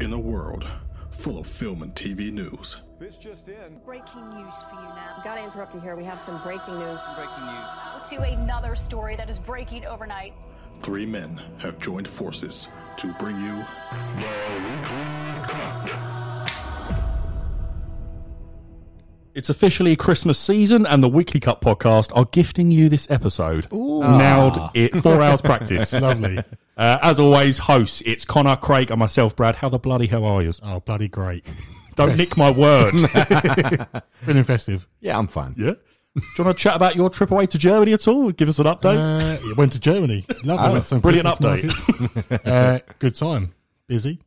In a world full of film and TV news, This just in. Breaking news for you now. Gotta interrupt you here. We have some breaking news. Breaking news. To another story that is breaking overnight. three men have joined forces to bring you It's officially Christmas season, and the Weekly Cup podcast are gifting you this episode. Nailed it. Four hours practice. Lovely. Uh, as always, hosts, it's Connor, Craig, and myself, Brad. How the bloody hell are you? Oh, bloody great. Don't nick my word. Feeling festive. Yeah, I'm fine. yeah? Do you want to chat about your trip away to Germany at all? Give us an update. Uh, yeah, went to Germany. Lovely. went to some Oh, brilliant Christmas markets. uh, good time. Busy.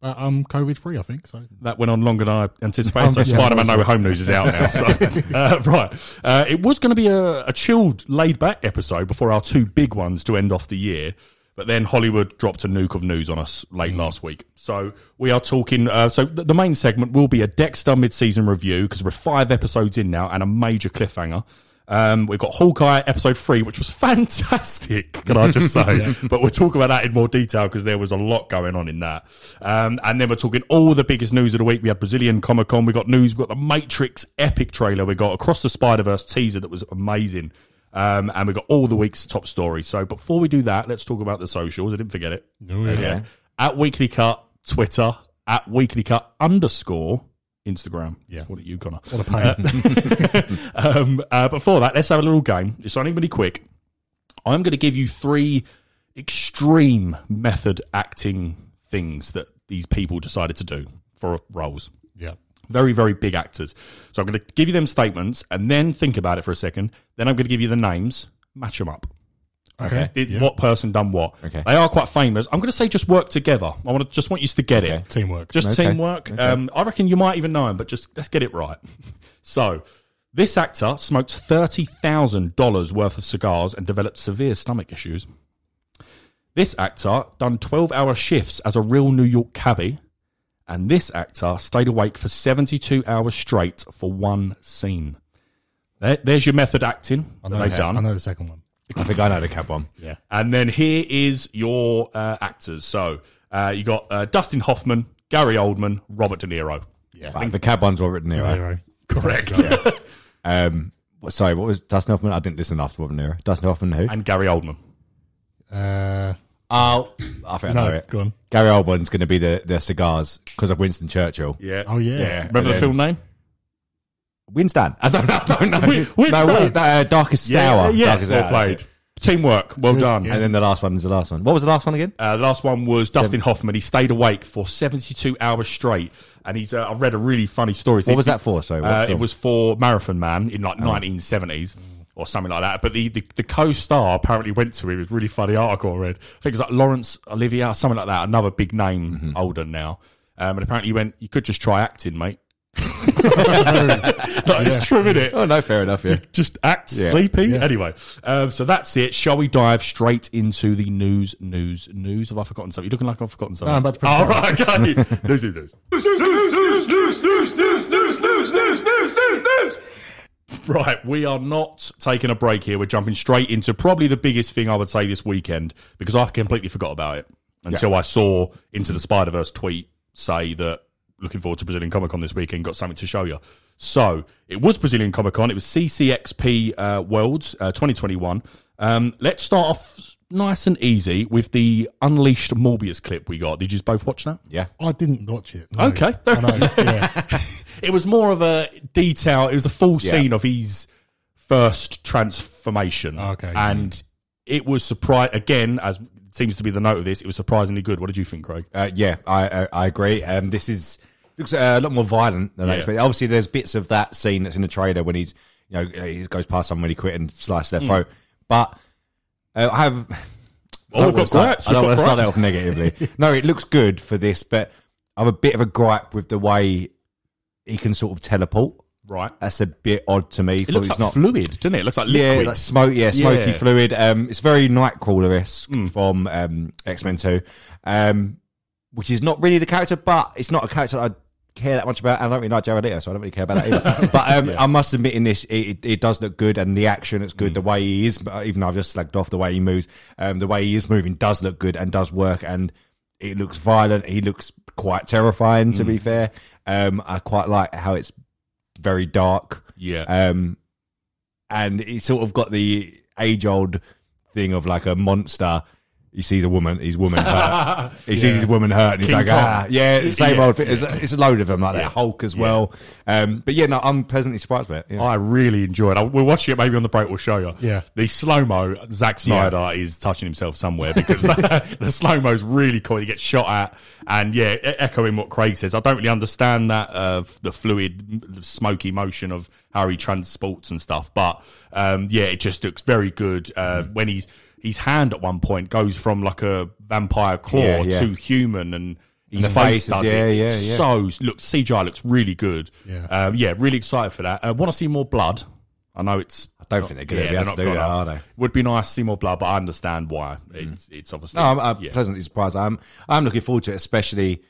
But I'm COVID free, I think. So that went on longer than I anticipated. So Um, yeah, Spider Man that No Home News is out now. So, uh, right. Uh, it was going to be a, a chilled, laid back episode before our two big ones to end off the year. But then Hollywood dropped a nuke of news on us late last week. So we are talking. Uh, so th- the main segment will be a Dexter mid season review because we're five episodes in now and a major cliffhanger. Um, we've got Hawkeye episode three, which was fantastic, can I just say? But we'll talk about that in more detail because there was a lot going on in that. Um, and then we're talking all the biggest news of the week. We had Brazilian Comic Con, we got news, we got the Matrix epic trailer, we got Across the Spider Verse teaser that was amazing. Um, and we got all the week's top stories. So before we do that, let's talk about the socials. I didn't forget it. Oh, yeah. Yeah. At Weekly Cut, Twitter, at Weekly Cut underscore Instagram. Yeah. What are you, Connor? what a pain. um, uh, before that, let's have a little game. It's only going to be quick. I'm going to give you three extreme method acting things that these people decided to do for roles. yeah. Very, very big actors. So I'm going to give you them statements and then think about it for a second. Then I'm going to give you the names, match them up. Okay. Did Yeah. What person done what? Okay. They are quite famous. I'm going to say just work together. I want to just want you to get it. Teamwork. Just Okay. teamwork. Um, I reckon you might even know him, but just let's get it right. So, this actor smoked thirty thousand dollars worth of cigars and developed severe stomach issues. This actor done twelve-hour shifts as a real New York cabbie, and this actor stayed awake for seventy-two hours straight for one scene. There- there's your method acting I that know, they've the- done. I know the second one. I think I know the cab one. Yeah. And then here is your uh, actors. So uh, you got uh, Dustin Hoffman, Gary Oldman, Robert De Niro. Wow, the cab one's Robert De Niro. Hero. Correct. Um, what- sorry, what was Dustin Hoffman? I didn't listen after Robert De Niro. Dustin Hoffman who? and Gary Oldman. Uh, Oh, I think I know no, it. go on. Gary Oldman's going to be the, the cigars because of Winston Churchill. Yeah. Oh, yeah. Remember the And film name? Winston. I don't know. I don't know. Win- Winston. No, wait, uh, Darkest Hour. Yeah, Darkest well Hour, that's played. it. Teamwork. Well done. And then the last one is the last one. What was the last one again? Uh, the last one was Dustin Hoffman. He stayed awake for 72 hours straight. And he's, uh, I read a really funny story. What was that for? Sorry, what uh, it film? Oh. was for Marathon Man in like 1970s or something like that. But the, the, the co star apparently went to him. It was a really funny article I read. I think it was like Lawrence Olivier, something like that. Another big name, Mm-hmm. older now. Um, and apparently he went, you could just try acting, mate. That is true, isn't it? Oh, no, fair enough. Yeah. just act Yeah. sleepy. Anyway, um, so that's it. Shall we dive straight into the news, news, news? Have I forgotten something? You're looking like I've forgotten something. No, I'm about to print All right, okay. news, news, news. Right, we are not taking a break here. We're jumping straight into probably the biggest thing I would say this weekend because I completely forgot about it until I saw Into the Spider Verse tweet say that looking forward to Brazilian Comic Con this weekend, got something to show you. So it was Brazilian Comic Con, it was CCXP uh, Worlds uh, 2021. Um, let's start off nice and easy with the Unleashed Morbius clip we got. Did you both watch that? Yeah. I didn't watch it. no. Okay. I know. Yeah. It was more of a detail. It was a full scene of his first transformation. Okay. and it was surprise again, as seems to be the note of this. It was surprisingly good. What did you think, Craig? Uh, yeah, I, I I agree. Um, this is looks uh, a lot more violent than I Yeah. expected. Obviously, there's bits of that scene that's in the trailer when he's you know uh, he goes past someone he quit and slices their Mm. throat. But uh, I have. Oh, we've got gripes, I don't we've want to start got that gripes. off negatively. no, it looks good for this, but I have a bit of a gripe with the way he can sort of teleport. Right. That's a bit odd to me. It looks like fluid, doesn't it? It looks like liquid. Yeah, like smoke. Yeah, smoky Yeah. Mm. fluid. Um, it's very Nightcrawler esque from um, X Men Two, um, which is not really the character, but it's not a character that I care that much about. And I don't really like Jared Leto, so I don't really care about that either. but um, I must admit, in this, it, it, it does look good, and the action it's good. The way he is, even though I've just slagged off the way he moves, um, the way he is moving does look good and does work, and. It looks violent. He looks quite terrifying. To be fair, um, I quite like how it's very dark. Yeah. Um, and it sort of got the age old thing of like a monster. He sees a woman, he's woman hurt. he sees his woman hurt, and he's King like, Kong. ah, yeah, it's the same Yeah, old thing. It's, it's a load of them like that. Hulk as well. Um, but yeah, no, I'm pleasantly surprised by it. Yeah. I really enjoyed. I, we'll watch it maybe on the break. We'll show you. Yeah. the slow mo. Zack Snyder is touching himself somewhere because the slow mo's really cool. He gets shot at, and yeah, e- echoing what Craig says. I don't really understand that uh, the fluid, m- smoky motion of how he transports and stuff. But um, yeah, it just looks very good uh, Mm-hmm. when he's his hand at one point goes from like a vampire claw Yeah, yeah. to human and. His the face faces, does yeah, it yeah, yeah. so look CGI looks really good. Yeah. um, yeah, really excited for that. Uh, Want to see more blood? I know it's. I don't think they're gonna be able to do that, are they? Mm. Would be nice to see more blood, but I understand why. It's, it's obviously. No, I'm, I'm yeah. pleasantly surprised. I'm I'm looking forward to it, especially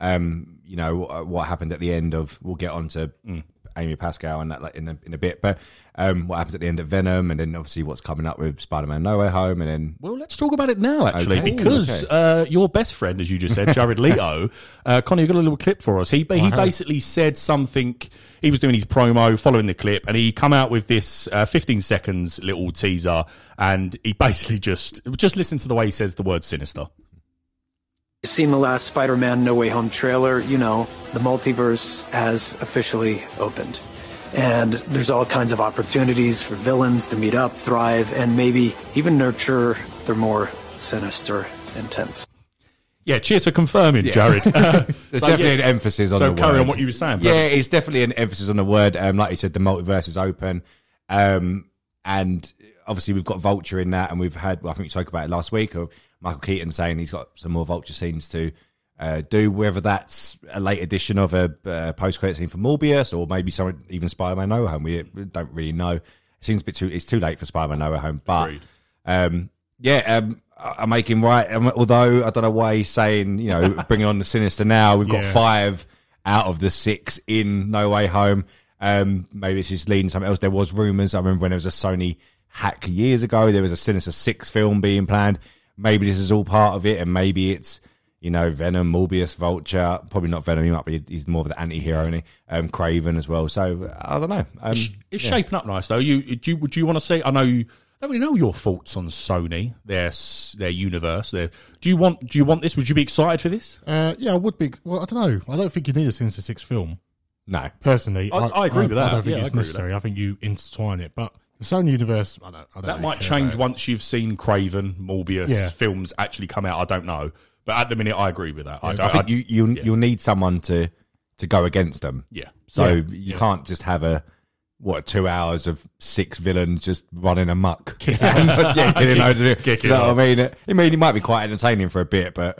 um, you know uh, what happened at the end of. We'll get on to Mm. Amy Pascal and that like, in a, in a bit, but um, what happened at the end of Venom, and then obviously what's coming up with Spider-Man: No Way Home, and then Well, let's talk about it now, actually, Okay. Ooh, because uh, your best friend, as you just said, Jared Leto, uh, Connie, you got a little clip for us. He he basically said something. He was doing his promo, following the clip, and he come out with this uh, 15 seconds little teaser, and he basically just just listen to the way he says the word sinister. You've seen the last Spider Man No Way Home trailer, you know, the multiverse has officially opened. And there's all kinds of opportunities for villains to meet up, thrive, and maybe even nurture their more sinister intents. Yeah, cheers for confirming, Jared. There's definitely an emphasis on so the carry word. on what you were saying. Yeah, Perfect. it's definitely an emphasis on the word. Um, like you said, the multiverse is open, um, and obviously we've got Vulture in that, and we've had. Well, I think we spoke about it last week of Michael Keaton saying he's got some more Vulture scenes to uh, do. Whether that's a late edition of a uh, post-credit scene for Morbius, or maybe something even Spider-Man: No Home, we we don't really know. It seems a bit too. It's too late for Spider-Man: No Way Home, but. Agreed. Um, yeah, um, I- I'm making right. Um, although I don't know why he's saying, you know, bringing on the sinister now. We've got Yeah. five out of the six in No Way Home. Um, maybe this is leading something else. There was rumors. I remember when there was a Sony hack years ago. There was a Sinister Six film being planned. Maybe this is all part of it, and maybe it's you know Venom, Morbius, Vulture. Probably not Venom. He might be. He's more of the anti-hero, is Um, Craven as well. So I don't know. Um, it's shaping up nice though. You do you, would you want to say? I know you I don't really know your thoughts on Sony, their s- their universe. Their do you want do you want this? Would you be excited for this? Uh, yeah, I would be. Well, I don't know. I don't think you need a Sinister Six film. no. Personally, I- I agree with that. I don't think Yeah, I it's agree with necessary. I think you intertwine it, but the Sony universe, I don't. I don't That really might care change about it. once you've seen Craven, Morbius Yeah. films actually come out. I don't know, but at the minute, I agree with that. I, don't, I think I- you you you'll need someone to to go against them. yeah. So Yeah. you can't just have a what two hours of six villains just running amok. yeah, killing loads of- Kick do it you know off. what I mean? It- I mean, it might be quite entertaining for a bit, but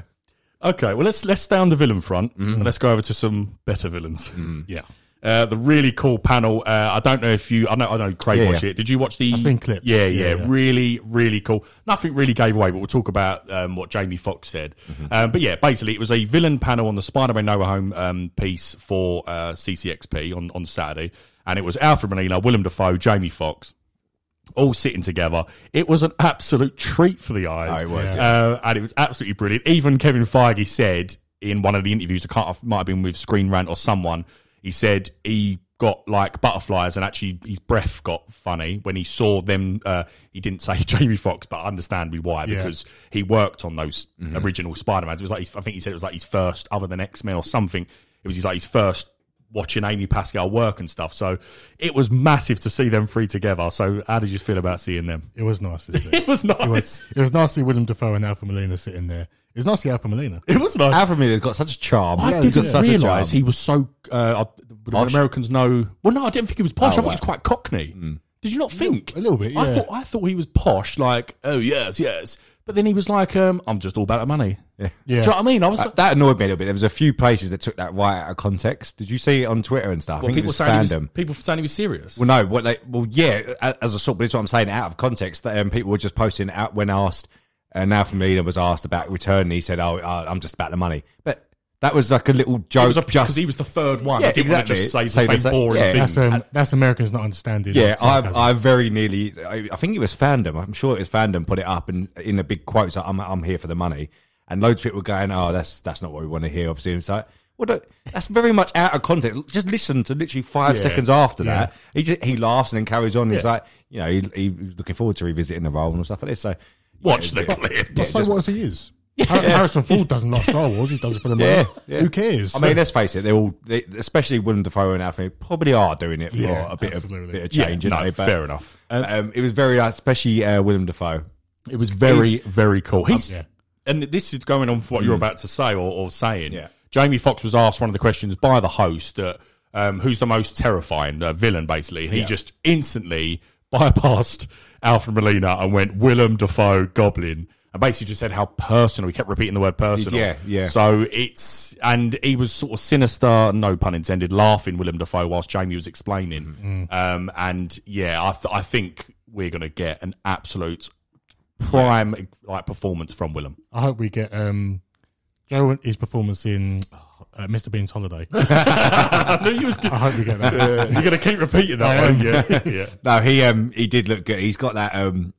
Okay, well let's let's stay on the villain front. and Let's go over to some better villains. Yeah, Uh, the really cool panel. Uh, I don't know if you. I know. I know. Craig Yeah, watched yeah. it. Did you watch the? I've seen clips. Yeah, yeah, Yeah, yeah. Really, really cool. Nothing really gave away, but we'll talk about um, what Jamie Foxx said. Mm-hmm. Um, but yeah, basically, it was a villain panel on the Spider-Man No Way Home um, piece for uh, CCXP on on Saturday, and it was Alfred Molina, Willem Dafoe, Jamie Foxx. All sitting together. It was an absolute treat for the eyes. Oh, it was, Uh, and it was absolutely brilliant. Even Kevin Feige said in one of the interviews, I can't, might have been with Screen Rant or someone, he said he got like butterflies and actually his breath got funny when he saw them. Uh, he didn't say Jamie Fox, but understandably why, Yeah. because he worked on those Mm-hmm. original Spider-Mans. It was like, his, I think he said it was like his first, other than X-Men or something. It was his, like his first watching Amy Pascal work and stuff. So it was massive to see them three together. So how did you feel about seeing them? it was nice. to see. It was nice. It was, it was nice to see William Defoe and Alpha Molina sitting there. It was nice to see Alpha Molina. It was nice. Alfred Miller's got such a charm. I He's got didn't such a charm. realise he was so. Uh, I- would Posh? Americans know? Well, no, I didn't think he was posh. I Oh, thought he was wow. Hmm. quite cockney. Did you not think? a little bit, I yeah. thought I thought he was posh, like oh yes, yes. But then he was like, um, I'm just all about the money. Yeah. Do you know what I mean? I was. That- that annoyed me a little bit. There was a few places that took that right out of context. Did you see it on Twitter and stuff? I well, think it people was saying he fandom. was, people saying he was serious. Well, no, what they, well, yeah, a- as a sort, but it's what I'm saying out of context. That um, people were just posting out when asked, and now from Leader was asked about return, and he said, "Oh, uh, I'm just about the money." But that was like a little joke, it was because just he was the third one. Yeah, I didn't exactly. want to just say Say the the same same- boring yeah. things. That's um, that's Americans not understanding. Yeah, sarcasm. I've, I very nearly. I, I think it was fandom. I'm sure it was fandom. Put it up and in the big quotes. I'm I'm here for the money. and loads of people were going, "Oh, that's that's not what we want to hear." Obviously, it's like, well, don't, that's very much out of context. Just listen to literally five Yeah. seconds after Yeah. that. He just, he laughs and then carries on. He's Yeah. like, you know, he, he was looking forward to revisiting the role and all stuff like this. So Watch yeah, the clip. yeah, But so just- what if he is? Har- Harrison Ford doesn't like Star Wars. He does it for the money. Yeah, yeah. Who cares? I mean, let's face it; they're all, they, especially Willem Dafoe and Anthony, probably are doing it for Yeah, a bit of absolutely. bit of change. Yeah, aren't no, they? But, fair enough. Um, it was very nice, especially uh, Willem Dafoe. It was very, very cool. He's, Mm. yeah. And this is going on for what you're about to say or, or saying. Yeah. Jamie Foxx was asked one of the questions by the host that um, who's the most terrifying uh, villain, basically. And he just instantly bypassed Alfred Molina and went Willem Dafoe Goblin. And basically just said how personal. He kept repeating the word personal. Yeah, yeah. So it's and he was sort of sinister, no pun intended, laughing Willem Dafoe whilst Jamie was explaining. Um, and yeah, I, th- I think we're gonna get an absolute prime like performance from Willem. I hope we get um, Joe his performance in uh, Mr. Bean's Holiday. I knew you was I hope we get that. You're gonna keep repeating that, aren't you? Yeah. No, he um he did look good. He's got that um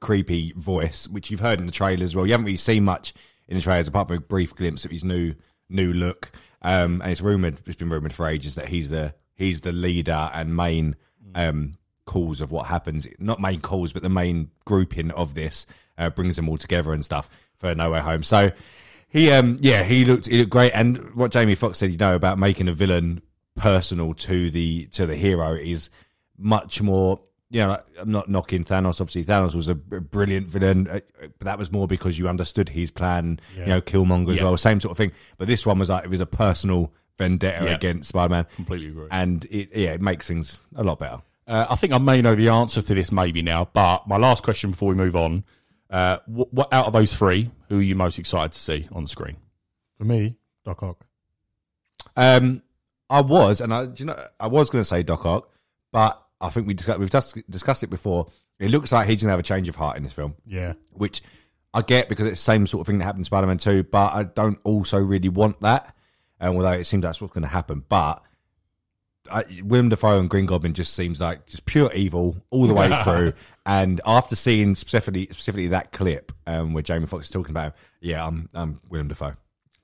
creepy voice, which you've heard in the trailer as well. You haven't really seen much in the trailers apart from a brief glimpse of his new new look. Um, and it's rumored, it's been rumored for ages that he's the he's the leader and main um cause of what happens. Not main cause, but the main grouping of this uh, brings them all together and stuff for No Way Home. So he um yeah he looked he looked great and what Jamie Foxx said you know about making a villain personal to the to the hero is much more you know I'm not knocking Thanos obviously Thanos was a br- brilliant villain uh, but that was more because you understood his plan you know Killmonger as Yeah. well same sort of thing but this one was like it was a personal vendetta Yeah. against Spider-Man Completely agree. and it yeah it makes things a lot better Uh, I think I may know the answers to this maybe now, but my last question before we move on: uh, what, what out of those three, who are you most excited to see on screen? For me, Doc Ock. Um, I was, and I, do you know, I was going to say Doc Ock, but I think we discussed, we've just discussed it before. It looks like he's going to have a change of heart in this film, Yeah. which I get because it's the same sort of thing that happened in Spider Man 2, but I don't also really want that. And although it seems that's what's going to happen, but I, Willem Dafoe and Green Goblin just seems like just pure evil all the way through. And after seeing specifically specifically that clip um, where Jamie Foxx is talking about him, yeah, I'm, I'm Willem Dafoe.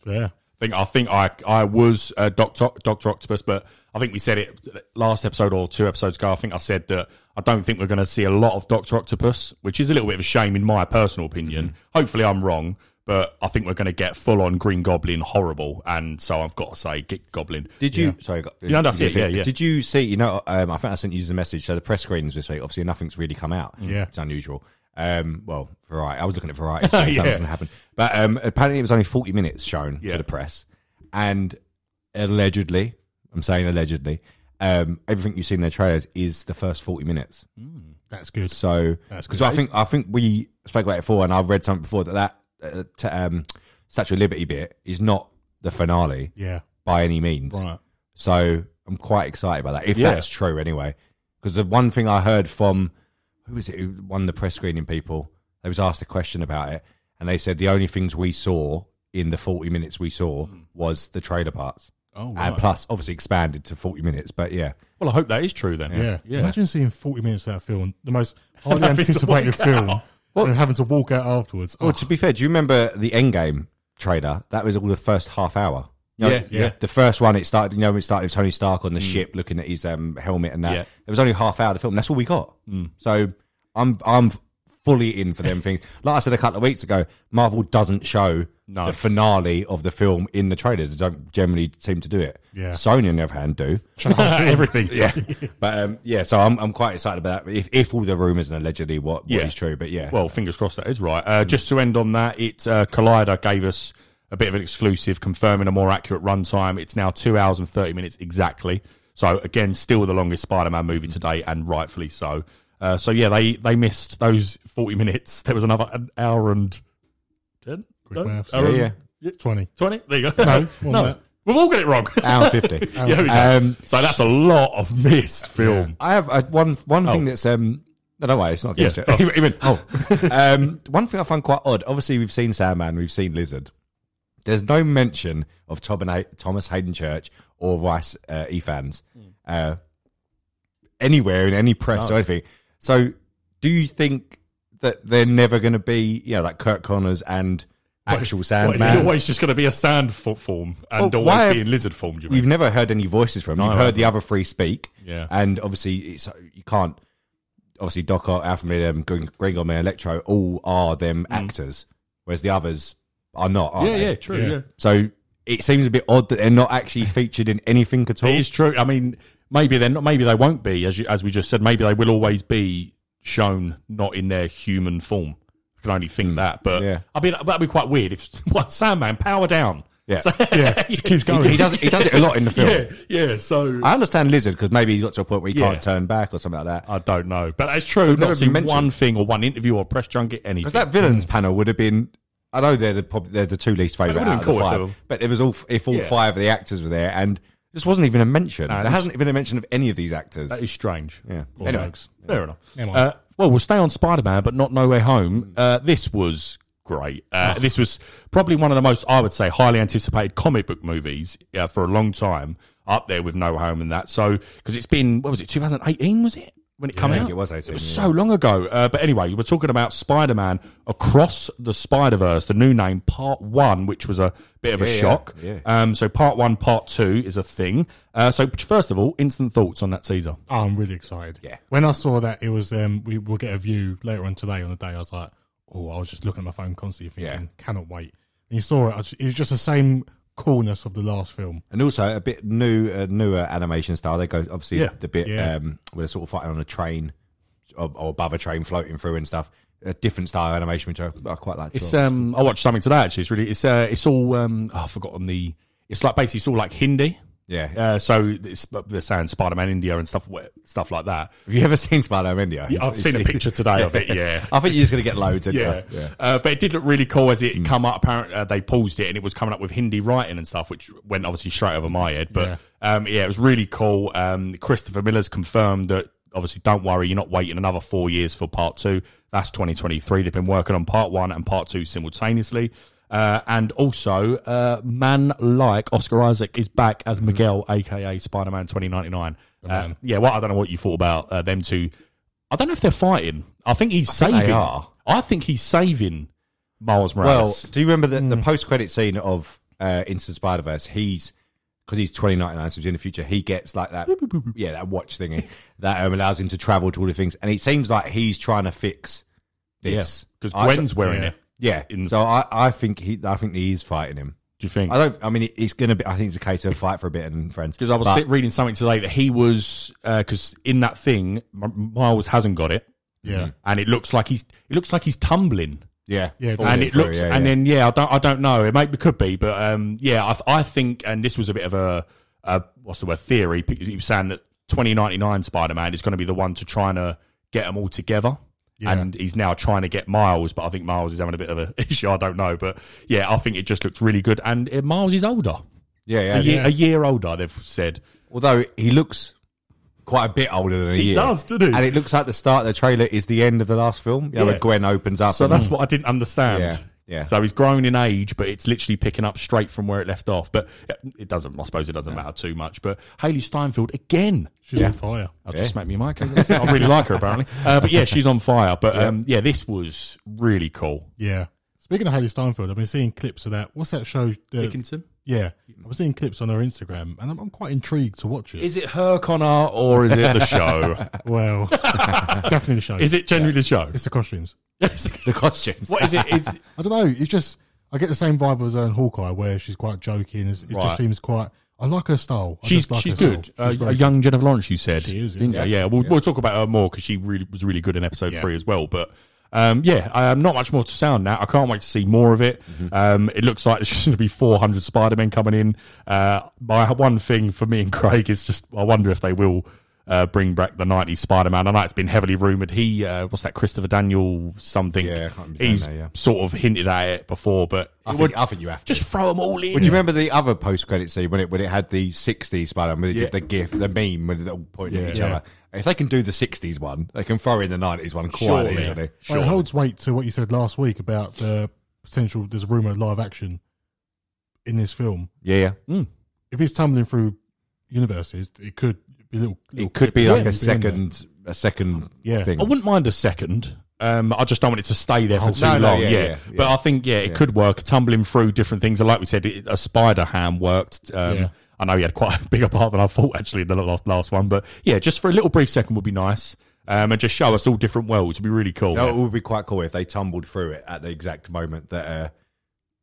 Yeah. I think I think I I was uh, Doctor Doctor Octopus, but I think we said it last episode or two episodes ago. I think I said that I don't think we're going to see a lot of Doctor Octopus, which is a little bit of a shame in my personal opinion. Hopefully, I'm wrong, but I think we're going to get full on Green Goblin horrible, and so I've got to say, get Goblin. Did you? Sorry, got, Yeah, that's did it, you- yeah, yeah. Did you see? You know, um, I think I sent you the message. So the press screenings this week, obviously, nothing's really come out. Mm. Yeah. it's unusual. Um, well, variety. I was looking at variety. So something's Yeah. going to happen. But um, apparently, it was only forty minutes shown Yeah. to the press, and allegedly, I'm saying allegedly, um, everything you see in their trailers is the first forty minutes. That's good. So That's because good. I think I think we spoke about it before, and I've read something before that that uh, t- um, Statue of Liberty bit is not the finale Yeah. by any means. Right. So I'm quite excited about that, if Yeah. that's true anyway. Because the one thing I heard from who was it who won the press screening people, they was asked a question about it, and they said the only things we saw in the 40 minutes we saw was the trailer parts. Hmm. Oh, And plus, obviously expanded to 40 minutes, but yeah. Well, I hope that is true then. Yeah. yeah. Imagine seeing 40 minutes of that film, the most highly Having to anticipated walk film, out. and having to walk out afterwards. Well, Oh, to be fair, do you remember the Endgame trailer? That was all the first half hour. You know, Yeah, yeah. Mm. The first one, it started. You know, it started with Tony Stark on the ship looking at his um, helmet and that. Yeah. Mm. It was only half hour of the film. That's all we got. So I'm I'm fully in for them things. Like I said a couple of weeks ago, Marvel doesn't show No. the finale of the film in the trailers. They don't generally seem to do it. Yeah. Sony on the other hand do. Everything. Yeah. But um, yeah, so I'm I'm quite excited about that. If if all the rumors and allegedly what, what is Yeah. true, but yeah, Well, fingers crossed that is right. Uh, just to end on that, it uh, Collider gave us a bit of an exclusive, confirming a more accurate runtime. It's now two hours and thirty minutes exactly. So again, still the longest Spider-Man movie Mm-hmm. to date, and rightfully so. Uh, so yeah, they they missed those forty minutes. There was another an hour and ten. quick maths. yeah, yeah. 20. 20? There you go. No, more than that. We've all got it wrong. hour fifty. Yeah, we go. um, so that's a lot of missed film. I have uh, one one thing Oh. that's um. No, don't worry, it's not against Yeah. it. Even- even- oh. um, one thing I find quite odd. Obviously, we've seen Sandman, we've seen Lizard. There's no mention of Tom and Hay- Thomas Hayden Church or Rice uh, Efans Hmm. uh, anywhere in any press or anything. So, do you think that they're never going to be, you know, like Kurt Connors and actual What, is it Sandman. always just going to be a sand fo- form and Well, always why be have- in lizard form? Do you You've mean? never heard any voices from. him. You've No. heard the other three speak. Yeah. And obviously, it's you can't. Obviously, Doc Ock, Alpha Million, Gring- Gringo Man, Electro, all are them actors, whereas the others are not. Aren't Mm. Yeah, they? yeah, true. Yeah. Yeah. So it seems a bit odd that they're not actually featured in anything at all. it is true. I mean, maybe they're not. Maybe they won't be as you, as we just said. Maybe they will always be shown not in their human form. I can only think that, but Hmm. Yeah. I mean that'd be quite weird if what Sandman power down. Yeah. Yeah, he keeps going. He does. He does it a lot in the film. Yeah, yeah. So I understand Lizard because maybe he got to a point where he Yeah. can't turn back or something like that. I don't know, but it's true. never Not been seen mentioned. one thing or one interview or press junket, anything. Because that villains panel would have been. I know they're the prob- they're the two least it favourite would have out of the been cool five, if Mm. they were- but it was all f- if all Yeah. five of the actors were there, and this wasn't even a mention. there that's- hasn't been a mention of any of these actors. That is strange. Yeah. Poor Anyway. Mags. Fair enough. Never mind. Uh, well, we'll stay on Spider Man, but not Nowhere Home. Uh, this was great. Ah. Uh, This was probably one of the most, I would say, highly anticipated comic book movies uh, for a long time, up there with No Home and that. So, because it's been, what was it, 2018, was it? When it came I out? think it was 18, yeah. so long ago. Uh, but anyway, we're talking about Spider Man Across the Spider Verse, the new name, part one, which was a bit of a Yeah, yeah, shock. yeah. Um, so, part one, part two is a thing. Uh, so, first of all, instant thoughts on that, Caesar. Oh, I'm really excited. Yeah. When I saw that, it was um, we will get a view later on today on the day. I was like, oh, I was just looking at my phone constantly, thinking, cannot wait. And you saw it. I just, it was just the same coolness of the last film. and also a bit new, uh, newer animation style. They go obviously Yeah. the bit Yeah. um, where they're sort of fighting on a train or, or above a train, floating through and stuff. A different style of animation, which I, I quite like. It's um, I watched something today actually. It's really it's uh, it's all um, oh, I've forgotten the. It's like basically it's all like Hindi. yeah. Uh, so it's, they're saying Spider Man India and stuff wh- stuff like that. Have you ever seen Spider-Man India? I've seen a picture today of it. Yeah. I think you're just gonna get loads. aren't you? Yeah, Uh, but it did look really cool as it come up. Apparently, uh, they paused it and it was coming up with Hindi writing and stuff, which went obviously straight over my head. But yeah, um, yeah it was really cool. Um, Christopher Miller's confirmed that. Obviously, don't worry, you're not waiting another four years for part two. That's 2023. They've been working on part one and part two simultaneously. Uh, and also, uh, man like Oscar Isaac is back as Miguel, aka Spider Man 2099. Uh, yeah, well, I don't know what you thought about uh, them two. I don't know if they're fighting. I think he's think they saving. are. I think he's saving Miles Well, Morales. do you remember the, the Mm. post-credit scene of uh, Into the Spider Verse? He's because he's twenty ninety nine, so he's in the future. He gets like that, yeah, that watch thingy that um, allows him to travel to all the things, and it seems like he's trying to fix this because I- Gwen's wearing yeah. it. yeah. in- so I, I think he, I think he is fighting him. Do you think? I don't. I mean, it, it's gonna be. I think it's a case of fight for a bit and friends. Because I was But- sit- reading something today that he was because in that thing M- Miles hasn't got it, Yeah. and it looks like he's it looks like he's tumbling, yeah, Yeah, falling and it through, looks yeah, and yeah. then yeah, I don't I don't know. It might it could be, but um, yeah, I, I think and this was a bit of a, a what's the word theory. because He was saying that twenty ninety nine Spider Man is going to be the one to trying to get them all together. Yeah. and he's now trying to get Miles, but I think Miles is having a bit of an issue. I don't know, but yeah, I think it just looks really good. And uh, Miles is older, yeah, yeah, yeah. a year, a year older. They've said Although he looks quite a bit older than a He year. does, doesn't he? And it looks like the start of the trailer is the end of the last film. You know, Yeah. where Gwen opens up. so. and- That's what I didn't understand. Mm. Yeah, yeah. So he's grown in age, but it's literally picking up straight from where it left off. But uh, it doesn't. I suppose it doesn't matter too much. But Haley Steinfeld again. She's on fire. I'll just smack me mic. I really like her apparently. Uh, but yeah, she's on fire. But um, yeah, this was really cool. Yeah. Speaking of Haley Steinfeld, I've been seeing clips of that. What's that show? The- Dickinson. yeah. I've been seeing clips on her Instagram, and I'm, I'm quite intrigued to watch it. Is it her Connor or is it the show? well, definitely the show. is it generally the show? It's the costumes. the costumes. What is it? It's, I don't know. It's just I get the same vibe as her in Hawkeye, where she's quite jokey and it's, it Right. just seems quite. I like her style. I she's just like she's her style. good. Uh, She's a very young Jennifer Lawrence, you said. She is, yeah. Didn't you? yeah. We'll, we'll talk about her more because she really was really good in episode three as well. But um, yeah, um, not much more to say on that. I can't wait to see more of it. Mm-hmm. Um, it looks like there's going to be 400 Spider Men coming in. Uh, my one thing for me and Craig is just I wonder if they will. Uh, bring back the 90s Spider-Man. I know it's been heavily rumored. He, uh, what's that, Christopher Daniel something? Yeah, I can't remember his He's name now, yeah. sort of hinted at it before, but I it think, would- I think you have to. just throw them all in. Would you remember the other post-credit scene when it when it had the '60s Spider-Man, when it Yeah. did the GIF, the meme, when they all pointing Yeah. at each Yeah. other? If they can do the '60s one, they can throw in the '90s one quite Surely. easily. Well, it holds weight to what you said last week about the potential. There's a rumor of live action in this film. Yeah, yeah. Mm. If it's tumbling through universes, it could be little. little It could be clip like a ends in there. second, a second Yeah. thing. I wouldn't mind a second. Um, I just don't want it to stay there for too no, no, long. yeah, yeah. yeah, but yeah. I think yeah, it could work. Tumbling through different things, and like we said, it, a spider ham worked. Um, Yeah. I know he had quite a bigger part than I thought actually in the last last one, but yeah, just for a little brief second would be nice, um, and just show us all different worlds would be really cool. No, it would be quite cool if they tumbled through it at the exact moment that uh,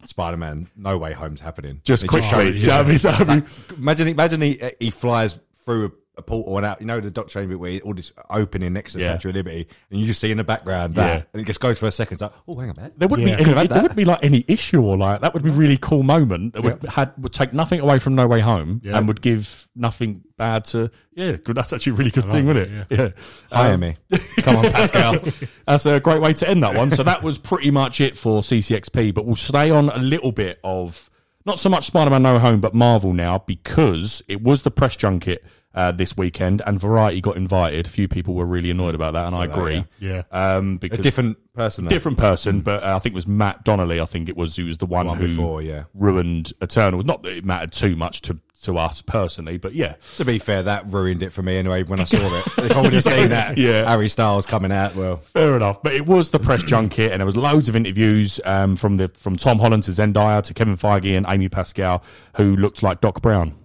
Spider-Man No Way Home's happening. Just They quickly, show- do you know what I mean? That'd be- imagine, imagine he he flies through a, a portal and out. You know the Doctor Strange bit where all this opening next to the Yeah. Statue of Liberty, and you just see in the background that, Yeah. and it just goes for a second. It's like, oh, hang on, man. There wouldn't Yeah. be Could've any, had there that. wouldn't be like any issue or like that would be a really cool moment that would had would take nothing away from No Way Home Yeah. and would give nothing bad to yeah good that's actually a really good thing wouldn't it that, yeah, Hire me. come on Pascal that's a great way to end that one so that was pretty much it for CCXP but we'll stay on a little bit of not so much Spider-Man No Way Home but Marvel now because it was the press junket uh, this weekend and Variety got invited a few people were really annoyed about that and I agree Yeah. um A because different person. though. different person, but uh, I think it was Matt Donnelly. I think it was who was the one, One who before, yeah. ruined Eternal. Not that it mattered too much to to us personally, but yeah, To be fair, that ruined it for me anyway when I saw it. if I would have seen that Yeah. Harry Styles coming out, well, fair enough. But it was the press junket, and there was loads of interviews um, from the from Tom Holland to Zendaya to Kevin Feige and Amy Pascal, who looked like Doc Brown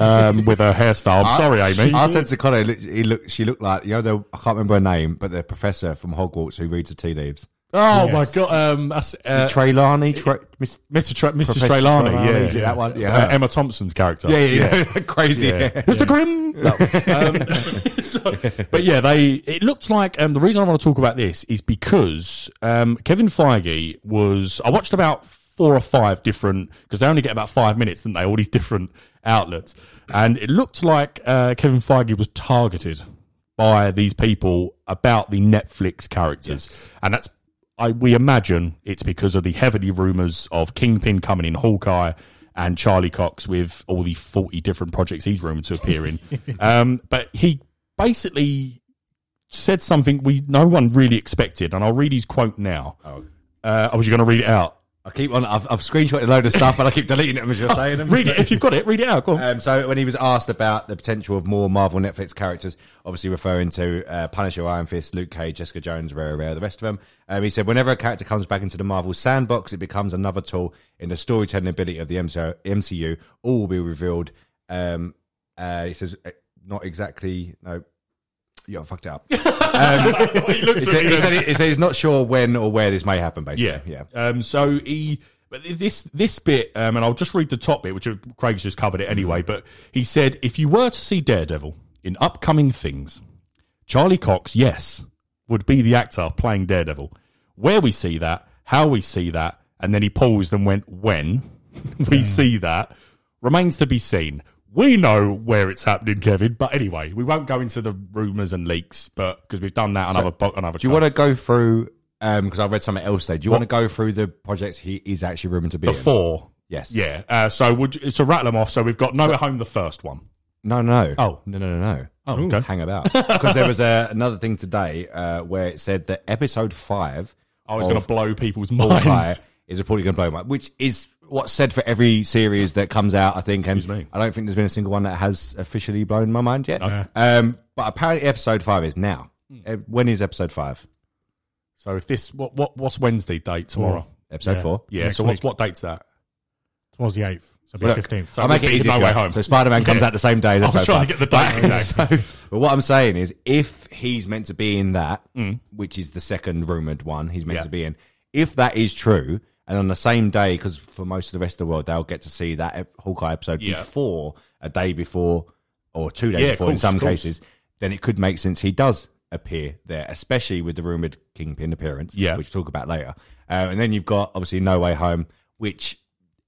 um, with her hairstyle. I'm sorry, Amy. I said to Connor, look- he looked, she looked like, you know, the, I can't remember her name, but the professor from Hogwarts who reads the tea leaves. oh Yes. my god, um, that's, uh, Trelawney? Tre- Miss- Mr. Tra- Mrs. Professor Trelawney, Trelawney, yeah, is it that one? Yeah, Uh, her. Emma Thompson's character, yeah, yeah, yeah. crazy. Yeah. Who's the Grim? Um, so- but yeah, they. It looked like um, the reason I want to talk about this is because um, Kevin Feige was. I watched about four or five different because they only get about five minutes, didn't they? All these different outlets, and it looked like uh, Kevin Feige was targeted by these people about the Netflix characters, and that's. I, we imagine it's because of the heavily rumors of Kingpin coming in Hawkeye and Charlie Cox with all the 40 different projects he's rumored to appear in. um, but he basically said something we no one really expected, and I'll read his quote now. Oh, uh, I was going to read it out. I keep on, I've, I've screenshotted a load of stuff, but I keep deleting them as you're saying them. Read it if you've got it. Read it out. Go on. Um, so when he was asked about the potential of more Marvel Netflix characters, obviously referring to uh, Punisher, Iron Fist, Luke Cage, Jessica Jones, Rare Rare, the rest of them, um, he said, whenever a character comes back into the Marvel sandbox, it becomes another tool in the storytelling ability of the MCU. MCU. All will be revealed. Um, uh, he says, uh, not exactly, no, yeah, I fucked it up. Um, he He looked at said, me he, then. said, he said he's not sure when or where this may happen, Yeah, basically. Yeah. Um, so he, but this this bit, um, and I'll just read the top bit, which Craig's just covered it anyway. But he said, if you were to see Daredevil in upcoming things, Charlie Cox, yes, would be the actor playing Daredevil. Where we see that, how we see that, and then he paused and went, when we Hmm. see that remains to be seen. We know where it's happening, Kevin. But anyway, we won't go into the rumors and leaks, but because we've done that on other po- on other. Do you want to go through? Because I read something else there. Do you want to go through the projects he is actually rumored to be the in? four? Yes. Yeah. Uh, so would you, to rattle them off. So we've got No Way Home, the first one. No, no. Oh. no, no, no, no. Oh, okay. hang about because there was a, another thing today uh, where it said that episode five. I was of going to blow people's Hawkeye minds. Is reportedly going to blow my, which is what's said for every series that comes out. I think, and Excuse me. I don't think there's been a single one that has officially blown my mind yet. Um, but apparently, episode five is now. Hmm. Uh, When is episode five? So if this, what, what what's Wednesday date tomorrow? Episode Yeah. four. Yeah. Next so what's, week. what date's that? Towards the 8th. So Well, it'll be look, 15th. So I'll make it it'll be easy. No for Way you. Home. So Spider Man comes out the same day. As I was Episode trying to Five. get the dates Right, exact. so- but what I'm saying is, if he's meant to be in that, which is the second rumored one, he's meant Mm. Yeah. to be in. If that is true, and on the same day, because for most of the rest of the world, they'll get to see that ep- Hawkeye episode Yeah. before a day before or two days Yeah, of before in course, some of course. cases, then it could make sense he does appear there, especially with the rumored Kingpin appearance, Yeah. which we'll talk about later. Uh, and then you've got obviously No Way Home, which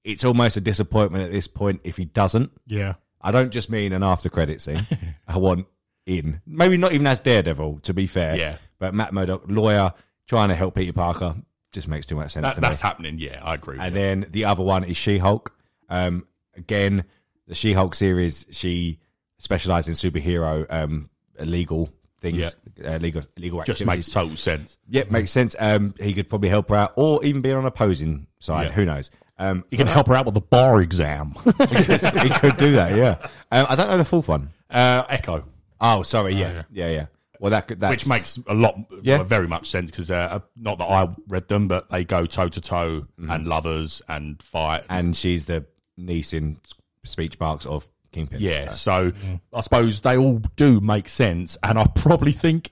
it's almost a disappointment at this point if he doesn't. Yeah. I don't just mean an after credit scene. I want in. Maybe not even as Daredevil, to be fair. Yeah. But Matt Murdock, lawyer, trying to help Peter Parker, just makes too much sense That, to that's me. happening. Yeah, I agree. With And you. then the other one is She Hulk. Um, again, the She Hulk series, she specializes in superhero um, illegal things, uh, legal, legal activities. Just makes total sense. yeah, makes sense. Um, he could probably help her out or even be on an opposing side. Yeah. Who knows? Um, You can help her out with the bar exam. he could do that, yeah. Um, I don't know the fourth one. uh, Echo. Oh, sorry, Oh, yeah, yeah, yeah. Well, that could- that's, which makes a lot, Yeah. well, very much sense because uh, not that I read them, but they go toe to toe and lovers and fight. and she's the niece in s- speech marks of Kingpin. yeah, so Mm. I suppose they all do make sense, and I probably think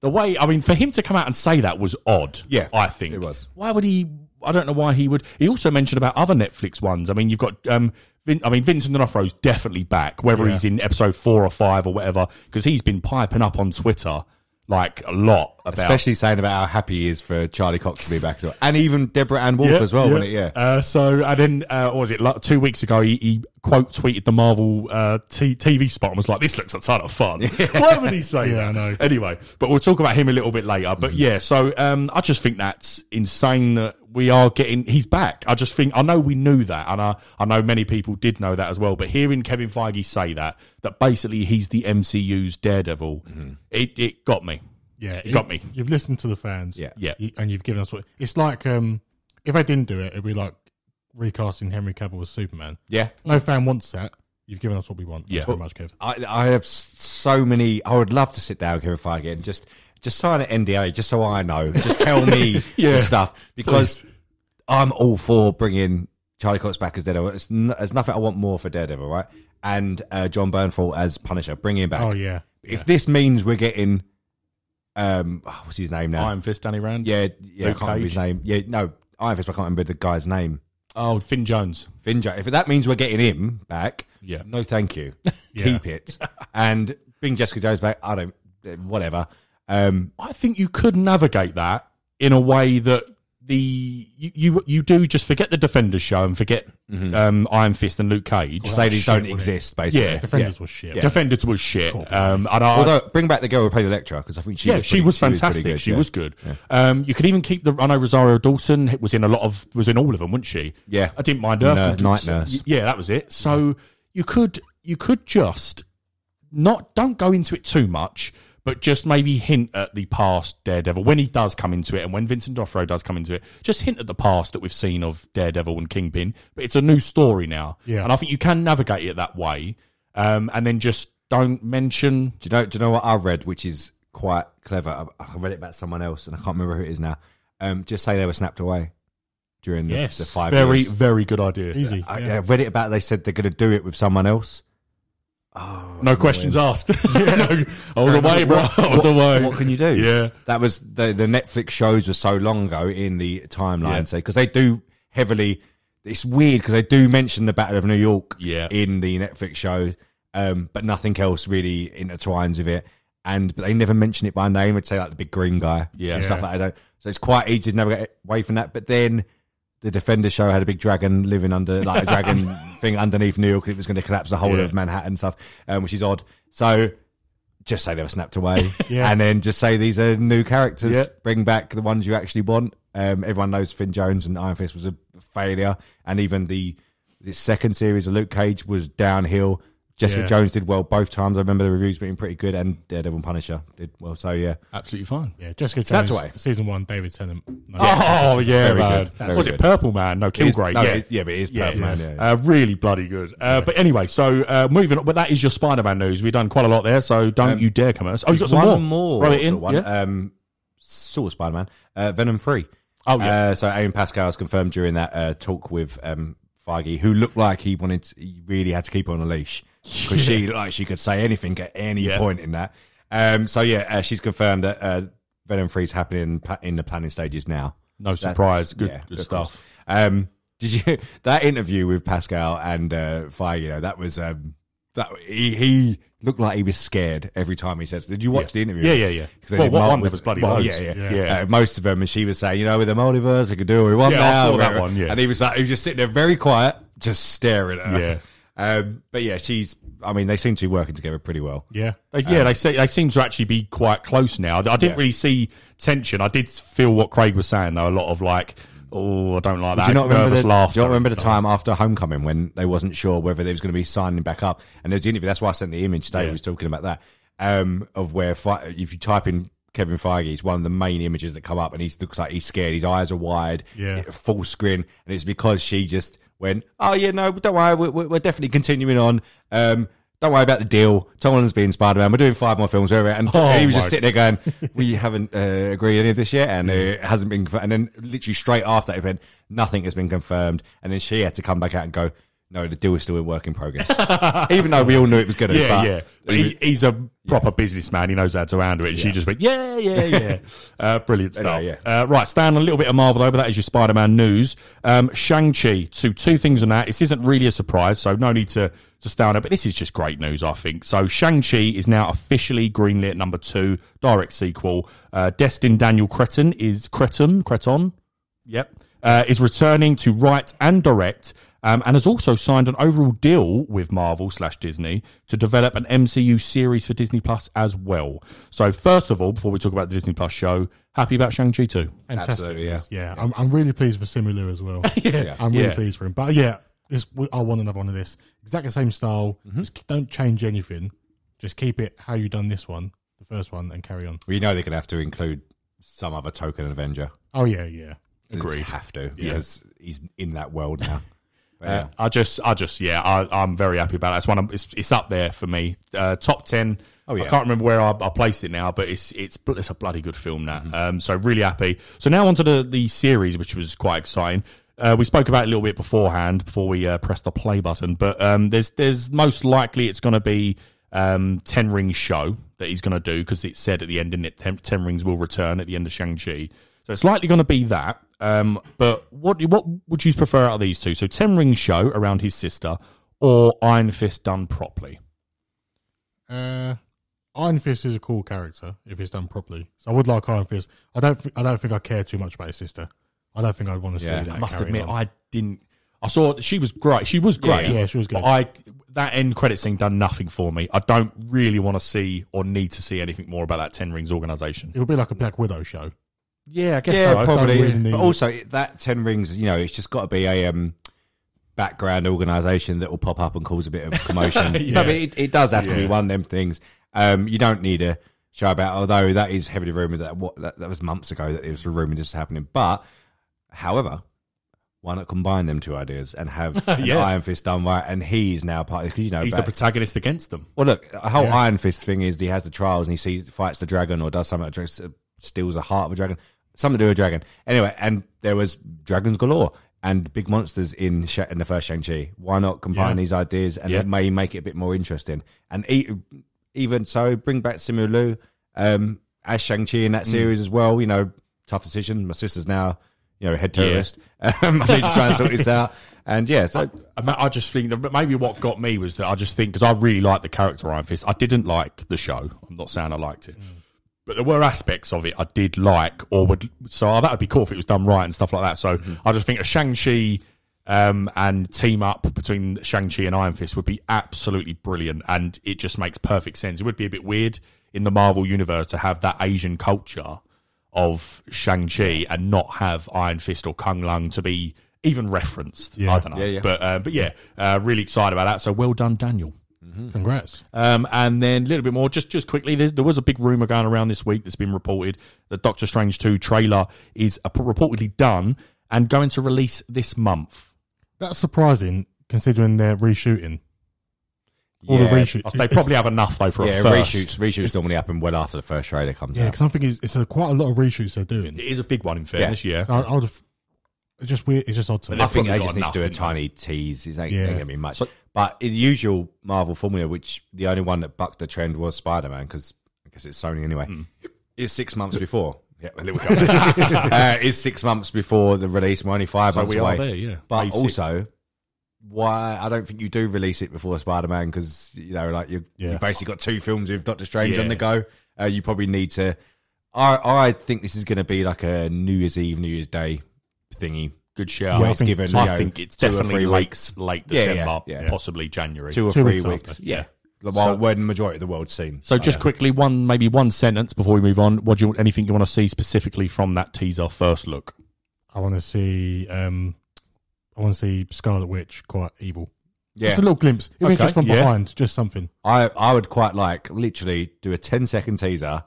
the way I mean for him to come out and say that was odd. Yeah, I think it was. Why would he? I don't know why he would. He also mentioned about other Netflix ones. I mean, you've got. Um, Vin, I mean, Vincent D'Onofrio's definitely back, whether Yeah. he's in episode four or five or whatever, because he's been piping up on Twitter like a lot about especially saying about how happy he is for Charlie Cox to be back, as well. and even Deborah Ann Wolf Yeah, as well. yeah. Wasn't it? Yeah, Uh, so and then uh, what was it like two weeks ago? He, he quote tweeted the Marvel uh, t- TV spot and was like, "This looks a ton of fun." Why would he say Yeah, that? I know. Anyway, but we'll talk about him a little bit later. Mm. But yeah, so um, I just think that's insane that we are getting he's back. I just think I know we knew that, and I I know many people did know that as well. But hearing Kevin Feige say that that basically he's the MCU's Daredevil, Mm-hmm. it it got me. Yeah, It got me. You've listened to the fans, Yeah. Yeah. you- and you've given us what it's like. Um, if I didn't do it, it'd be like recasting Henry Cavill as Superman. yeah. No fan wants that. You've given us what we want. Thanks Yeah. very much, Kev. I, I have s- so many. I would love to sit down with Kevin Feige and just just sign an NDA, just so I know. Just tell me Yeah. the stuff because I'm all for bringing Charlie Cox back as Daredevil. It's, n- there's nothing I want more for Daredevil, right? And uh, John Bernthal as Punisher, bring him back. Oh yeah, If this means we're getting, um, oh, what's his name now? Iron Fist, Danny Rand. yeah, yeah, I Luke can't remember his Cage. name. Yeah, no, Iron Fist. but I can't remember the guy's name. Oh, Finn Jones. Finjo. If that means we're getting him back, Yeah. no, thank you. Keep it and bring Jessica Jones back. I don't, eh, whatever. Um, I think you could navigate that in a way that the you you, you do just forget the Defenders show and forget um, Iron Fist and Luke Cage. Mm-hmm. say these don't wouldn't it? exist, basically. Yeah. Defenders was shit. Defenders was shit. Um, and I, Although bring back the girl who played Electra because I think she yeah, was she pretty- was pretty fantastic. good, she yeah. was good. Um, you could even keep the. I know Rosario Dawson was in a lot of was in all of them, wasn't she? Yeah. I didn't mind her. Nurse- night Y- nurse. Yeah, that was it. So you could you could just not don't go into it too much, but just maybe hint at the past Daredevil when he does come into it, and when Vincent D'Onofrio does come into it, just hint at the past that we've seen of Daredevil and Kingpin. But it's a new story now, Yeah. and I think you can navigate it that way, um, and then just don't mention. Do you know? Do you know what I read, which is quite clever? I, I read it about someone else, and I can't remember who it is now. Um, just say they were snapped away during the, Yes. the five Very, years. very good idea. Easy. I, yeah. I read it about. They said they're going to do it with someone else. No questions asked. no, I was No, no, away, Oh, bro. what- I was what- away. What can you do? Yeah. that was the the Netflix shows were so long ago in the timeline, Yeah. so because they do heavily. It's weird because they do mention the Battle of New York Yeah. in the Netflix show, um, but nothing else really intertwines with it. And but they never mention it by name. I'd say like the big green guy, Yeah. and stuff Yeah. like that. So it's quite easy to navigate away from that. But then the Defender show had a big dragon living under like a dragon thing underneath New York. It was going to collapse the whole Yeah. of Manhattan and stuff, um, which is odd. So just say they were snapped away, Yeah. and then just say these are new characters. Yeah. Bring back the ones you actually want. Um, everyone knows Finn Jones and Iron Fist was a failure, and even the, the second series of Luke Cage was downhill. Jessica Yeah. Jones did well both times. I remember the reviews being pretty good, and Daredevil and Punisher did well. So yeah, Absolutely fine. yeah, Jessica Snapped Jones, away. season one, David Tennant. No. Oh yeah, Very man. good. Very Was good. it Purple Man? No, It is- Kilgrave. no, yeah, it- yeah, but it is Yeah, Purple Man, yeah, Uh, really bloody good. Uh, but anyway, so uh, moving on. But that is your Spider-Man news. We've done quite a lot there, so don't you dare come at us. Oh, you got some Um, one more. Throw it sort of in. One, yeah? um, sort of Spider Man, uh, Venom Free. Oh, yeah. Uh, so Aaron Pascal has confirmed during that uh, talk with um, Feige, who looked like he wanted, to, he really had to keep her on a leash because she looked like she could say anything at any Yeah. point in that. Um, so yeah, uh, she's confirmed that uh, Venom Free is happening in, pa- in the planning stages now. no That- surprise. Good, yeah, good of stuff. course. Um, did you that interview with Pascal and uh, Feige? You know, that was um, that he, he looked like he was scared every time he says. Did you watch the interview? Yeah, yeah, yeah. 'Cause they Well, did what Mar- one? There was bloody Mar- loads. Yeah, yeah, Yeah. Uh, most of them, and she was saying, you know, with the multiverse, we could do what we want Yeah, I now. saw that whatever. one, yeah. And he was like, he was just sitting there very quiet, just staring at her. Yeah. Um, but yeah, she's. I mean, they seem to be working together pretty well. yeah. They, yeah, they say, they seem to actually be quite close now. I didn't Um, Yeah. really see tension. I did feel what Craig was saying though. A lot of like, oh, I don't like that. do you not remember nervous the, laughter do you not remember and the stuff. time after homecoming when they wasn't sure whether they was going to be signing back up and there's the interview that's why i sent the image today Yeah. we was talking about that um, of where Fe- if you type in kevin feige it's one of the main images that come up and he looks like he's scared his eyes are wide Yeah. it- full screen and it's because she just went oh yeah no don't worry we're, we're definitely continuing on um, Don't worry about the deal. Tom Holland's being Spider Man. We're doing five more films over it. And Oh, he was my just sitting there going, We haven't uh, agreed any of this yet. And uh, Mm. it hasn't been confirmed. And then literally straight after that event, nothing has been confirmed. And then she had to come back out and go, No, the deal is still in work in progress. Even though we all knew it was going to Yeah, but yeah. But he, he's a proper businessman. He knows how to handle it. And She just went, yeah, yeah, yeah. uh, brilliant stuff. Anyway, uh, right, Stan, a little bit of Marvel over. That is your Spider-Man news. Um, Shang-Chi, so two things on that. This isn't really a surprise, so no need to, to stay on it. But this is just great news, I think. So Shang-Chi is now officially greenlit number two, direct sequel. Uh, Destin Daniel Creton is... Creton? Creton? Yep. Uh, is returning to write and direct, um, and has also signed an overall deal with Marvel slash Disney to develop an MCU series for Disney Plus as well. So, first of all, before we talk about the Disney Plus show, happy about Shang Chi too. Fantastic. Absolutely, yeah. Yeah, I'm, I'm really pleased for Simu Liu as well. yeah. I'm really Yeah. pleased for him. But yeah, this I want another one of this. Exactly the same style. Mm-hmm. Just don't change anything. Just keep it how you done this one, the first one, and carry on. We know they're going to have to include some other token Avenger. Oh yeah, yeah. They just Agreed. have to, because he's in that world now. But, yeah. Uh, I just, I just, yeah, I, I'm very happy about that. It's one, of, it's, it's up there for me. Uh, top ten. Oh, yeah. I can't remember where I, I placed it now, but it's it's bl- it's a bloody good film now. Mm-hmm. Um, so really happy. So now onto the the series, which was quite exciting. Uh, we spoke about it a little bit beforehand before we uh, pressed the play button, but um, there's there's most likely it's going to be um, Ten Rings show that he's going to do because it said at the end, didn't it? Ten, Ten Rings will return at the end of Shang Chi, so it's likely going to be that. Um, but what do- what would you prefer out of these two? So Ten Rings show around his sister or Iron Fist done properly? Uh, Iron Fist is a cool character if it's done properly. So I would like Iron Fist. I don't. thi- I don't think I care too much about his sister. I don't think I'd want to Yeah. see that. I must carried admit, on. I didn't. I saw she was great. She was great. Yeah, yeah, she was good. But I that end credit scene done nothing for me. I don't really want to see or need to see anything more about that Ten Rings organization. it would be like a Black Widow show. Yeah, I guess yeah, so. probably. Don't really need but it. also it- that Ten Rings, you know, it's just got to be a um, background organisation that will pop up and cause a bit of commotion. No, but it, it does have to be one of them things. Um, you don't need a show about, although that is heavily rumoured that what that, that was months ago that it was rumoured this was happening. But however. Why not combine them two ideas and have an Yeah. Iron Fist done right? And he's now part of because you know He's the back- protagonist against them. well, look, the whole Yeah. Iron Fist thing is that he has the trials and he sees, fights the dragon or does something, that dr- steals the heart of a dragon, something to do with a dragon. Anyway, and there was dragons galore and big monsters in Sha- in the first Shang Chi. Why not combine Yeah. these ideas and Yeah. it may make it a bit more interesting? And e- even so, bring back Simu Liu um, as Shang Chi in that Mm. series as well. You know, tough decision. My sister's now. You know, head Yeah. terrorist. Um, I need to try and sort this out. And yeah, so I ma- I just think that maybe what got me was that I just think because I really liked the character Iron Fist. I didn't like the show. I'm not saying I liked it, but there were aspects of it I did like, or would so that would be cool if it was done right and stuff like that. So Mm-hmm. I just think a Shang Chi um, and team up between Shang Chi and Iron Fist would be absolutely brilliant, and it just makes perfect sense. It would be a bit weird in the Marvel universe to have that Asian culture of Shang Chi and not have Iron Fist or Kung Lung to be even referenced. I don't know. Yeah, yeah. But uh, but yeah, uh, really excited about that. So well done, Daniel. Congrats. Um, and then a little bit more, just just quickly, there's, there was a big rumor going around this week that's been reported that Doctor Strange two trailer is ap- reportedly done and going to release this month. That's surprising considering they're reshooting. All the yeah, reshoot. They probably have enough though for yeah, a first. reshoots reshoots normally happen well after the first trailer comes Yeah, out. because I think it's, it's a, quite a lot of reshoots they're doing. It is a big one in fairness. Yeah, So I, I would have. It's just weird. It's just odd to me. I They've think they probably just need got to do a enough, tiny tease. It's ain't Yeah. going to be much. but in the usual Marvel formula, which the only one that bucked the trend was Spider Man, because I guess it's Sony anyway, Hmm. is six months before. Yeah, well, there we go. uh, is six months before the release. We're only five So months we are away. there, yeah. But May 6th. also, why? I don't think you do release it before Spider Man because you know, like you, Yeah. you basically got two films with Doctor Strange Yeah. on the go. Uh, you probably need to. I I think this is going to be like a New Year's Eve, New Year's Day thingy. good shout. Yeah, I I, think- think, given, you know, it's two or definitely three late, late Yeah, yeah, December, yeah. possibly January. two or Two three weeks weeks. after. Yeah. Well, when the majority of the world's seen. So just quickly, one maybe one sentence before we move on. What do you anything you want to see specifically from that teaser first look? I want to see. Um, I want to see Scarlet Witch quite evil. yeah, Just a little glimpse, even Okay, just from yeah. behind, just something. I I would quite like literally do a 10 second teaser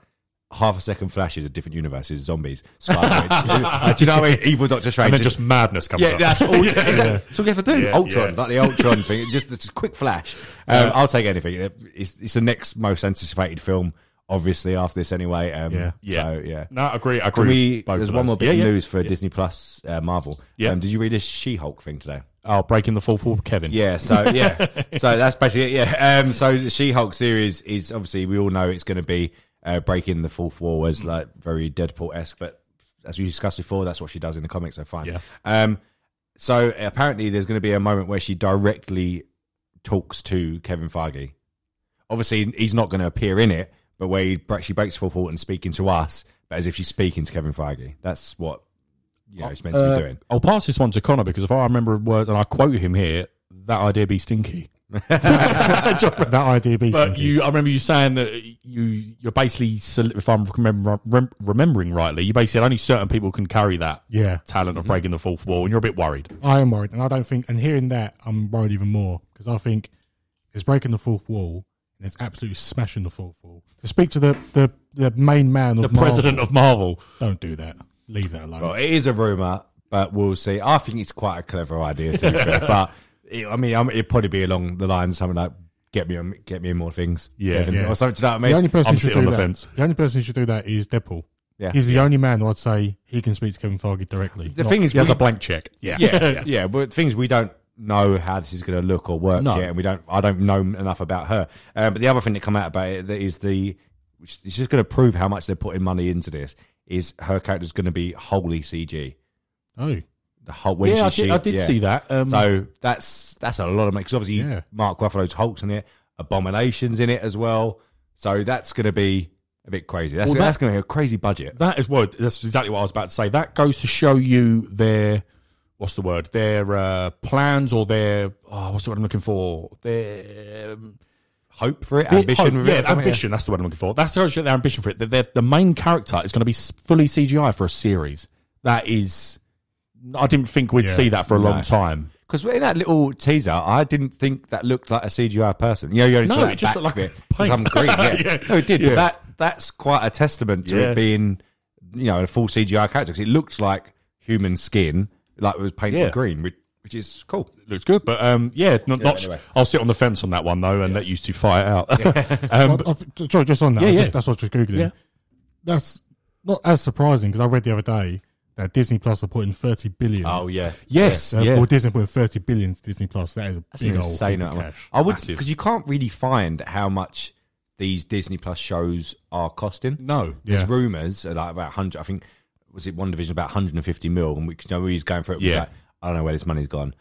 half a second flashes of different universes, zombies, Scarlet Witch. Do you know what I mean? Evil Doctor Strange. and then just madness comes yeah, up. that's all. yeah, exactly. yeah. That's all you have to do. Yeah, Ultron, yeah. like the Ultron thing. Just it's a quick flash. Um, I'll take anything. It's, it's the next most anticipated film, obviously after this anyway. Um, Yeah. yeah, so, yeah. No, I agree. I agree. Can we? with both There's of one those. more bit Yeah, of yeah. news for Disney Plus, uh, Marvel. Yeah. Um, did you read this She-Hulk thing today? Oh, breaking the fourth wall, Kevin. Yeah, so yeah, so that's basically it. Yeah, um, so the She-Hulk series is obviously we all know it's going to be uh, breaking the fourth wall as like very Deadpool esque, but as we discussed before, that's what she does in the comics. So fine. Yeah. Um, so apparently there's going to be a moment where she directly talks to Kevin Feige. Obviously, he's not going to appear in it, but where he, bre- she breaks the fourth wall and speaking to us, but as if she's speaking to Kevin Feige. That's what you know, it's meant to Uh, be doing. I'll pass this one to Connor because if I remember a word and I quote him here, that idea be stinky. that idea be But stinky. you, I remember you saying that you you're basically, sol- if I'm remember, rem, remembering rightly, you basically said only certain people can carry that Yeah. talent Mm-hmm. of breaking the fourth wall, and you're a bit worried. I am worried, and I don't think. And hearing that, I'm worried even more because I think it's breaking the fourth wall and it's absolutely smashing the fourth wall. To speak to the the, the main man of The president of Marvel. don't do that. Leave that alone. Well, it is a rumor, but we'll see. I think it's quite a clever idea to be fair, but it, I mean, um, it'd probably be along the line something like get me, on- get me in more things, Yeah. Kevin," Yeah. or something. Do you know what I mean? the only person I'm who should sitting do on the that. fence. The only person who should do that is Deadpool. Yeah. He's the only man who I'd say he can speak to Kevin Feige directly. the thing is, He has we- a blank check. yeah, yeah, yeah. But the things we don't know how this is going to look or work No. yet, and we don't. I don't know enough about her. Um, but the other thing that come out about it that is the which is just going to prove how much they're putting money into this. Is her character's going to be wholly CG? oh, The whole when yeah, I she did, I did yeah. see that. Um, So that's that's a lot of because obviously Yeah. Mark Ruffalo's Hulk's in it, Abomination's in it as well. So that's going to be a bit crazy. That's Well, that- that's going to be a crazy budget. That is what that's exactly what I was about to say. That goes to show you their what's the word? Their uh, plans or their oh, what's the word I'm looking for? Their um, Hope for it, ambition, hope- with it yeah, or something, ambition. That's the word I'm looking for. That's actually their ambition for it. That their- the main character is going to be s- fully CGI for a series. That is, I didn't think we'd Yeah. see that for a long No. time. Because in that little teaser, I didn't think that looked like a CGI person. You know, you only No, saw it just back looked like bit, a paint. some green. Yeah. Yeah. no, it did. Yeah. But that that's quite a testament to Yeah. it being, you know, a full CGI character because it looks like human skin, like it was painted Yeah. green, which, which is cool. Looks good, but um, yeah, not. not anyway. I'll sit on the fence on that one though, and let you two fight it out. Um, Well, I th- sorry, just on that. Yeah, I was yeah. just- that's what I was just googling. Yeah. That's not as surprising because I read the other day that Disney Plus are putting thirty billion. Oh yeah, yes, Uh, yeah. Well, Disney putting thirty billion to Disney Plus. That is a That's big an old insane hunk of amount. Oh, cash. I would Massive. because you can't really find how much these Disney Plus shows are costing. no, There's Yeah. rumors like about hundred. I think was it one division about 150 mil, and we you know we was going for it. we was Yeah. like, I don't know where this money's gone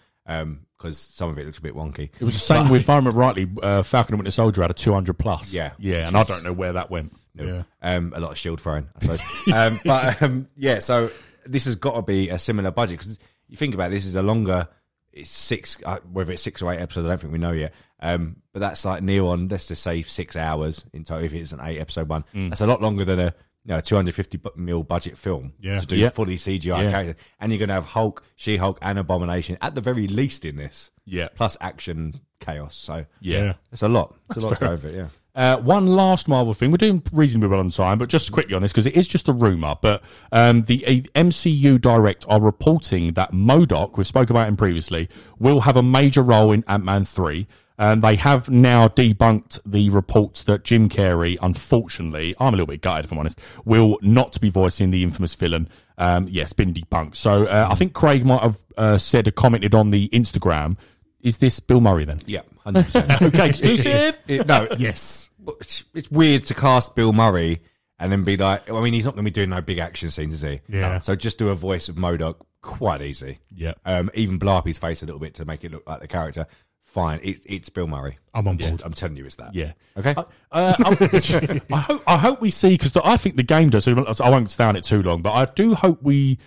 because some of it looks a bit wonky. It was the same with, if I remember rightly, uh, Falcon and Winter Soldier had a 200 plus. Yeah. Yeah, and I don't know where that went. Yeah. um, a lot of shield throwing, I suppose. um, but um, yeah, so this has got to be a similar budget because you think about it, this is a longer. It's six, uh, whether it's six or eight episodes, I don't think we know yet. Um, but that's like near on. Let's just say six hours in total. If it's an eight episode one, Mm. that's a lot longer than a you know, 250 bu- mil budget film Yeah. to do Yeah. fully CGI Yeah. characters, and you're going to have Hulk, She Hulk, and Abomination at the very least in this. Yeah. plus action chaos. So Yeah. it's a lot. It's a lot to go over. Yeah. Uh, one last Marvel thing. We're doing reasonably well on time, but just quickly on this because it is just a rumor. But um, the uh, MCU Direct are reporting that Modoc, we've spoken about him previously, will have a major role in Ant Man three. And they have now debunked the reports that Jim Carrey, unfortunately, I'm a little bit gutted if I'm honest, will not be voicing the infamous villain. Um, yes, been debunked. So uh, I think Craig might have uh, said or commented on the Instagram. Is this Bill Murray then? Yeah, hundred percent. Okay, exclusive. no, Yes. it's, it's weird to cast Bill Murray and then be like, I mean, he's not going to be doing no big action scenes, is he? Yeah. So just do a voice of Modoc, quite easy. Yeah. Um, even blur up his face a little bit to make it look like the character. Fine, it, it's Bill Murray. I'm on Just- board. I'm telling you, it's that. Yeah. Okay. Uh, I, I hope I hope we see because I think the game does. so I won't stay on it too long, but I do hope we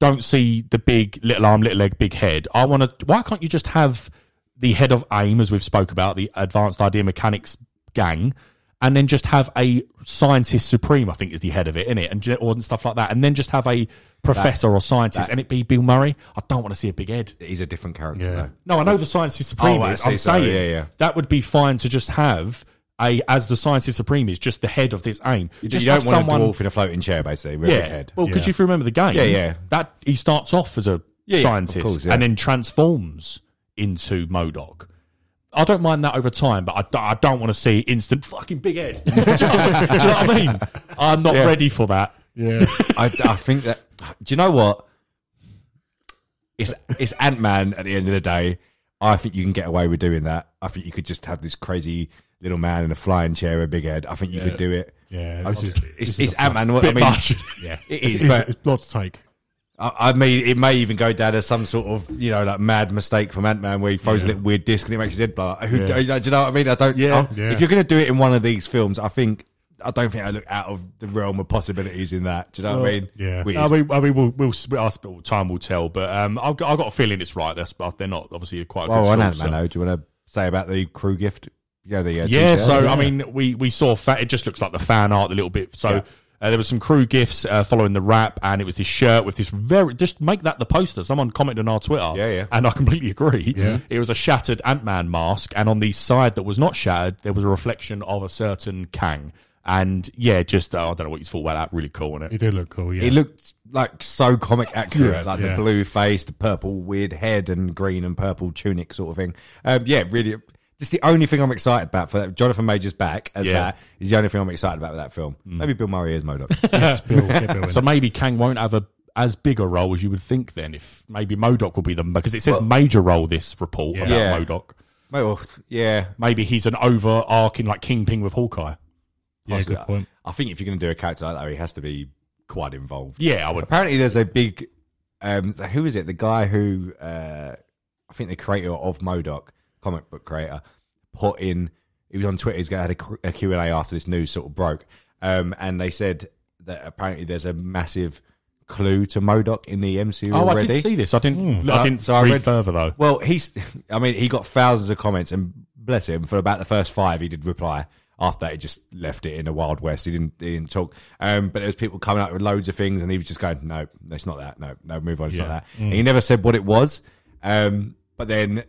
don't see the big little arm, little leg, big head. I want to. Why can't you just have the head of aim, as we've spoke about, the advanced idea mechanics gang, and then just have a scientist supreme? I think is the head of it, isn't it, and ju- or and stuff like that, and then just have a professor or scientist, and it be Bill Murray. I don't want to see a big head. He's a different character. Yeah. Though. No, I know the science is supreme. Oh, I is. see, I'm sorry, saying yeah, yeah. that would be fine to just have a as the scientist supreme is just the head of this aim. You, just you don't have want someone- a dwarf in a floating chair, basically, with a big yeah. head. Well, because Yeah. if you remember the game, Yeah, yeah. that he starts off as a yeah, of scientist course, yeah. and then transforms into Modoc. I don't mind that over time, but I, d- I don't want to see instant fucking big head. do, you know, do you know what I mean? I'm not Yeah. ready for that. Yeah. I, I think that. Do you know what? It's it's Ant Man. At the end of the day, I think you can get away with doing that. I think you could just have this crazy little man in a flying chair, a big head. I think you could do it. Yeah, I was this just, is- this it's it's is a Ant Man. What I Bit mean, much. yeah, it It's, is. But it's a lot to take. I, I mean, it may even go down as some sort of you know like mad mistake from Ant Man where he throws a little weird disc and it makes his head blow. up. Who, Yeah. do, you know what I mean? I don't. Yeah. I- Yeah. If you're going to do it in one of these films, I think I don't think I look out of the realm of possibilities in that. Do you know what I mean? yeah. Weird. I mean, I mean we'll, we'll, s- I suppose time will tell, but um, I've, got, I've got a feeling it's right. That's, but they're not obviously quite a good Well, on source, Ant Man, so- though, do you want to say about the crew gift? Yeah, the uh, Yeah, t-shirt? so Yeah. I mean, we we saw fa It just looks like the fan art a little bit. So Yeah. uh, there was some crew gifts uh, following the wrap, and it was this shirt with this very. Just make that the poster. Someone commented on our Twitter. Yeah, yeah. And I completely agree. Yeah. It was a shattered Ant Man mask, and on the side that was not shattered, there was a reflection of a certain Kang. And yeah, just uh, I don't know what you thought about that. Really cool, wasn't It it? did look cool, yeah. it looked like so comic accurate, Yeah, like yeah. the blue face, the purple weird head, and green and purple tunic sort of thing. Um, yeah, really. Just the only thing I'm excited about for that. Jonathan Major's back as Yeah. that is the only thing I'm excited about with that film. Maybe Bill Murray is Modoc. Yes, Bill, get Bill in. So maybe Kang won't have a as big a role as you would think. Then, if maybe Modoc will be the because it says major role this report about Yeah. Modoc. well, yeah. Maybe he's an overarching like kingpin with Hawkeye. yeah, good point. I think if you're going to do a character like that, he has to be quite involved. Yeah, I would. Apparently, there's a big. Um, who is it? The guy who uh, I think the creator of Modoc, comic book creator, put in. He was on Twitter. He's got had a Q and A after this news sort of broke, um, and they said that apparently there's a massive clue to Modoc in the MCU Oh, already. I did see this. I didn't. Hmm. I Uh, didn't so I read read- further though. Well, he's. I mean, he got thousands of comments, and bless him for about the first five, he did reply. After that, he just left it in the wild west. He didn't. He didn't talk. Um, but there was people coming up with loads of things, and he was just going, "No, it's not that. No, no, move on. It's not that." Mm. And he never said what it was. Um, but then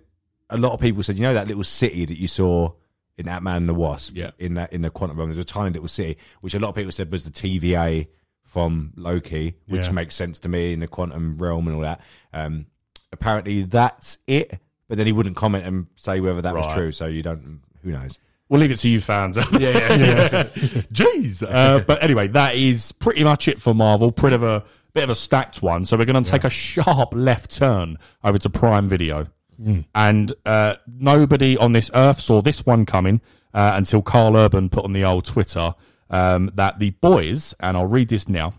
a lot of people said, "You know that little city that you saw." In Ant Man and the Wasp, Yeah. in that in the quantum realm, there's a tiny little city which a lot of people said was the TVA from Loki, which Yeah. makes sense to me in the quantum realm and all that. Um, apparently that's it. But then he wouldn't comment and say whether that was Right. true. So you don't. Who knows? We'll leave it to you fans. yeah, yeah, Jeez. Uh, but anyway, that is pretty much it for Marvel. Pretty of a bit of a stacked one. So we're going to take a sharp left turn over to Prime Video, and uh, nobody on this earth saw this one coming uh, until Carl Urban put on the old Twitter um, that the boys, and I'll read this now.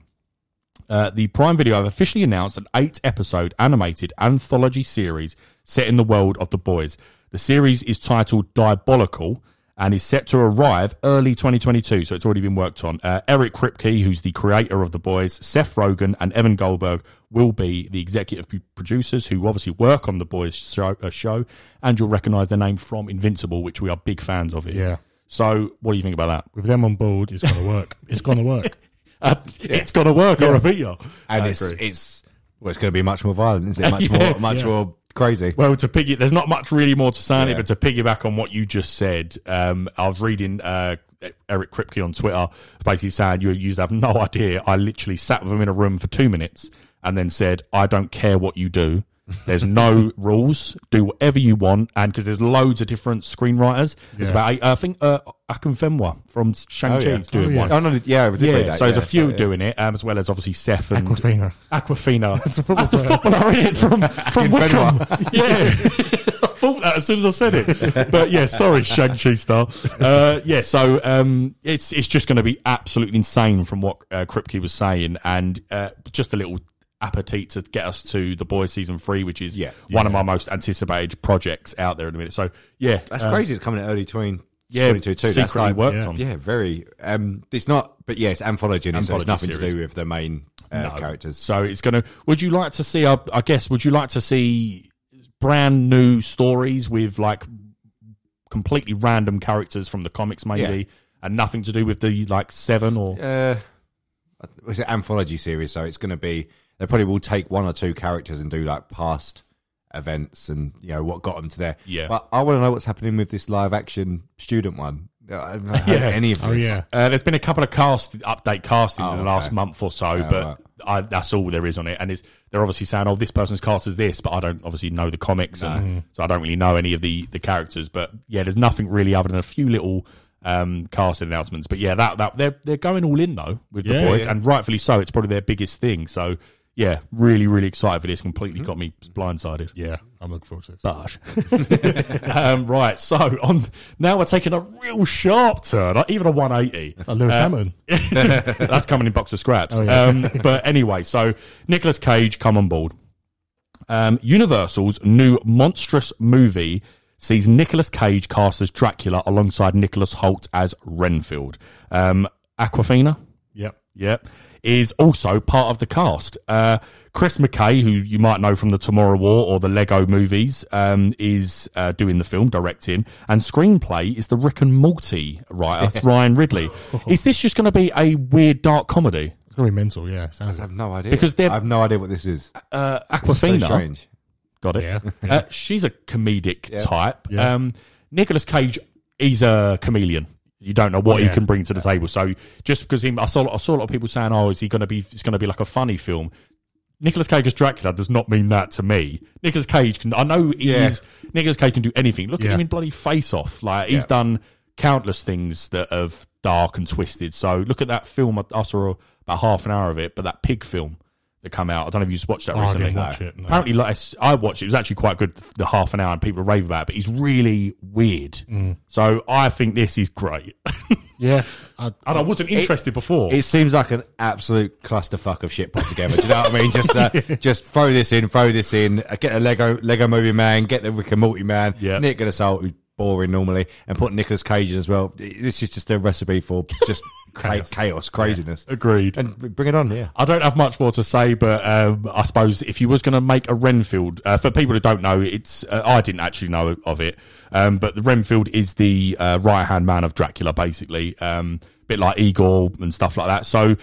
Uh, the Prime Video have officially announced an eight episode animated anthology series set in the world of The Boys. The series is titled Diabolical and is set to arrive early 2022, so it's already been worked on. Uh, Eric Kripke, who's the creator of The Boys, Seth Rogen, and Evan Goldberg will be the executive p- producers who obviously work on The Boys show, uh, show and you'll recognize their name from Invincible, which we are big fans of. It. Yeah. So, what do you think about that? With them on board, it's going to work. It's going to work. Uh, It's going to work, I repeat you. And I it's agree. it's well, it's going to be much more violent, isn't it? Much Yeah, more, much yeah. more crazy. Well, to piggy, there's not much really more to say on it, Yeah. but to piggyback on what you just said, um, I was reading uh, Eric Kripke on Twitter, basically saying you you have no idea. I literally sat with him in a room for two minutes and then said, "I don't care what you do. There's no rules. Do whatever you want." And because there's loads of different screenwriters, it's Yeah. about eight, I think uh, Akinfenwa from Shang Chi is doing Oh, yeah. one. Oh, no, yeah, we did Yeah, read that, so there's a yeah, few so, yeah. doing it, um, as well as obviously Seth and Aquafina. Aquafina. That's, football the player. footballer in it from, from Wickham. Yeah. I thought that as soon as I said it. But yeah, sorry, Shang-Chi star. Uh, yeah, so um, it's it's just going to be absolutely insane from what uh, Kripke was saying. And uh, just a little appetite to get us to The Boys Season 3, which is Yeah. one of my most anticipated projects out there in a minute. So yeah. That's uh, crazy. It's coming in early twenty. Yeah, 22 too. That's secretly like, worked Yeah. on. Yeah, very. Um, it's not, but yeah, it's anthology, and so it's Anthology nothing to series. do with the main uh, characters. So it's going to. Would you like to see? I, I guess. Would you like to see brand new stories with like completely random characters from the comics, maybe, Yeah. and nothing to do with the like seven or uh, it's an anthology series, so it's going to be they probably will take one or two characters and do like past events and you know what got them to there. Yeah. but I want to know what's happening with this live action student one. I haven't heard Yeah. any of this. Oh, yeah. Uh, there's been a couple of cast update castings in the Oh, last okay. month or so, Yeah, but right. I, that's all there is on it. And it's, they're obviously saying, "Oh, this person's cast as this," but I don't obviously know the comics, Mm-hmm. and so I don't really know any of the the characters. But yeah, there's nothing really other than a few little um, cast announcements. But yeah, that that they're they're going all in though with the Yeah, boys, yeah. and rightfully so. It's probably their biggest thing. So yeah, really, really excited for this. Completely Mm-hmm. got me blindsided. Yeah, I'm looking forward to it. Barge. um, right, so on now we're taking a real sharp turn, like even a 180. Uh, Lewis Hamilton. That's coming in box of scraps. Oh, yeah. um, but anyway, so Nicolas Cage come on board. Um, Universal's new monstrous movie sees Nicolas Cage cast as Dracula alongside Nicholas Holt as Renfield. Um, Aquafina, Yep. Yep. Is also part of the cast. Uh, Chris McKay, who you might know from the Tomorrow War or the Lego movies, um, is uh, doing the film, directing, and screenplay is the Rick and Morty writer, it's Ryan Ridley. Is this just going to be a weird dark comedy? It's going to be mental, yeah. Sounds I like have no idea. Because they're- I have no idea what this is. Uh, It's so Aquafina, strange. got it. Yeah. Uh, she's a comedic Yeah. type. Yeah. Um, Nicholas Cage, he's a chameleon. You don't know what Oh, he yeah. can bring to the table. So just because him, I saw I saw a lot of people saying, "Oh, is he going to be? It's going to be like a funny film." Nicholas Cage as Dracula does not mean that to me. Nicholas Cage can. I know he's Yeah. Nicholas Cage can do anything. Look at Yeah. him in bloody Face Off. Like he's Yeah. done countless things that have dark and twisted. So look at that film. I, I saw about half an hour of it, but that pig film that come out. I don't know if you've watched that Oh, I recently. didn't watch it, no. Apparently, like I watched it, it was actually quite good. The half an hour and people rave about it, but he's really weird. So I think this is great, Yeah. I, and I wasn't interested before. It seems like an absolute clusterfuck of shit put together. Do you know what I mean? Just uh, just throw this in, throw this in. uh, Get a Lego Lego Movie Man, get the Rick and Morty Man, Yeah. Nicholas Holt, who's boring normally, and put Nicholas Cage in as well. This is just a recipe for just chaos. chaos, craziness. Agreed. And bring it on, yeah. I don't have much more to say, but um, I suppose if you was going to make a Renfield, uh, for people who don't know, it's uh, I didn't actually know of it, um, but the Renfield is the uh, right hand man of Dracula, basically, um, bit like Igor and stuff like that. So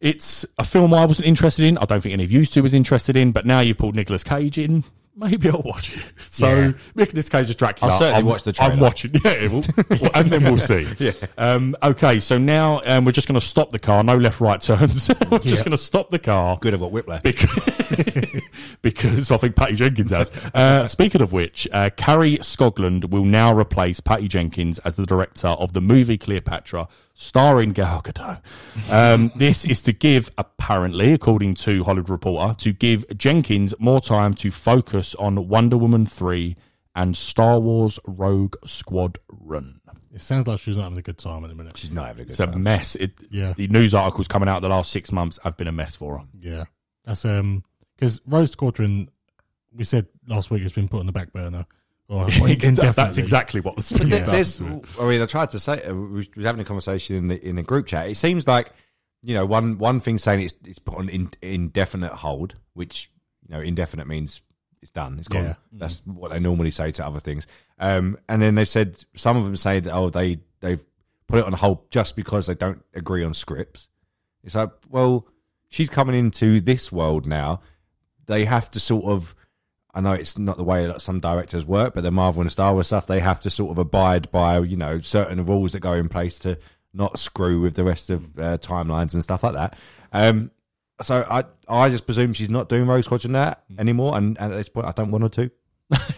it's a film I wasn't interested in. I don't think any of you two was interested in, but now you pulled Nicolas Cage in. Maybe I'll watch it. So Yeah. Nicolas Cage is Dracula. I'll certainly I'm- watch the I'm trailer. watching, yeah, we'll- well, and then we'll see. Yeah. Um, okay, so now um, we're just going to stop the car. No left right turns. we're just going to stop the car Good at what Whiplash. because, because I think Patty Jenkins has. Uh, speaking of which, uh, Carrie Scogland will now replace Patty Jenkins as the director of the movie Cleopatra, starring Gal Gadot. Um, this is to give, apparently, according to Hollywood Reporter, to give Jenkins more time to focus on Wonder Woman 3 and Star Wars Rogue Squadron. it sounds like she's not having a good time at the minute. She's not having a good It's a time. mess. It, Yeah. The news articles coming out the last six months have been a mess for her. Yeah, that's um because Rose Squadron, we said last week, has been put on the back burner. Or indefinitely. That's exactly what the But speaking there- there's, I mean, I tried to say uh, we was having a conversation in the in a group chat. It seems like you know one one thing saying it's it's put on in, indefinite hold, which you know indefinite means it's done, it's gone. Yeah. That's what they normally say to other things. Um, and then they said some of them say that oh they they've put it on hold just because they don't agree on scripts. It's like well she's coming into this world now. They have to sort of I know it's not the way that some directors work, but the Marvel and Star Wars stuff, they have to sort of abide by, you know, certain rules that go in place to not screw with the rest of uh, timelines and stuff like that. Um, so I, I just presume she's not doing Rogue Squadron that anymore. And, and at this point, I don't want her to.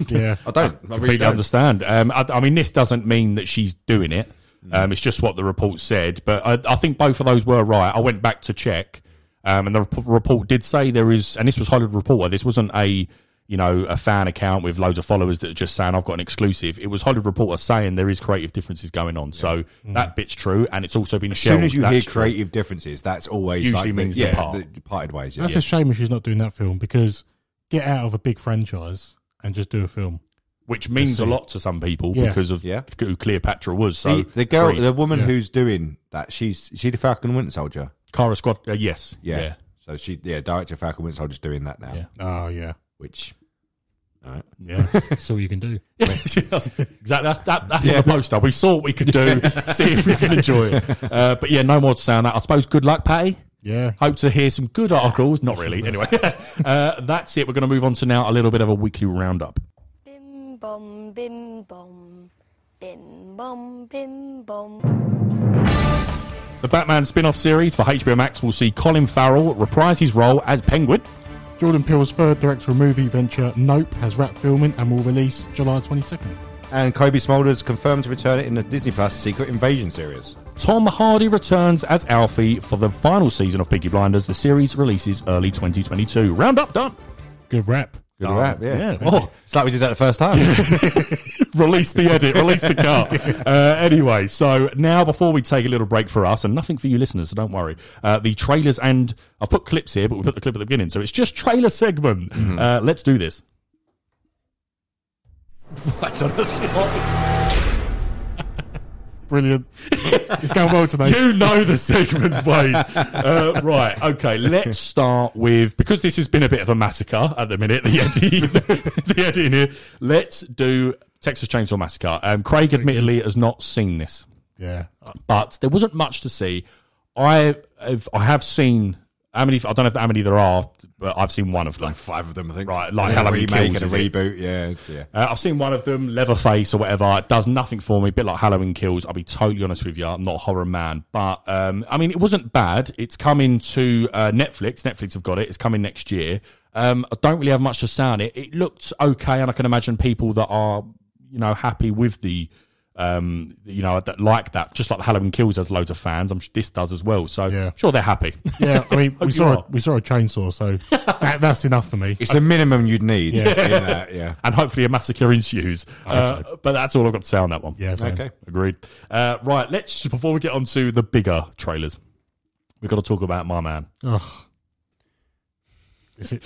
yeah. I don't. I really completely don't. understand. Um, I, I mean, this doesn't mean that she's doing it. Mm. Um, it's just what the report said. But I, I think both of those were right. I went back to check, um, and the rep- report did say there is, and this was Hollywood Reporter. This wasn't a you know a fan account with loads of followers that are just saying I've got an exclusive. It was Hollywood Reporter saying there is creative differences going on. So that bit's true, and it's also been Mm. As soon shelved. as you That's hear true. creative differences, that's always Usually like means the, they're yeah, part. the parted ways. Yeah. That's a shame if she's not doing that film because get out of a big franchise and just do a film. which means a lot to some people Yeah. because of Yeah. who Cleopatra was. So the, the girl, Creed. the woman Yeah. who's doing that, she's she the Falcon Winter Soldier. Kara Squad, uh, yes, Yeah. yeah. So she, yeah, director of Falcon Winter Soldier's doing that now, Yeah. Oh yeah, which yeah. That's all you can do. exactly. That's that, that's on the poster. We saw what we could do. See if we can enjoy it. Uh, but yeah, no more to say on that. I suppose good luck, Patty. Yeah. Hope to hear some good articles. Not really. Anyway, uh, that's it. We're going to move on to now a little bit of a weekly roundup. Bim bom, bim bom, Bim bom, bim bom. The Batman spin off series for HBO Max will see Colin Farrell reprise his role as Penguin. Jordan Peele's third directorial movie venture, Nope, has wrapped filming and will release July 22nd. And Kobe Smulders confirmed to return in the Disney Plus Secret Invasion series. Tom Hardy returns as Alfie for the final season of Peaky Blinders. The series releases early 2022. Roundup done. Good rap. Good rap, yeah. Oh, It's like we did that the first time. release the edit, release the cut. Uh, anyway, so now before we take a little break for us, and nothing for you listeners, so don't worry. Uh, the trailers and I've put clips here, but we put the clip at the beginning, so it's just trailer segment. Uh, let's do this. Right on the spot. Brilliant. it's going well today. You know the segment ways. Uh, right, okay, let's start with because this has been a bit of a massacre at the minute, the editing, the editing here. Let's do Texas Chainsaw Massacre. Um, Craig admittedly has not seen this. Yeah. but there wasn't much to see. I have, I have seen how many? I don't know how many there are, but I've seen one of them. five of them, I think. Right, like And how a many remake and kills a is it? reboot. Yeah, yeah. Uh, I've seen one of them, Leatherface or whatever. It does nothing for me. A bit like Halloween Kills. I'll be totally honest with you. I'm not a horror man, but um, I mean, it wasn't bad. It's coming to uh, Netflix. Netflix have got it. It's coming next year. Um, I don't really have much to say on it. It looked okay, and I can imagine people that are you know happy with the um, you know that like that, just like Halloween Kills has loads of fans. I'm sure this does as well. So Yeah. sure they're happy. Yeah, I mean, Hope you we saw are. a, we saw a chainsaw, so that, that's enough for me. It's the minimum you'd need. Yeah, in that, yeah. and hopefully a massacre ensues. Uh, But that's all I've got to say on that one. Yeah, same. Okay. Agreed. Uh, right, let's before we get on to the bigger trailers, we've got to talk about my man. Ugh. Is it,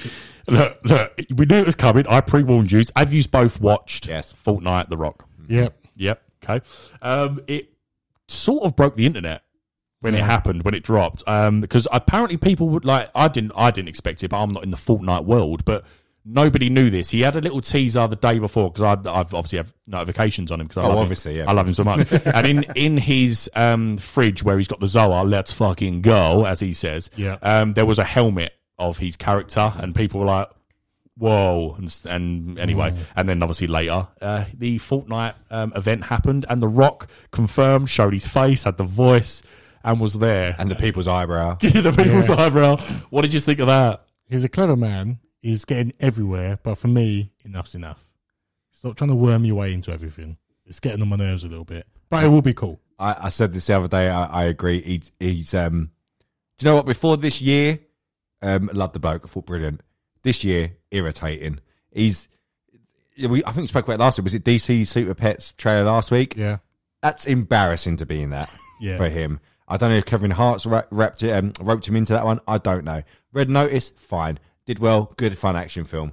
Look, look, we knew it was coming. I pre warned you. Have you both watched Yes. Fortnite The Rock? yeah. Yep. Okay. Um, it sort of broke the internet when it happened, when it dropped, um, because apparently people would like. I didn't. I didn't expect it, but I'm not in the Fortnite world. But nobody knew this. He had a little teaser the day before because I've obviously have notifications on him because I Oh, love obviously, him. yeah. I love him so much. and in in his um, fridge where he's got the Zoa, let's fucking go, as he says. Yeah. Um, there was a helmet of his character, and people were like, whoa and, and anyway Mm. and then obviously later uh, the fortnite um, event happened and the rock confirmed showed his face had the voice and was there And the people's eyebrow. the people's eyebrow what did you think of that He's a clever man. He's getting everywhere, but for me, enough's enough. Stop trying to worm your way into everything. It's getting on my nerves a little bit, but it will be cool. I, I said this the other day. I, I agree. He's, he's um. Do you know what? Before this year, um, loved the bloke. I thought brilliant. This year, irritating. He's. yeah, We, I think we spoke about it last week. Was it DC Super Pets trailer last week? Yeah. That's embarrassing to be in that Yeah. for him. I don't know if Kevin Hart's ra- wrapped it, um, roped him into that one. I don't know. Red Notice, fine. Did well. Good fun action film.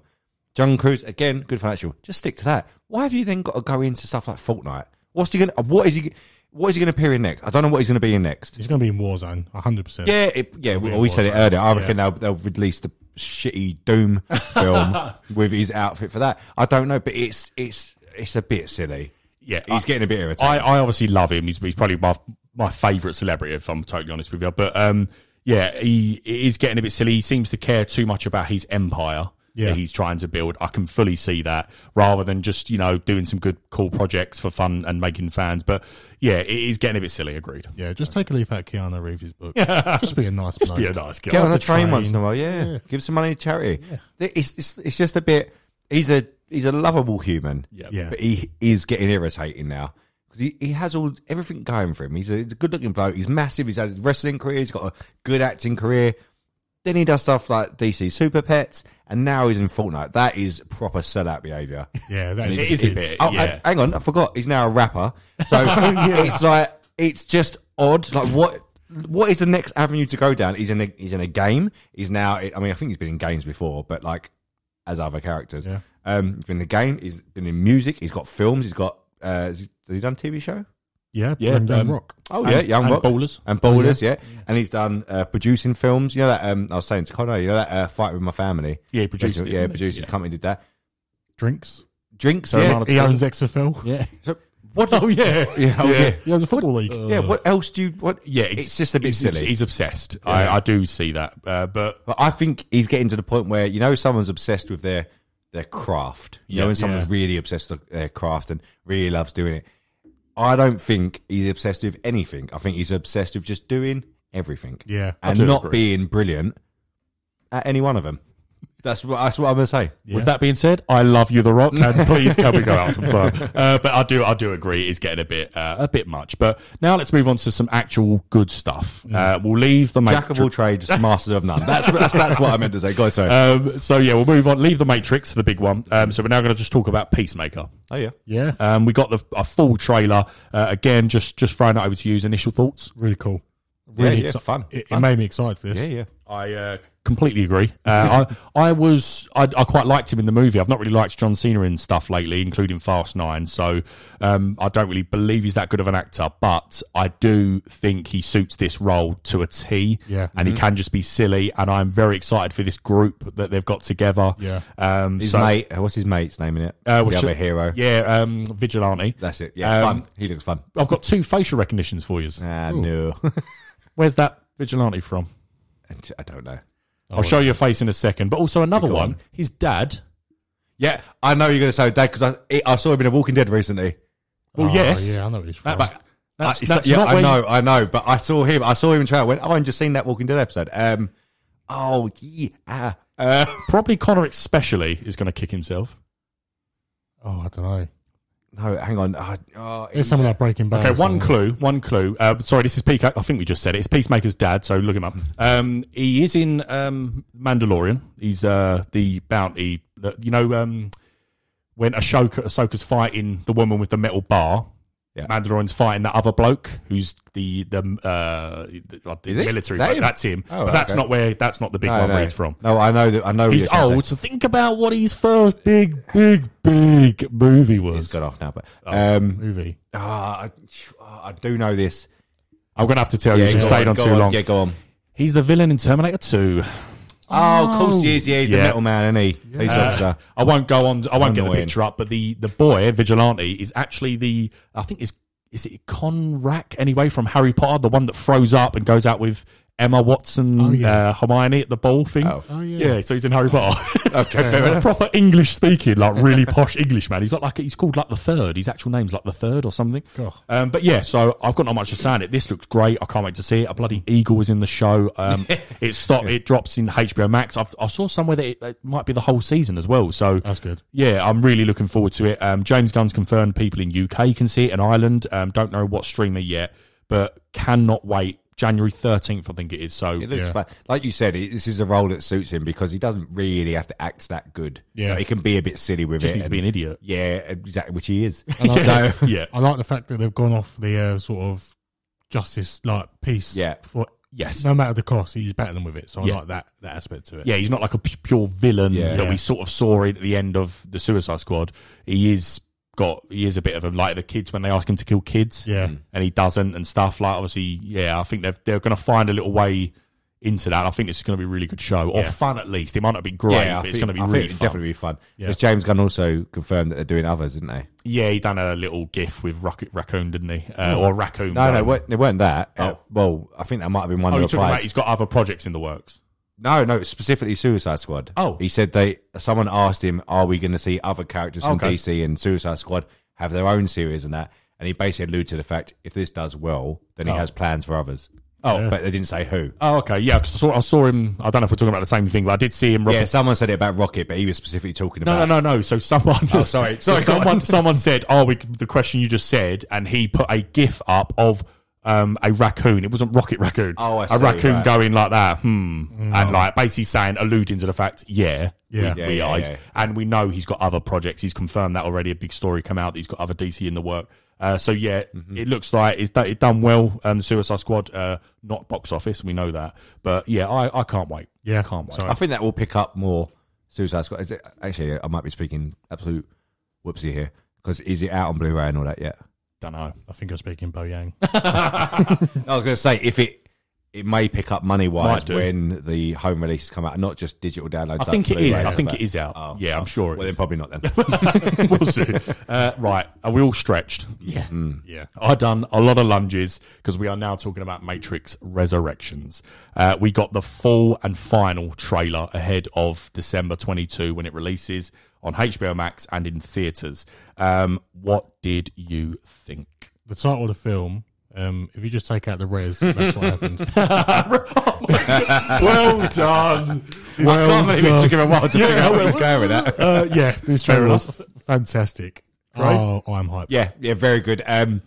Jungle Cruise, again, good fun action. film. Just stick to that. Why have you then got to go into stuff like Fortnite? What's he gonna? What is he? What is he gonna appear in next? I don't know what he's gonna be in next. He's going to be in Warzone, 100%. Yeah, it, yeah. We, Weird we said it Warzone. earlier. I Yeah. reckon they'll, they'll release the shitty Doom film with his outfit for that. I don't know, but it's it's it's a bit silly. yeah He's I- getting a bit irritated. I, I obviously love him. He's, he's probably my my favourite celebrity, if I'm totally honest with you. But um, yeah, he, he is getting a bit silly. He seems to care too much about his empire Yeah. that he's trying to build. I can fully see that, rather than just you know doing some good, cool projects for fun and making fans. But yeah, it is getting a bit silly. Agreed. Yeah, just take a leaf out of Keanu Reeves' book. Just be a nice Just bloke. be a nice guy. Get on the a train, train. once in a while, yeah. Give some money to charity. It's, it's it's just a bit. He's a he's a lovable human, Yeah. but he is getting irritating now because he, he has all everything going for him. He's a, he's a good looking bloke. He's massive. He's had a wrestling career. He's got a good acting career. Then he does stuff like DC Super Pets, and now he's in Fortnite. That is proper sellout behaviour. Yeah, that It is, is a bit. Oh, yeah. Oh, and- hang on, I forgot. He's now a rapper. So it's like it's just odd. Like what? What is the next avenue to go down? He's in a he's in a game. He's now. I mean, I think he's been in games before, but like as other characters. Yeah. Um, he's been in a game. He's been in music. He's got films. He's got. Uh, has he has he done a TV show? Yeah, Yeah, yeah um, Rock. Oh And- yeah, Young and Rock Ballers. Oh, and Ballers, yeah. And he's done uh, producing films. You know that um, I was saying to Connor, you know that uh, fight with my family. Yeah, he produced it, Yeah, didn't he? produced his Yeah. company did that. Drinks. Drinks. So yeah. Lana- He owns XFL. Yeah. So- what? Oh yeah. yeah. Oh, yeah. He has a football league. Uh, Yeah, what else do you? What? Yeah, it's, just a bit he's, silly. He's obsessed. I, I do see that, uh, but but I think he's getting to the point where you know someone's obsessed with their their craft. You Yeah. know, when someone's Yeah. really obsessed with their craft and really loves doing it, I don't think he's obsessed with anything. I think he's obsessed with just doing everything. Yeah, I and do not agree. being brilliant at any one of them. That's what that's what I'm gonna say. With that being said, I love you, The Rock, and please can we go out sometime? Uh, but I do, I do agree, it's getting a bit, uh, a bit much. But now let's move on to some actual good stuff. Uh, we'll leave the Mm. Jack of all Matrix. trades, master of none. That's that's, that's what I meant to say. Go on, sorry. Um, so yeah, we'll move on. Leave the Matrix, the big one. Um, so we're now going to just talk about Peacemaker. oh yeah. yeah, Um, we got the a full trailer uh, again. Just just throwing that over to you. Initial thoughts. really cool. Yeah, Really yeah, exci- fun, It, it fun. made me excited for this. Yeah, yeah. I uh, completely agree. Uh, I I was I, I quite liked him in the movie. I've not really liked John Cena in stuff lately, including Fast Nine. So um, I don't really believe he's that good of an actor, but I do think he suits this role to a T. Yeah. mm-hmm. and he can just be silly. And I'm very excited for this group that they've got together. Yeah. um, His so- mate, what's his mate's name in it? uh, the which- other hero. Yeah, um, vigilante. That's it. Yeah, Um, fun. He looks fun. I've got two facial recognitions for you. Ah, no. Where's that vigilante from? I don't know. Oh, I'll show you a face in a second. But also another Go on. one. His dad. Yeah, I know you're going to say Dad because I it- I saw him in a Walking Dead recently. Well, Oh, yes. yeah, I know what he's That- from. but that's, I, that's yeah, not I where you- know, I know, but I saw him. I saw him in trailer. I went, oh, I've just seen that Walking Dead episode. Um, oh yeah, uh, probably Connor especially is going to kick himself. oh, I don't know. no, hang on. Oh, oh, It's something like Breaking Bad. Okay, or one something. clue, one clue. Uh, sorry, this is Peak. I think we just said it. It's Peacemaker's dad, so look him up. Um, he is in um, Mandalorian. He's uh, the bounty. that- You know, um, when Ashoka, Ahsoka's fighting the woman with the metal bar, Yeah. Mandalorian's fighting that other bloke who's the the, uh, the, like, the Is he? military. Is that bloke. him? That's him. Oh, but that's okay. not where. That's not the big no, one no. where he's from. No, I know that. I know He's what you're trying to old, say. so think about what his first big, big, big movie was. He's got off now, but Oh, um, movie. ah, I, ah, I do know this. I'm gonna have to tell you, you go stayed on, go too long. Yeah, go on. He's the villain in Terminator 2. Oh, of course he is. Yeah, he's Yeah. the metal man, isn't he? Police officer. I won't go on. I won't get the Annoying. picture up, but the the boy vigilante is actually the I think is is it Conrack anyway from Harry Potter, the one that froze up and goes out with Emma Watson, Oh, yeah. uh, Hermione at the ball thing. Oh. Oh, yeah. So he's in Harry Potter. okay, fair enough. Proper English speaking, like really posh English man. He's got like he's called like the third. His actual name's like the third or something. Um, but yeah, so I've got not much to say on it. This looks great. I can't wait to see it. A bloody eagle is in the show. Um, it stopped. It drops in HBO Max. I've, I saw somewhere that it, it might be the whole season as well. So That's good. yeah, I'm really looking forward to it. Um, James Gunn's confirmed people in UK can see it in Ireland. Um, don't know what streamer yet, but cannot wait. January 13th, I think it is. So It looks fun. Like you said, it, this is a role that suits him because he doesn't really have to act that good. Yeah. Like, he can be a bit silly with just it. needs to and- be an idiot. yeah, exactly, which he is. Yeah. So, yeah. I like the fact that they've gone off the uh, sort of justice, like peace. Yeah. For, Yes. No matter the cost, he's battling with it. So I Yeah. like that that aspect to it. Yeah, he's not like a p- pure villain Yeah. that Yeah. we sort of saw at the end of the Suicide Squad. He is got he is a bit of a like the kids when they ask him to kill kids, Yeah. and he doesn't and stuff. Like obviously, yeah, I think they've, they're going to find a little way into that. I think this is going to be a really good show or fun at least. It might not be great, I but think- it's going to be I think really it'd fun. definitely be fun. Because James Gunn also confirmed that they're doing others, didn't they? yeah, he done a little gif with Rocket Raccoon, didn't he? Uh, Or Raccoon? No, no, Gun. it weren't, it weren't that. Uh, Oh. well, I think that might have been one Oh, of you're the talking about replies. he's got other projects in the works. No, no, specifically Suicide Squad. Oh. he said they. Someone asked him, "Are we going to see other characters from Okay. DC and Suicide Squad have their own series and that?" And he basically alluded to the fact if this does well, then he has plans for others. Oh, but they didn't say who. Oh, okay, yeah. 'cause I saw, I saw him. I don't know if we're talking about the same thing, but I did see him. Rocket Yeah, someone said it about Rocket, but he was specifically talking No, about. no, no, no. So someone, Oh, sorry. so Sorry, go someone, on. someone said, "Oh, we, the question you just said," and he put a GIF up of um, a raccoon. It wasn't Rocket Raccoon. Oh, I a see, raccoon right. going like that, hmm, and like basically saying, alluding to the fact, yeah, Yeah. we, Yeah, we yeah, are, yeah. and we know he's got other projects. He's confirmed that already. A big story come out that he's got other DC in the work. Uh, so yeah, Mm-hmm. it looks like it's done, it done well. Um, the Suicide Squad, uh, not box office, we know that, but yeah, I, I can't wait. Yeah. I can't wait. I think that will pick up more Suicide Squad. Is it, actually, I might be speaking absolute whoopsie here because is it out on Blu-ray and all that yet? don't know. I think you're speaking Bo Yang. I was going to say if it. It may pick up money wise Might do. when the home releases come out, not just digital downloads. I think like it is. Blu-rays I and think that. it is out. Oh. yeah, I'm sure. It Well, is. then probably not then. we'll see. Uh, right, are we all stretched? Mm. yeah. Yeah. I done a lot of lunges because we are now talking about Matrix Resurrections. Uh, we got the full and final trailer ahead of December 22 when it releases on HBO Max and in theaters. Um, what did you think? The the title of the film. Um, if you just take out the res, that's what happened. well done. I can't believe it done. took him a while to Yeah, figure out where he's going well- with that. Uh, yeah, This fair trailer was enough. f- fantastic. Right? Oh, I'm hyped. Yeah, yeah, very good. Um,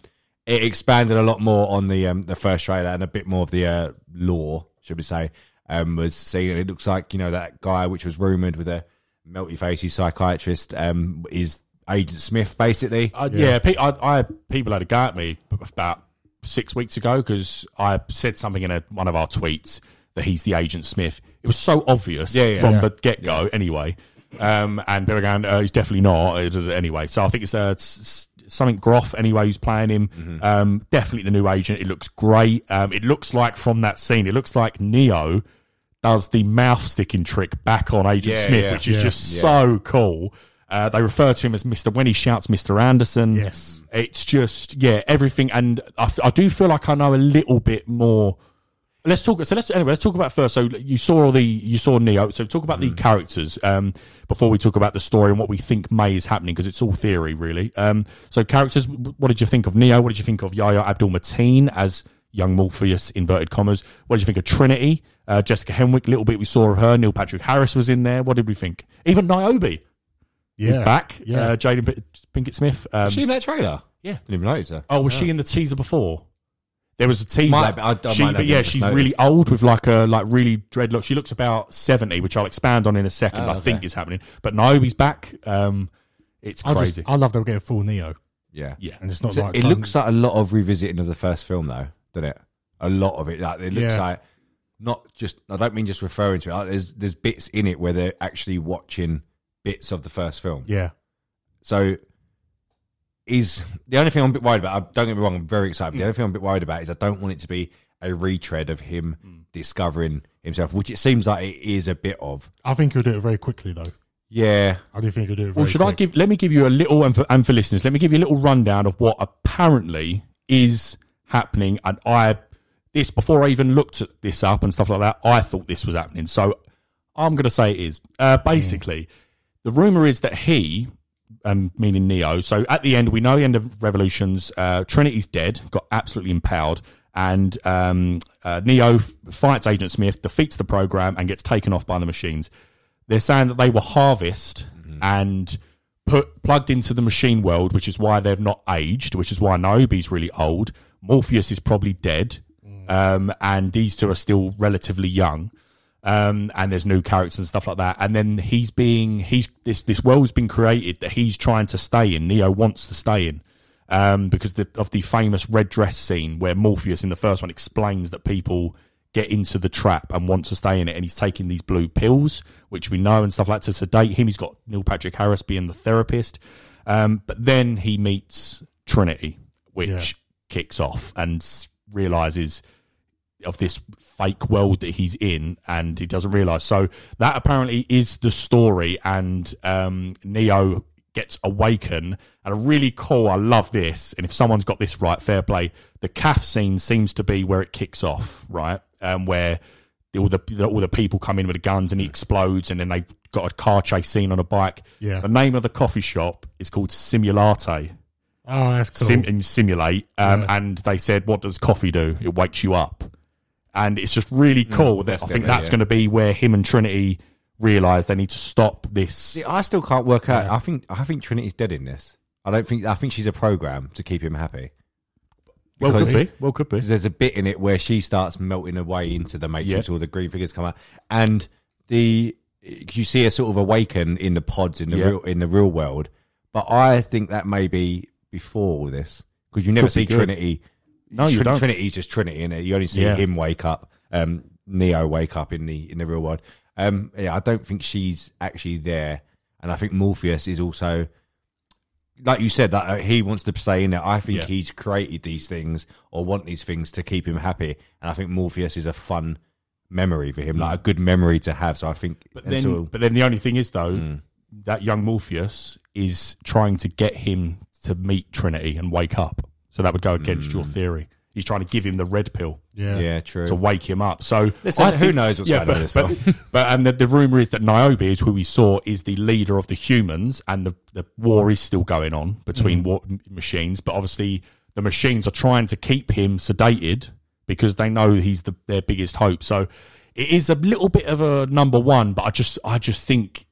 it expanded a lot more on the um, the first trailer and a bit more of the uh, lore, should we say? Um, was seeing it looks like you know that guy which was rumored with a melty facey psychiatrist um, is Agent Smith basically. Uh, yeah, pe- I, I, people had a go at me b- about six weeks ago because I said something in a, one of our tweets that he's the agent Smith. It was so obvious Yeah, yeah, from yeah. the get go. Anyway, um, and they were going, uh, he's definitely not. uh, uh, Anyway, so I think it's, uh, s- s- something Groff anyway who's playing him. Mm-hmm. Um, definitely the new agent. It looks great. Um, it looks like from that scene, it looks like Neo. Does the mouth sticking trick back on Agent Yeah, Smith, yeah. which is Yeah. just so cool. Uh, they refer to him as Mr. When he shouts Mr. Anderson. Yes. It's just, yeah, everything. And I, f- I do feel like I know a little bit more. Let's talk. So let's anyway. Let's talk about first. So you saw the you saw Neo. So talk about the Mm. characters um, before we talk about the story and what we think may is happening because it's all theory really. Um, so characters. w- What did you think of Neo? What did you think of Yahya Abdul Mateen as young Morpheus inverted commas? What did you think of Trinity? Uh, Jessica Henwick. Little bit we saw of her. Neil Patrick Harris was in there. What did we think? Even Niobe yeah. is back. Yeah. Uh, Jaden P- Pinkett Smith. Um, she in that trailer? yeah. Didn't even notice her. Oh, was she in the teaser before? There was a teaser. Ah. Might have been. I- I she, might but have yeah, just she's noticed. really old with like a like really dreadlock. She looks about seventy, which I'll expand on in a second. Oh, I okay. think is happening. But Naomi's back. Um, it's I, crazy. Just, I love that we get a full Neo, Yeah, yeah, and it's not So like um, it some- looks like a lot of revisiting of the first film, though, doesn't it? A lot of it. Like it looks Yeah. like not just. I don't mean just referring to it. Like, there's there's bits in it where they're actually watching bits of the first film. yeah, So is the only thing I'm a bit worried about. I- Don't get me wrong, I'm very Mm. excited. but The only thing I'm a bit worried about is I don't want it to be a retread of him Mm. discovering himself, which it seems like it is a bit of. I think he'll do it very quickly though. Yeah, I do think he'll do it. Very Well, Oh, should I quick. give? Let me give you a little, and for, and for listeners, let me give you a little rundown of what apparently is happening. And I, this before I even looked at this up and stuff like that, I thought this was happening. So I'm going to say it is. Uh, Hmm. basically, the rumor is that he, um, meaning Neo. So at the end, we know the end of Revolutions. Uh, Trinity's dead, got absolutely empowered, and um, uh, Neo f- fights Agent Smith, defeats the program, and gets taken off by the machines. They're saying that they were harvested and put plugged into the machine world, which is why they've not aged, which is why Niobe's really old. Morpheus is probably dead, um, and these two are still relatively young um, and there's new characters and stuff like that. And then he's being he's this this world's been created that he's trying to stay in. Neo wants to stay in um, because the, of the famous red dress scene where Morpheus in the first one explains that people get into the trap and want to stay in it, and he's taking these blue pills, which we know and stuff like that to sedate him. He's got Neil Patrick Harris being the therapist, um, but then he meets Trinity, which kicks off and s- realizes of this fake world that he's in and he doesn't realize so that apparently is the story and um neo gets awaken and a really cool i love this and if someone's got this right fair play the calf scene seems to be where it kicks off right um where the- all the all the people come in with the guns and he explodes and then they've got a car chase scene on a bike Yeah. the name of the coffee shop is called simulate Oh, that's cool. sim- and simulate. Um, And they said, "What does coffee do? It wakes you up." And it's just really cool that I think good, that's yeah. going to be where him and Trinity realize they need to stop this. I still can't work out. I think I think Trinity's dead in this. I don't think I think she's a program to keep him happy. Well, could because- be. Well, could be. 'Cause there's a bit in it where she starts melting away into the matrix Yeah. all the green figures come out and the you see her sort of awaken in the pods in the Yeah. real in the real world but i think that may be before all this because you never Could be see good. trinity No, you don't. trinity's just trinity in it you only see Yeah. him wake up um neo wake up in the in the real world um yeah i don't think she's actually there and i think morpheus is also like you said, that uh, he wants to stay in it. I think Yeah. he's created these things or want these things to keep him happy. And I think Morpheus is a fun memory for him, like a good memory to have. So I think But then, until but then the only thing is though, that young Morpheus is trying to get him to meet Trinity and wake up. So that would go against your theory. He's trying to give him the red pill. yeah. yeah, true. to wake him up. So Listen, who knows what's going on but, in this but, film? but and the, the rumor is that Niobe is who we saw is the leader Mm-hmm. of the humans, and the, the war is still going on between war, m- machines. But obviously, the machines are trying to keep him sedated because they know he's the, their biggest hope. So it is a little bit of a number one, but I just I just think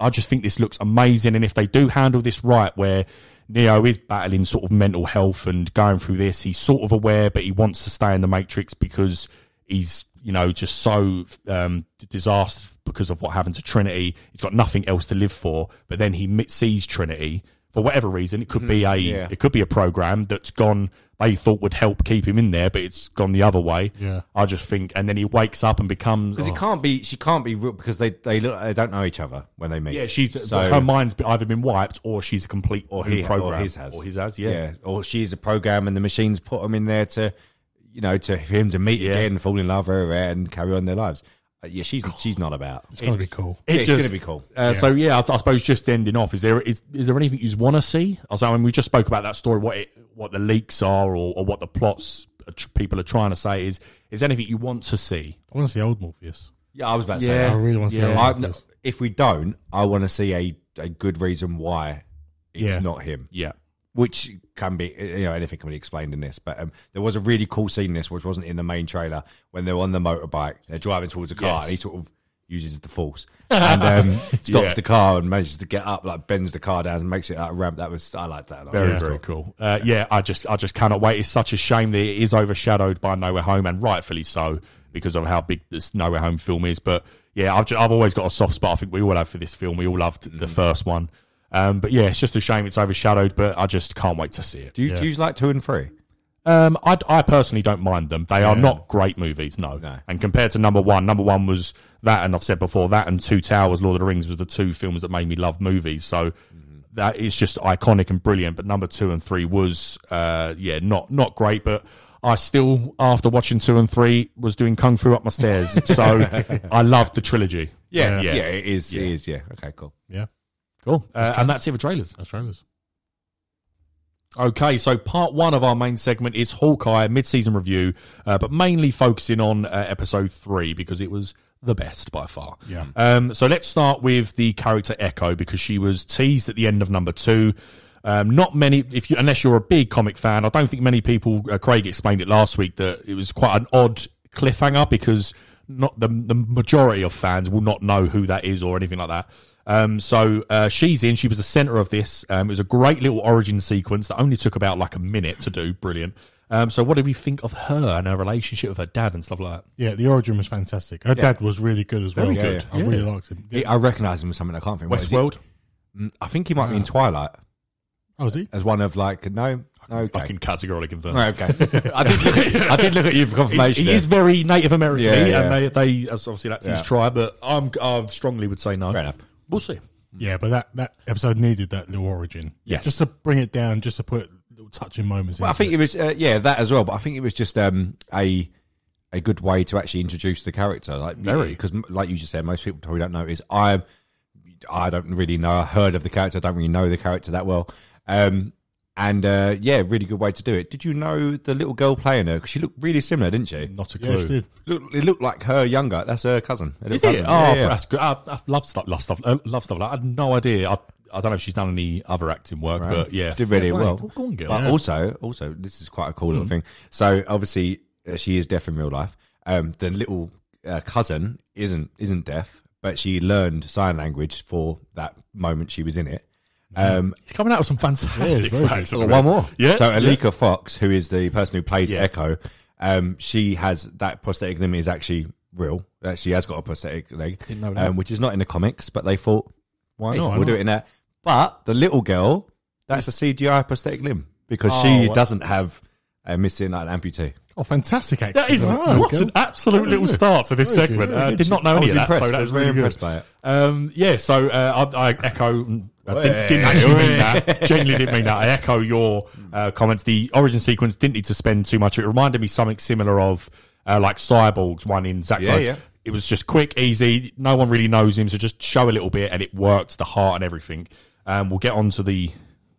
I just think this looks amazing. And if they do handle this right, where Neo is battling sort of mental health and going through this, he's sort of aware, but he wants to stay in the Matrix because he's, you know, just so um, disaster because of what happened to Trinity. He's got nothing else to live for. But then he mi- sees Trinity for whatever reason. It could be a yeah. it could be a program that's gone. They thought would help keep him in there, but it's gone the other way. Yeah. I just think, and then he wakes up and becomes. oh, Because it can't be, she can't be real because they they, look, they don't know each other when they meet. Yeah, she's So- her mind's been- either been wiped or she's a complete or new he program or his has or his has yeah. or she's a program and the machines put them in there to you know to for him to meet Yeah. again, fall in love, her, and carry on their lives. Uh, yeah, she's she's not about. It's gonna be cool. Yeah, it's just- gonna be cool. Uh, So yeah, I, I suppose just ending off. Is there is, is there anything you want to see? I was- I mean, we just spoke about that story. What it, what the leaks are, or, or what the plots are tr- people are trying to say is is there anything you want to see? I want to see old Morpheus. Yeah, I was about to I say. that. really want to see Yeah, old I've- Morpheus. if we don't, I want to see a, a good reason why it's Yeah. not him, Yeah, which can be eh, you know anything can be explained in this. But um, there was a really cool scene in this, which wasn't in the main trailer, when they're on the motorbike, they're driving towards a car, Yes. and he sort of uses the force and um, stops Yeah. the car and manages to get up, like bends the car down and makes it like a ramp. That was I liked that. a lot. very Yeah. very cool. Uh, yeah, I just I just cannot wait. It's such a shame that it is overshadowed by Nowhere Home, and rightfully so because of how big this Nowhere Home film is. But yeah, I've ju- I've always got a soft spot. I think we all have for this film. We all loved the first one. Um, but yeah, it's just a shame it's overshadowed. But I just can't wait to see it. Do you, do you like two and three? Um, I, I personally don't mind them. They are not great movies, no. No. And compared to number one, number one was that, and I've said before that, and Two Towers, Lord of the Rings was the two films that made me love movies. So that is just iconic and brilliant. But number two and three was, uh, yeah, not not great. But I still, after watching two and three, was doing kung fu up my stairs. so I loved the trilogy. Yeah, Yeah. yeah, it is. It is. Yeah. Okay, cool. Yeah, Cool. Uh, and that's it for trailers. that's trailers. Okay, so part one of our main segment is Hawkeye mid-season review, uh, but mainly focusing on uh, episode three because it was the best by far. Yeah. Um, so let's start with the character Echo because she was teased at the end of number two. Um, not many, if you unless you're a big comic fan, I don't think many people. Uh, Craig explained it last week that it was quite an odd cliffhanger because not the the majority of fans will not know who that is or anything like that. Um, so uh, she's in. She was the center of this. Um, it was a great little origin sequence that only took about like a minute to do. Brilliant. Um, so what did we think of her and her relationship with her dad and stuff like that? Yeah, the origin was fantastic. Her dad was really good as well. Very good. I really liked him. I recognise him as something I can't think. what is it? Westworld. Ah. I think he might be in Twilight Oh, is he? as one of like no. Okay. I can categorically confirm. All right, okay. I did. Look at, I did look at you for He's, confirmation. he there. is very Native American, Yeah, yeah. and they, they obviously that's Yeah. his tribe. But I'm, I strongly would say no. Fair enough. We'll see. Yeah, but that, that episode needed that little origin. Mm. Yes. Just to bring it down, just to put little touching moments Well, I into think it. it was uh, yeah that as well, but I think it was just um, a a good way to actually introduce the character, like Very. because like you just said, most people probably don't know is I I don't really know. I heard of the character, I don't really know the character that well, um, and uh, yeah, really good way to do it. Did you know the little girl playing her? 'Cause she looked really similar, didn't she? Not a clue. Yeah, she did. Look, it looked like her younger. That's her cousin. Her little Is it? cousin. Oh, Yeah, but yeah. that's good. I, I love stuff. Love stuff. Uh, love stuff. Like, that. I had no idea. I, I don't know if she's done any other acting work, but yeah, She did really Yeah, go on, well. Go, go on, Hmm. girl. But also, also, this is quite a cool little thing. So obviously, uh, she is deaf in real life. Um, the little uh, cousin isn't isn't deaf, but she learned sign language for that moment she was in it. Um, She's coming out with some fantastic very facts. at the Oh, one minute. more. Yeah. So yeah. Alika Fox, who is the person who plays Yeah. Echo, um, she has that prosthetic limb is actually real. Uh, She has got a prosthetic leg, Um, which is not in the comics, but they thought, why not? we'll do it in that. But the little girl, that's a CGI prosthetic limb because Oh, she doesn't have a missing like, an amputee. Oh, fantastic acting. That is Right, what okay. an absolute little start to this Very good, segment. very I good. did not know I any was of that. impressed. so I that was very really impressed good. by it. Um, yeah, so uh, I, I echo. I didn't, didn't actually mean that. Genuinely didn't mean that. I echo your uh, comments. The origin sequence didn't need to spend too much. It reminded me something similar of uh, like Cyborg's one in Zack. Yeah, Snyder. yeah. It was just quick, easy. No one really knows him, so just show a little bit, and it worked. The heart and everything. Um, we'll get on to the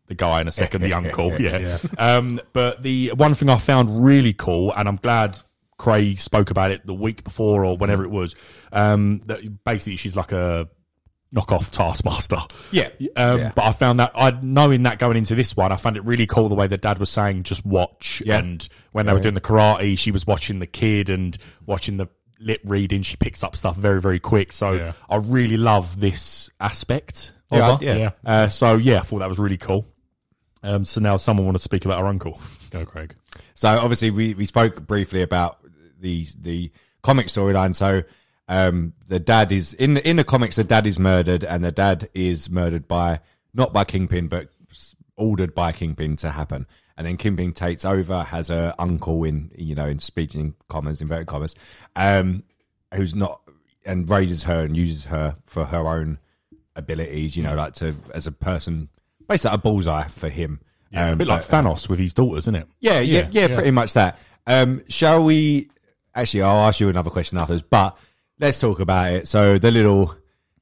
the guy in a second, the uncle. Yeah. Um, but the one thing I found really cool, and I'm glad Craig spoke about it the week before or whenever it was, um, that basically she's like a knockoff Taskmaster. Yeah. Um, Yeah. But I found that I knowing that going into this one, I found it really cool the way the dad was saying just watch. Yeah. And when they were doing the karate, she was watching the kid and watching the lip reading. She picks up stuff very very quick. So Yeah. I really love this aspect. of Yeah, her. yeah. Yeah. Uh, so yeah, I thought that was really cool. Um, so now someone want to speak about our uncle. Go, Craig. So obviously we, we spoke briefly about the the comic storyline. So um, the dad is in the, in the comics. The dad is murdered, and the dad is murdered by not by Kingpin, but s- ordered by Kingpin to happen. And then Kingpin takes over, has a uncle in you know in speech in commas inverted commas, um, who's not and raises her and uses her for her own abilities. You know, like to as a person, basically like a bullseye for him. a bit like but- Thanos with his daughters, isn't it? yeah, yeah, yeah, pretty much that. Um, shall we? Actually, I'll ask you another question afterwards, but let's talk about it. So the little,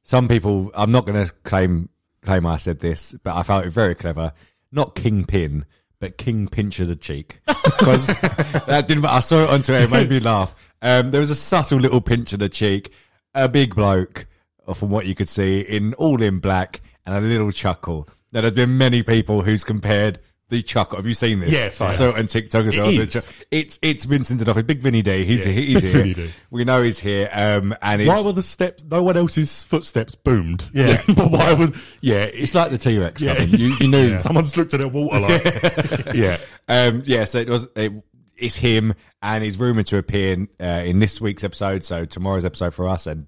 some people, I'm not going to claim claim I said this, but I found it very clever. Not kingpin, but king pinch of the cheek because that didn't. I saw it on Twitter, it made me laugh. Um, there was a subtle little pinch of the cheek, a big bloke, uh, from what you could see, in all in black, and a little chuckle. Now there's been many people who's compared. The chuckle. Have you seen this? Yes, I I saw it on TikTok as well. The is. chuck- It's it's Vincent D'Onofrio, Big Vinny D. He's Yeah, here. He's Big here. Vinny D. We know he's here. Um, and it's, Why were the steps? No one else's footsteps boomed. Yeah. but why was? Yeah, it's it's like the T Rex. yeah. You, you knew someone's looked at their water like. yeah, Um, yeah, so it was. It, it's him, and he's rumored to appear in, uh, in this week's episode. So tomorrow's episode for us, and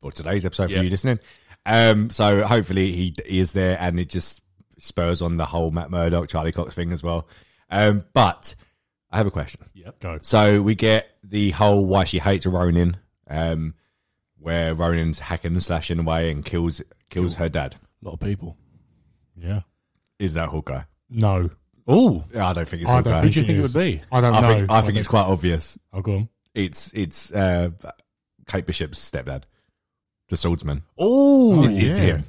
or today's episode Yeah. for you listening. Um, so hopefully he, he is there, and it just spurs on the whole Matt Murdock Charlie Cox thing as well. Um, but I have a question. Go. So we get the whole why she hates Ronin, um, where Ronin's hacking and slashing away and kills kills her dad. a lot of people. Yeah. Is that Hawkeye? No. Oh, I don't think it's I don't Hawkeye. who do you It think is. it would be? I don't I know. think, I think it's quite obvious. Oh, go on. It's it's uh, Kate Bishop's stepdad, the swordsman. Oh, it's, it's yeah. him.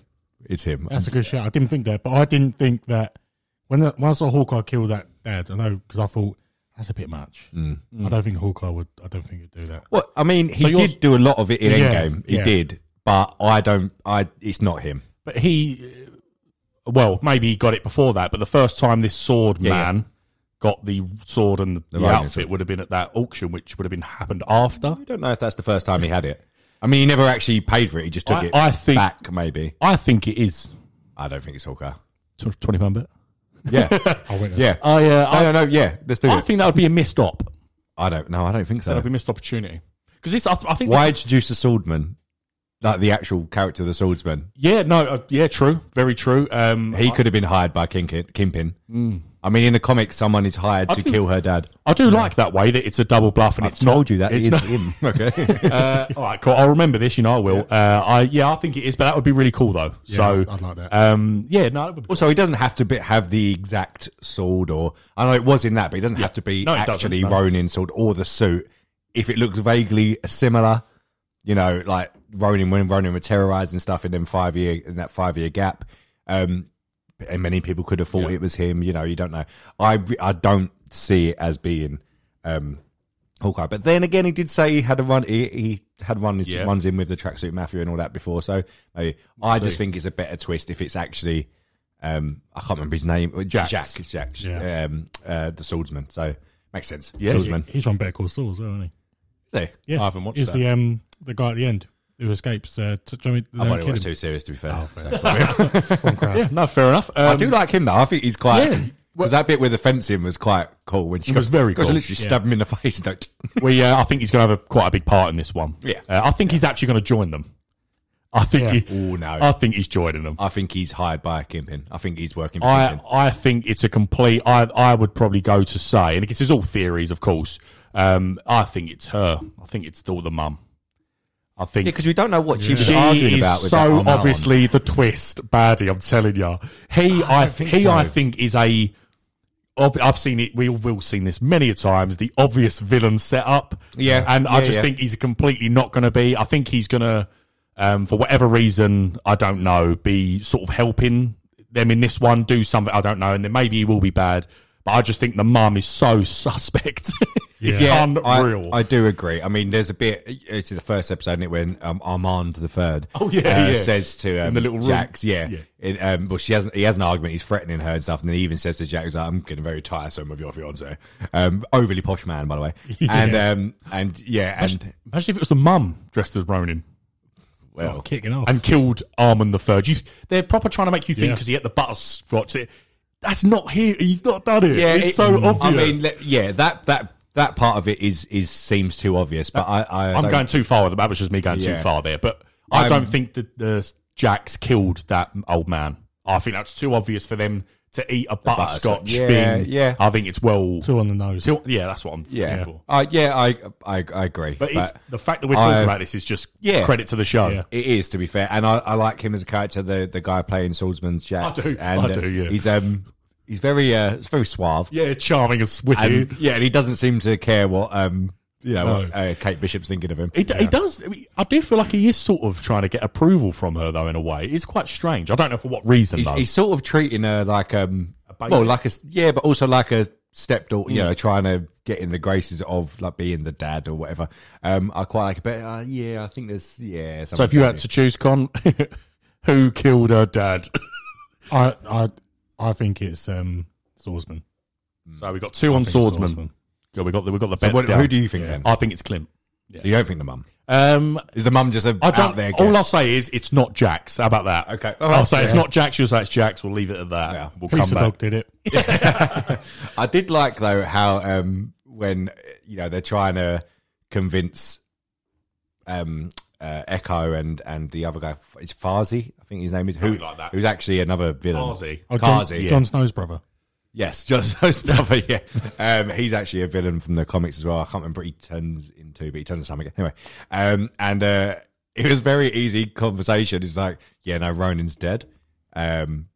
It's him. That's a good shout. I didn't think that, but I didn't think that when that, when I saw Hawkeye kill that dad, I know because I thought that's a bit much. Mm. I don't think Hawkeye would. I don't think he'd do that. well, I mean, he So yours- did do a lot of it in Yeah, Endgame. He yeah. did, but I don't. I it's not him. but he. uh, Well, maybe he got it before that, but the first time this sword Yeah, yeah. man got the sword and the, The the Ronin outfit sword. would have been at that auction, which would have been happened after. I don't know if that's the first time he had it. I mean, he never actually paid for it. He just took I- it I think- back. Maybe I think it is I don't think it's Hawkeye. Tw- twenty pound bet. Yeah, I witnessed. yeah. I, uh, no, I, no, no. Yeah, let's do I it. think that would be a missed op. I don't. No, I don't think That so. would be a missed opportunity. Because this, I, I think. Why this- introduce the swordsman? Like the actual character, of the swordsman. yeah, no, uh, yeah, true, very true. Um, He could have been hired by King Kingpin. Mm. I mean, in the comics, someone is hired to do- kill her dad. I do like that way that it's a double bluff, and I've it's told not- you that it's it's not- him. Okay. uh, all right, cool. I'll remember this. You know, I will. Uh, I yeah, I think it is, but that would be really cool though. so I'd like that. Um, yeah, no, that would be also, he doesn't have to be, have the exact sword, or I know it was in that, but he doesn't have to be No, it doesn't, actually no. Ronin sword or the suit. If it looks vaguely similar, you know, like Ronin when Ronin were terrorized and stuff in them five year in that five year gap, um, and many people could have thought it was him. You know, you don't know. I re- I don't see it as being um, Hawkeye. But then again, he did say he had a run. He, he had runs Yeah. runs in with the tracksuit mafia and all that before. So maybe I just think it's a better twist if it's actually. Um, I can't remember his name. Uh, Jack. Jax. Jack. Jack. Yeah. Um, uh, the swordsman. So makes sense. Yeah. Swordsman. He's on Better Call Saul as well, isn't There. he? Yeah, I haven't watched He's that. the um the guy at the end who escapes. Uh, t- do you want me- I don't might have kill watched him. Oh, too serious to be Oh, fair. So- yeah, no, fair enough. Um, I do like him though. I think he's quite. Yeah. Because that bit with the fencing was quite cool. When she It was very Because cool. literally stab him in the face. And go, we, uh, I think he's going to have a, quite a big part in this one. Yeah. uh, I think he's actually going to join them. I think. Yeah. He, oh no! I think he's joining them. I think he's hired by Kingpin. I think he's working for I Kingpin. I think it's a complete. I I would probably go to say, and this is all theories, of course. Um, I think it's her. I think it's still the mum. I think Because we don't know what she was she arguing is about. With that so on that one. obviously the twist baddie. I'm telling you, he I, Ah, think he so. I think is a. ob- I've seen it. We've all seen this many a times. The obvious villain setup. Yeah, and I yeah, just yeah. think he's completely not going to be. I think he's going to, um, for whatever reason, I don't know, be sort of helping them in this one, do something I don't know, and then maybe he will be bad. But I just think the mum is so suspect. it's Yeah, unreal. I, I do agree. I mean, there's a bit. It's the first episode, isn't it? When um, Armand the third, Oh, yeah, uh, yeah. says to um, the little room. Jax, yeah, Yeah. It, um, well, she has not He has an argument. He's threatening her and stuff, and then he even says to Jax, like, "I'm getting very tiresome of your fiance." Um, overly posh man, by the way, and um, and yeah, and Imagine if it was the mum dressed as Ronin well, kicking off. Oh. and killed Armand the Third. You, they're proper trying to make you think Yeah. because he had the butter scotch. It, that's not here. He's not done it. it's it- so obvious. I mean, le- yeah, that that that part of it is is seems too obvious, but I, I Uh, I'm don't- going too far with it. That was just me going Yeah. Um, too far there. But I don't I'm- think that the Jacks killed that old man. I think that's too obvious for them to eat a butterscotch butterscotch. Yeah, thing. yeah. I think it's well. Two on the nose. Till- yeah, that's what I'm Yeah, thinking for. Uh, yeah, I, I I agree, But, it's, the fact that we're I- talking about this is just Yeah. credit to the show. Yeah. It is, to be fair, and I, I like him as a character. The the guy playing Swordsman's Jack. I do, and, I do, yeah. He's um, he's very uh, he's very suave. Yeah, charming and witty. and, yeah, and he doesn't seem to care what um, you know, No. what, uh, Kate Bishop's thinking of him. He, d- he does. I mean, I do feel like he is sort of trying to get approval from her, though, in a way. It's quite strange. I don't know for what reason, He's, though. he's sort of treating her like um, baby. Mm. well, like a s- yeah, but also like a stepdaughter. You know, trying to get in the graces of like being the dad or whatever. Um, I quite like it, but uh, yeah, I think there's yeah. so, if you had to choose, Con, who killed her dad? I, I, I think it's um, swordsman. So we got two on think swordsman. Swordsman. Yeah, we got the, we got the So bets what- down. who do you think then? I think it's Clint. You don't think the mum Um, is the mum just a I don't. out there? Guess? all I'll say is it's not Jax. How about that? Okay. I'll All right. say it's Yeah. not Jax. You'll say it's Jax. We'll leave it at that. Yeah. We'll come Pizza back. dog did it. I did like though how um when you know they're trying to convince um uh, Echo and and the other guy it's Farzi I think his name is who Something like that. who's actually another villain Farzi. Oh, John, Farzi, yeah. John Snow's brother. yes John Snow's brother yeah um he's actually a villain from the comics as well I can't remember what he turns into but he turns into something anyway um and uh it was very easy conversation it's like yeah no Ronin's dead um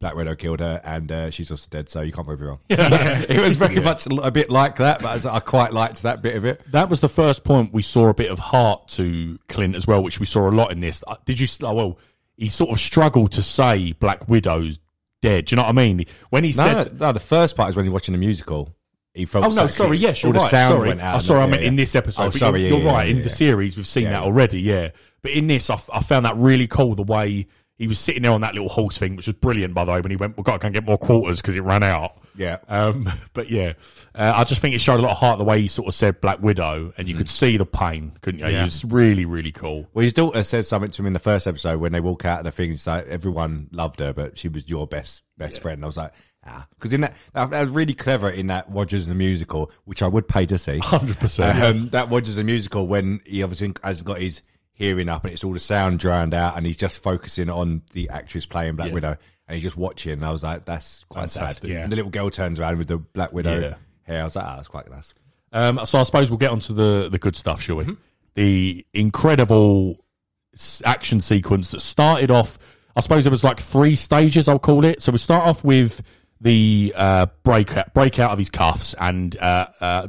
Black Widow killed her, and uh, she's also dead, so you can't prove me wrong. it was very much a bit like that, but I was- I quite liked that bit of it. That was the first point we saw a bit of heart to Clint as well, which we saw a lot in this. Uh, Did you? s- Oh, well, he sort of struggled to say Black Widow's dead. Do you know what I mean? When he No, said, no, no, the first part is when you're watching the musical. He felt "Oh no, sexy. sorry, yes, you're all the right. sound sorry, went out. oh, and sorry, I that, meant yeah, in yeah. this episode. Oh, but sorry, you're, yeah, you're yeah, right. in yeah, the yeah. series, we've seen Yeah, that yeah. already. Yeah, but in this, I, f- I found that really cool. The way he was sitting there on that little horse thing, which was brilliant, by the way. When he went, "We've got to go and get more quarters because it ran out." Yeah. Um, but yeah, uh, I just think it showed a lot of heart the way he sort of said Black Widow, Mm-hmm. and you could see the pain, couldn't you? It was really, really cool. Well, his daughter says something to him in the first episode when they walk out of the thing. It's like everyone loved her, but she was your best best friend. And I was like, ah, because in that, that that was really clever in that Rogers and the musical, which I would pay to see. Hundred percent. Um, that Rogers the musical when he obviously has got his hearing up and it's all the sound drowned out and he's just focusing on the actress playing Black Widow and he's just watching and I was like, that's quite Fantastic. sad. Yeah. And the little girl turns around with the Black Widow Yeah. hair. I was like, ah, that's quite nice. Um, so I suppose we'll get onto the the good stuff, shall we? Mm-hmm. The incredible s- action sequence that started off. I suppose there was like three stages. I'll call it. So we start off with the uh, breakout breakout of his cuffs, and uh, uh,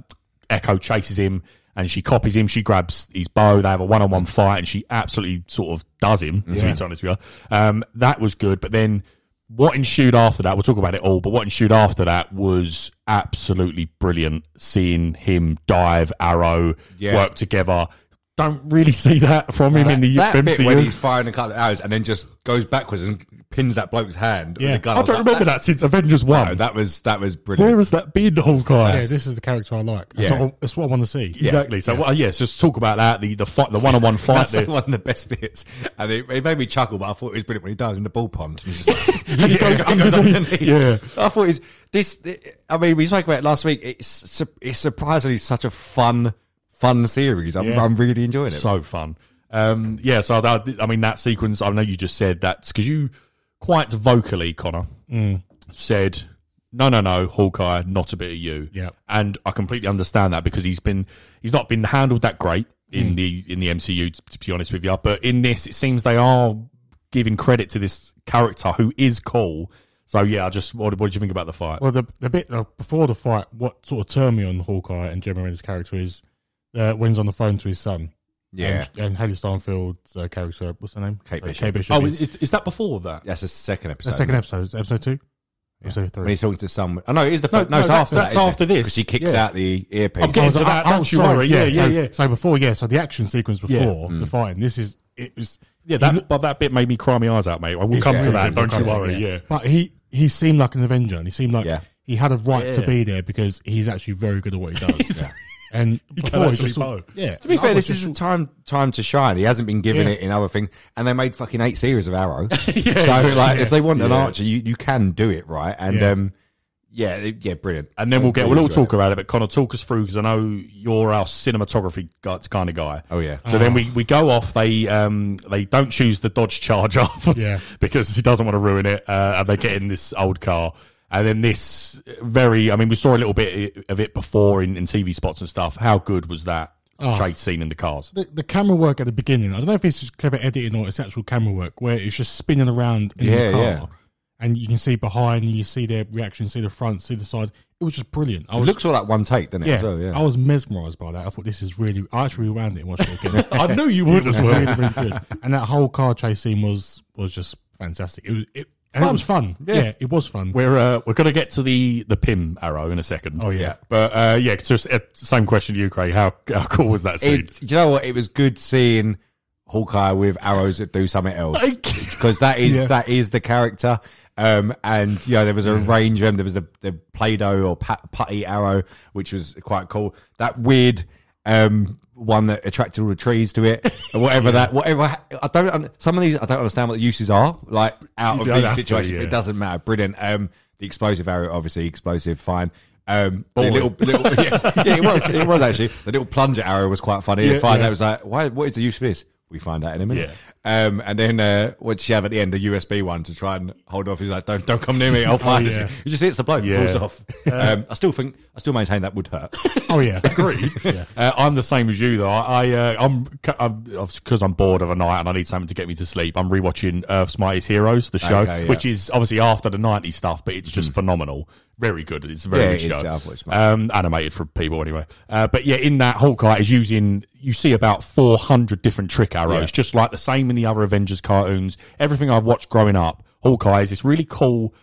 Echo chases him, and she copies him. She grabs his bow. They have a one on one fight, and she absolutely sort of does him. To be honest with you, um, that was good. But then what ensued after that, we'll talk about it all, but what ensued after that was absolutely brilliant seeing him dive, arrow, Yeah. work together. Don't really see that from him in the that bit MCU. when he's firing a couple of arrows and then just goes backwards and pins that bloke's hand. Yeah. with the gun. I was don't like, remember that, since Avengers 1. No, that was that was Where brilliant. has that been the whole time? Yeah, this is the character I like. That's, Yeah. what, I, that's what I want to see. Exactly. So, well, yes, just talk about that. The the fight, the one on one fight. That's the, one of the best bits, and it, it made me chuckle. But I thought it was brilliant when he dives in the ball pond. And he's just like, he goes underneath. Yeah. I thought it's this. I mean, we spoke about it last week. It's su- it's surprisingly such a fun fun series. I'm, I'm really enjoying it. So fun. Um, yeah, so that, I mean, that sequence, I know you just said that's because you quite vocally, Connor, Mm. said, no, no, no, Hawkeye, not a bit of you. Yeah. And I completely understand that because he's been, he's not been handled that great in Mm. the, in the MCU, to, to be honest with you. But in this, it seems they are giving credit to this character who is cool. So yeah, I just, what, what did you think about the fight? Well, the, the bit uh, before the fight, what sort of turned me on Hawkeye and Jeremy Renner's character is uh, when he's on the phone to his son. yeah, And, and Haley Steinfeld's uh, character, what's her name? Kate Uh, Bishop. Kate Bishop. oh, is, is, is, is that before that? that's the second episode. the second episode. Is it episode two? Episode When three. he's talking to someone. Oh, no, it is the first. No, no, it's that's- after that, that's isn't it? after this. 'Cause she kicks Yeah. out the earpiece. Oh, I'm getting to that. Don't you worry. Yeah, yeah, Oh, so, yeah. So before, yeah, so the action sequence before Mm. the fighting, this is it was Yeah, he that, looked- but that bit made me cry my eyes out, mate. I will come to Yeah, that. yeah, Don't you yeah. worry. Yeah. But he he seemed like an Avenger, and he seemed like Yeah. he had a right to Yeah. be there because he's actually very good at what he does. And before he actually just thought- bow. yeah. To be and I fair, was this is just- the time time to shine. He hasn't been given Yeah. it in other things, and they made fucking eight series of Arrow. So, like, if they want an Archer, you, you can do it right, and Yeah. um, yeah, it- yeah, brilliant. And then we'll get we'll all Brilliant. talk about it. But Connor, talk us through because I know you're our cinematography gu- kind of guy. Oh, yeah. So then we, we go off. They um they don't choose the Dodge Charger Yeah. because he doesn't want to ruin it, uh, and they get in this old car. And then this very, I mean, we saw a little bit i- of it before in, in TV spots and stuff. How good was that chase scene in the cars? the, the camera work at the beginning. I don't know if it's just clever editing or it's actual camera work where it's just spinning around in Yeah, the car, yeah. and you can see behind, and you see their reaction, see the front, see the side. It was just brilliant. I It was, looks all like one take, doesn't it? yeah, as well, I was mesmerized by that. I thought this is really. I actually rewound it and watched it again. I knew you would as well. really, really good. And that whole car chase scene was was just fantastic. It was it, and it was fun. Yeah. it was fun. We're uh, we're gonna get to the the Pym arrow in a second. Oh, yeah. but uh, yeah, just uh, same question to you, Craig. How, how cool was that scene? It, you know what? It was good seeing Hawkeye with arrows that do something else because that is Yeah. that is the character. Um, and you know there was a range of them. There was the the Play-Doh or pat, putty arrow, which was quite cool. That weird um one that attracted all the trees to it, or whatever that whatever. I don't. un- Some of these I don't understand what the uses are. Like out of don't these have to, situations, but yeah. it doesn't matter. Brilliant. Um, the explosive arrow, obviously explosive, fine. Um, the Boring. little, little yeah, yeah, it was, it was actually. The little plunger arrow was quite funny. and find yeah. out was like, why? What is the use for this? We find out in a minute. Yeah. Um, and then uh, what did she have at the end? The USB one to try and hold off. He's like, don't, don't come near me. I'll find yeah. this. It just hits the bloke, Oh, Yeah. Uh, and falls off. Um, I still think, I still maintain that would hurt. oh yeah, agreed. Uh, I'm the same as you though. I, I uh, I'm because I'm, bored of a night and I need something to get me to sleep. I'm rewatching Earth's Mightiest Heroes, the show, Okay, yeah. Mm-hmm. which is obviously after the '90s stuff, but it's just phenomenal. Very good. It's a very Yeah, uh, good it is. show. I've watched mine. um, animated for people anyway. Uh, but yeah, in that Hawkeye is using you see about 400 different trick arrows, Yeah. just like the same in the other Avengers cartoons. Everything I've watched growing up, Hawkeye is this really cool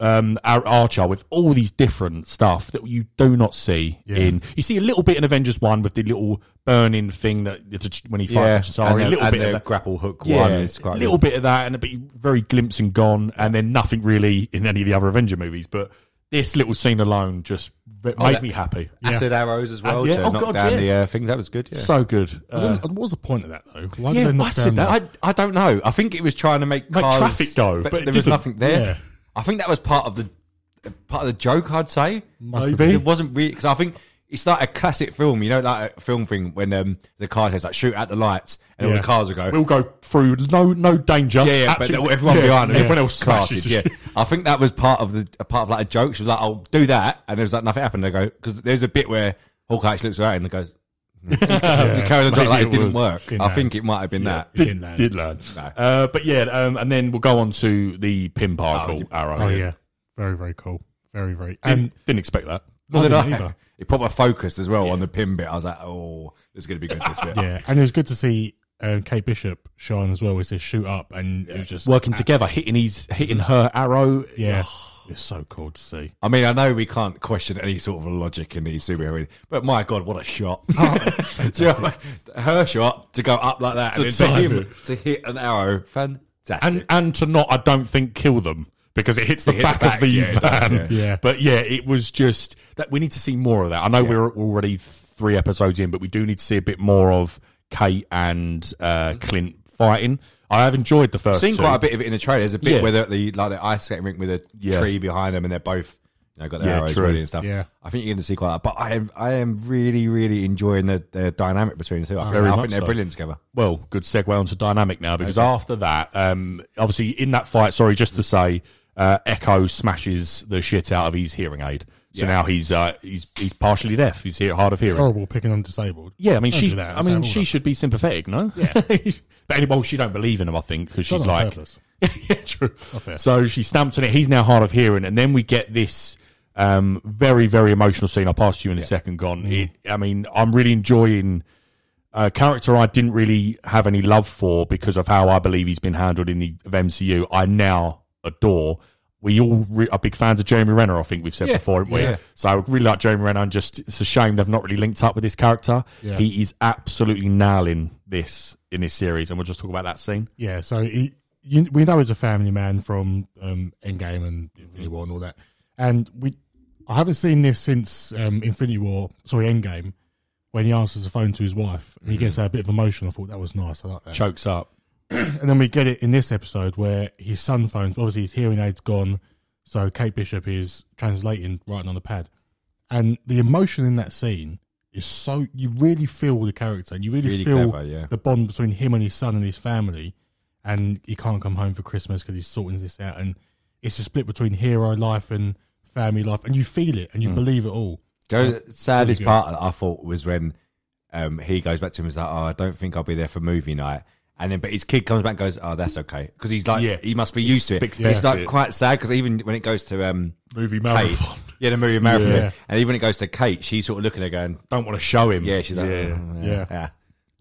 um, ar- archer with all these different stuff that you do not see in. You see a little bit in Avengers One with the little burning thing that that- when he fights and Sorry, the, a little and bit the of that. grapple hook Yeah, one. It's a quite little bit of that, and a bit very glimpse and gone, and then nothing really in any of the other Avenger movies. But this little scene alone just made that- me happy. acid arrows as well And- yeah. to Oh, knock God, down yeah. the uh, thing. That was good. Yeah. So good. Uh, what was the point of that though? Why Yeah, did they I knock down said that. I, I don't know. I think it was trying to make, Make cars, traffic go, but it there was didn't. nothing there. Yeah. I think that was part of the part of the joke. I'd say have It wasn't really because I think it's like a classic film. You know, like a film thing when um, the car says like shoot at the lights and all Yeah. the cars will go. Uh, we'll go through no no danger. yeah, yeah, but Absolute- everyone yeah, behind them, everyone else smashes. carted, Yeah, I think that was part of the a part of like a joke. She was like, "I'll do that," and there was like nothing happened. They go because there's a bit where Hawkeye actually looks around and goes, "He carried on Maybe joke like it it didn't was. work." Didn't I happen. think it might have been that. It didn't land. Did learn. Uh, but yeah, um, and then we'll go on to the pin particle arrow. Oh yeah, very very cool. Very very and Didn't expect that. Well, I did didn't I? either. It proper focused as well on the pin bit. I was like, oh, this is going to be good. This bit. yeah, and it was good to see um, Kate Bishop shine as well. It says shoot up, and it was just Working together, hitting his hitting her arrow. yeah, it's so cool to see. I mean, I know we can't question any sort of logic in these superheroes, but my god, what a shot! Do you know what I mean? Her shot to go up like that, To and then time to him it. to hit an arrow, fantastic. and and to not, I don't think kill them because it hits the, It hit the back, back, of the yeah, it does, van. yeah. Yeah. but yeah, it was just that we need to see more of that. I know we're already three episodes in, but we do need to see a bit more of Kate and uh, Clint fighting. I have enjoyed the first. Mm-hmm. seen two. quite a bit of it in the trailer. There's a bit Yeah. where they're at the like the ice skating rink with a Yeah. tree behind them, and they're both you know, got their Yeah, arrows true. ready and stuff. Yeah. I think you're going to see quite. a lot. But I am I am really really enjoying the, the dynamic between the two. I think, Very I much think they're so. brilliant together. well, good segue onto dynamic now because after that, um, obviously in that fight, sorry, just to say, uh, Echo smashes the shit out of his hearing aid. So Yeah. now he's uh, he's he's partially deaf. He's he- hard of hearing. Horrible picking on disabled. Yeah, I mean Don't she. do that. I That's mean horrible. she should be sympathetic, no? Yeah. but anyway, well, she don't believe in him, I think, because Done she's on like, purpose. yeah, true. fair. So she stamps on it. He's now hard of hearing, and then we get this um, very very emotional scene. I'll pass to you in a second. Gone. It, I mean, I'm really enjoying a character I didn't really have any love for because of how I believe he's been handled in the of MCU. I now adore. we all re- are big fans of Jeremy Renner. I think we've said Yeah. before, haven't we? Yeah. So I would really like Jeremy Renner. And just it's a shame they've not really linked up with this character. Yeah. He is absolutely nailing this in this series, and we'll just talk about that scene. Yeah, so he, you, we know he's a family man from um, Endgame and Infinity War and all that. And we, I haven't seen this since um, Infinity War, sorry, Endgame, when he answers the phone to his wife and he gets Mm. a bit of emotion. I thought that was nice. I like that. Chokes up. And then we get it in this episode where his son phones. Obviously, his hearing aid's gone, so Kate Bishop is translating, writing on the pad. And the emotion in that scene is so you really feel the character, and you really, Really feel clever, yeah. the bond between him and his son and his family. And he can't come home for Christmas because he's sorting this out, and it's a split between hero life and family life, and you feel it Mm. and you believe it all. Go, saddest good. part I thought was when um, he goes back to him and is like, "Oh, I don't think I'll be there for movie night." And then, but his kid comes back and goes, "Oh, that's okay," because he's like, Yeah. he must be used to it. Expects It's like it. quite sad because even when it goes to um, Movie Kate, marathon. yeah, the movie marathon, Yeah. and even when it goes to Kate, she's sort of looking at her going, Don't want to show him. "Yeah," she's like, yeah. "Oh, Yeah. yeah.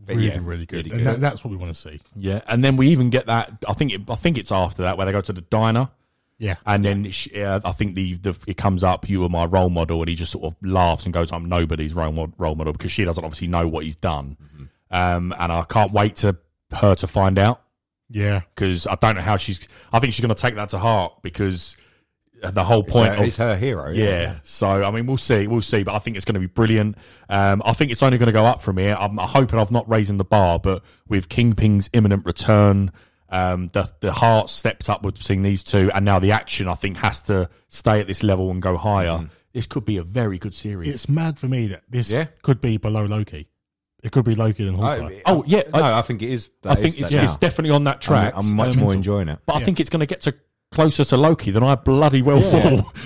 But Really, yeah, really good. really and that, that's what we want to see. Yeah, and then we even get that. I think it, I think it's after that where they go to the diner, Yeah, and then she, uh, I think the, the it comes up. You were my role model, and he just sort of laughs and goes, "I'm nobody's role mod- role model," because she doesn't obviously know what he's done. Mm-hmm. Um, and I can't wait to her to find out yeah. because I don't know how she's. I think she's going to take that to heart because the whole It's point her, of it's her hero. yeah. So I mean, we'll see, we'll see. But I think it's going to be brilliant. Um, I think it's only going to go up from here. I'm hoping I've not raising the bar, but with Kingpin's imminent return, um, the the heart steps up with seeing these two, and now the action I think has to stay at this level and go higher. This could be a very good series. It's mad for me that this Yeah. could be below Loki. It could be Loki than Oh, Hawkeye. Oh, yeah, No, I- I, think it is. I that think is it's, that it's definitely on that track. Um, I'm, I'm much more enjoying it. but I think it's going to get to closer to Loki than I bloody well thought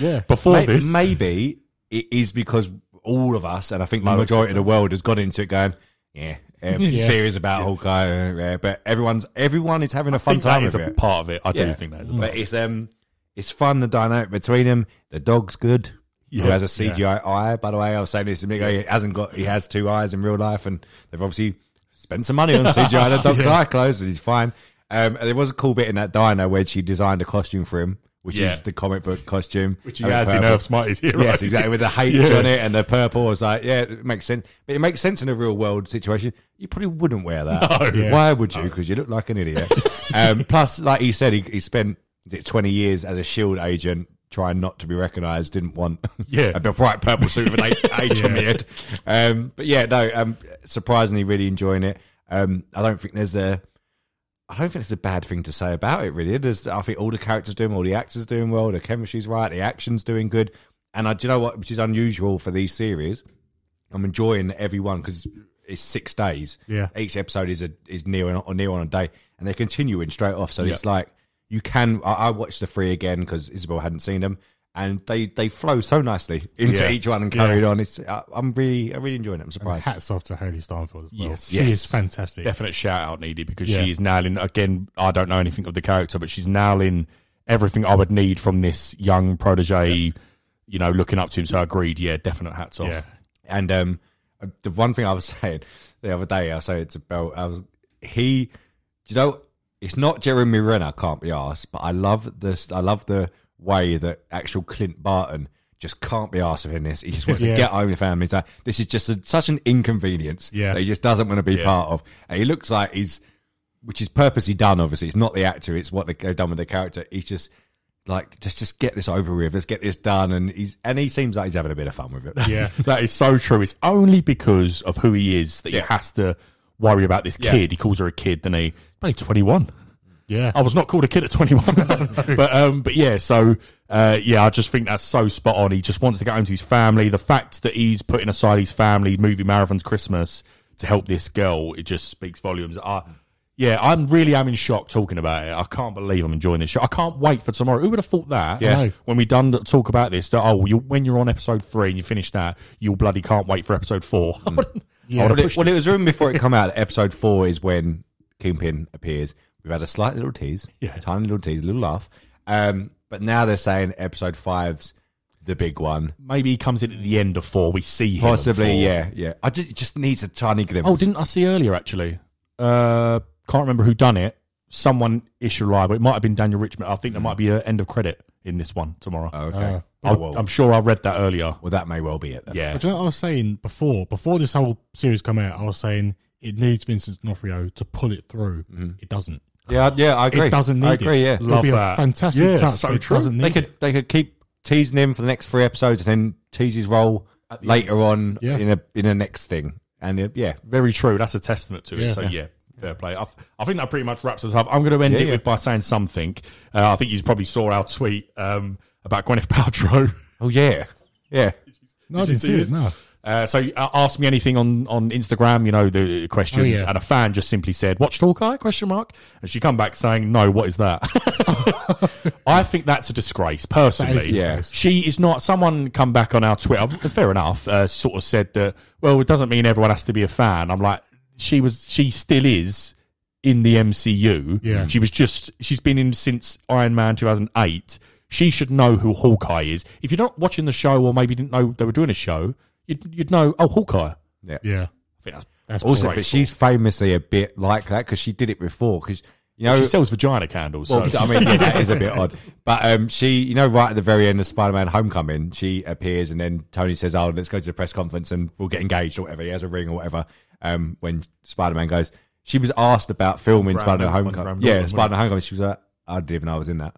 Yeah. before May- this. Maybe it is because all of us, and I think the Loads majority of the world, has gone into it going, yeah, um, series about Hawkeye, uh, yeah, but everyone's everyone is having a I fun think that time with is a it. part of it. I Yeah. do think that is a part. but it's um, it's fun the dynamic between them. The dog's good. Who Yeah. has a CGI eye? By the way, I was saying this to Migo. He hasn't got. He has two eyes in real life, and they've obviously spent some money on CGI. The dog's eye closed, and he's fine. Um, and there was a cool bit in that diner where she designed a costume for him, which Yeah. is the comic book costume, Um, Which he I mean, has in purple. Earth's Mightiest Heroes. Yes, exactly. With the H Yeah. on it and the purple, I was like, yeah, it makes sense. But it makes sense in a real world situation. You probably wouldn't wear that. No. Why would you? Because you look like an idiot. um, plus, like he said, he, he spent twenty years as a Shield agent. Trying not to be recognised, didn't want Yeah. a bright purple suit with an H on the head. Um, but yeah, no, um, surprisingly, really enjoying it. Um, I don't think there's a, I don't think it's a bad thing to say about it, really. There's, I think all the characters doing well, the actors doing well, the chemistry's right, the action's doing good. And I, do you know what, which is unusual for these series, I'm enjoying every one because it's six days. Yeah. Each episode is a, is near on, or near on a day and they're continuing straight off. So it's like, you can, I, I watched the three again because Isabel hadn't seen them and they, they flow so nicely into Yeah. each one and carried on. It's, I, I'm really, I'm really enjoying it. I'm surprised. Hats off to Haley Steinfeld as well. Yes. she Yes. is fantastic. definite shout out needed because Yeah. she is nailing again. I don't know anything of the character, but she's nailing everything I would need from this young protege. You know, looking up to him. So I agreed. Yeah, definite hats off. Yeah, And um, the one thing I was saying the other day, I was saying to Bell, I was he. Do you know? It's not Jeremy Renner. Can't be asked. But I love this. I love the way that actual Clint Barton just can't be asked of in this. He just wants Yeah. to get home with family. He's like, This is just a, such an inconvenience Yeah. that he just doesn't want to be Yeah. part of. And he looks like he's, which is purposely done. Obviously, it's not the actor. It's what they've done with the character. He's just. Like just, just get this over with. Let's get this done, and he's and he seems like he's having a bit of fun with it. yeah, That is so true. It's only because of who he is that Yeah. he has to worry about this Yeah. kid. He calls her a kid, then he only twenty one. yeah. I was not called a kid at 21. but um, but yeah, so uh, yeah, I just think that's so spot on. He just wants to get home to his family. The fact that he's putting aside his family, movie marathons, Christmas to help this girl, it just speaks volumes. I, yeah, I'm really am in shock talking about it. I can't believe I'm enjoying this show. I can't wait for tomorrow. Who would have thought that? Yeah. I know. When we done th- talk about this, that oh, you, when you're on episode three and you finish that, you bloody can't wait for episode four. Mm. I would have Well, it, pushed well, it was rumored before it come out. that Episode four is when Kingpin appears. We've had a slight little tease, Yeah. tiny little tease, a little laugh. Um, but now they're saying episode five's the big one, Maybe he comes in at the end of four. We see him. on possibly. four. Yeah, yeah. I just, just needs a tiny glimpse. Oh, didn't I see earlier actually? Uh, can't remember who done it. someone ish reliable. It might have been Daniel Richmond. I think there might be an end of credit in this one tomorrow. Mm. Oh, Okay. I'll- well, I'm sure I read that earlier. well, that may well be it. Then. Yeah. But do you know what I was saying before? Before this whole series come out, I was saying it needs Vincent D'Onofrio to pull it through. It doesn't. yeah, yeah. I agree. It doesn't need I agree. it. Yeah, It'll be Love a that. fantastic Yeah, touch. so but it true. doesn't need they could they could keep teasing him for the next three episodes, and then tease his role later on Yeah. in a in a next thing. And uh, yeah, Very true. That's a testament to it. Yeah. So yeah, fair play. I, I think that pretty much wraps us up. I'm going to end Yeah, it yeah. with by saying something. Uh, I think you probably saw our tweet um, about Gwyneth Paltrow. oh yeah, yeah. No, I Did you didn't see see it. this? No. Uh, so uh, ask me anything on, on Instagram, you know, the questions. Oh, yeah. And a fan just simply said, watch Hawkeye, question mark. And she come back saying, no, what is that? I think that's a disgrace, personally. That is Yeah. disgrace. She is not. Someone come back on our Twitter. Fair enough. Uh, sort of said that. Well, it doesn't mean everyone has to be a fan. I'm like, she was. She still is in the MCU. Yeah. She was just. She's been in since Iron Man 2008. She should know who Hawkeye is. If you're not watching the show, or maybe didn't know they were doing a show, you'd, you'd know. Oh, Hawkeye. I Yeah. think that's, That's Also, poor. but she's famously a bit like that because she did it before. Because you know, she sells vagina candles. Well, so. I mean, yeah, that is a bit odd. But um, she, you know, right at the very end of Spider-Man: Homecoming, she appears, and then Tony says, "Oh, let's go to the press conference and we'll get engaged or whatever." He has a ring or whatever. Um, when Spider-Man goes, she was asked about filming Graham Spider-Man: Norton, Homecoming. Graham Yeah, Norton, Spider-Man: Homecoming. She was like, "I didn't even know I was in that."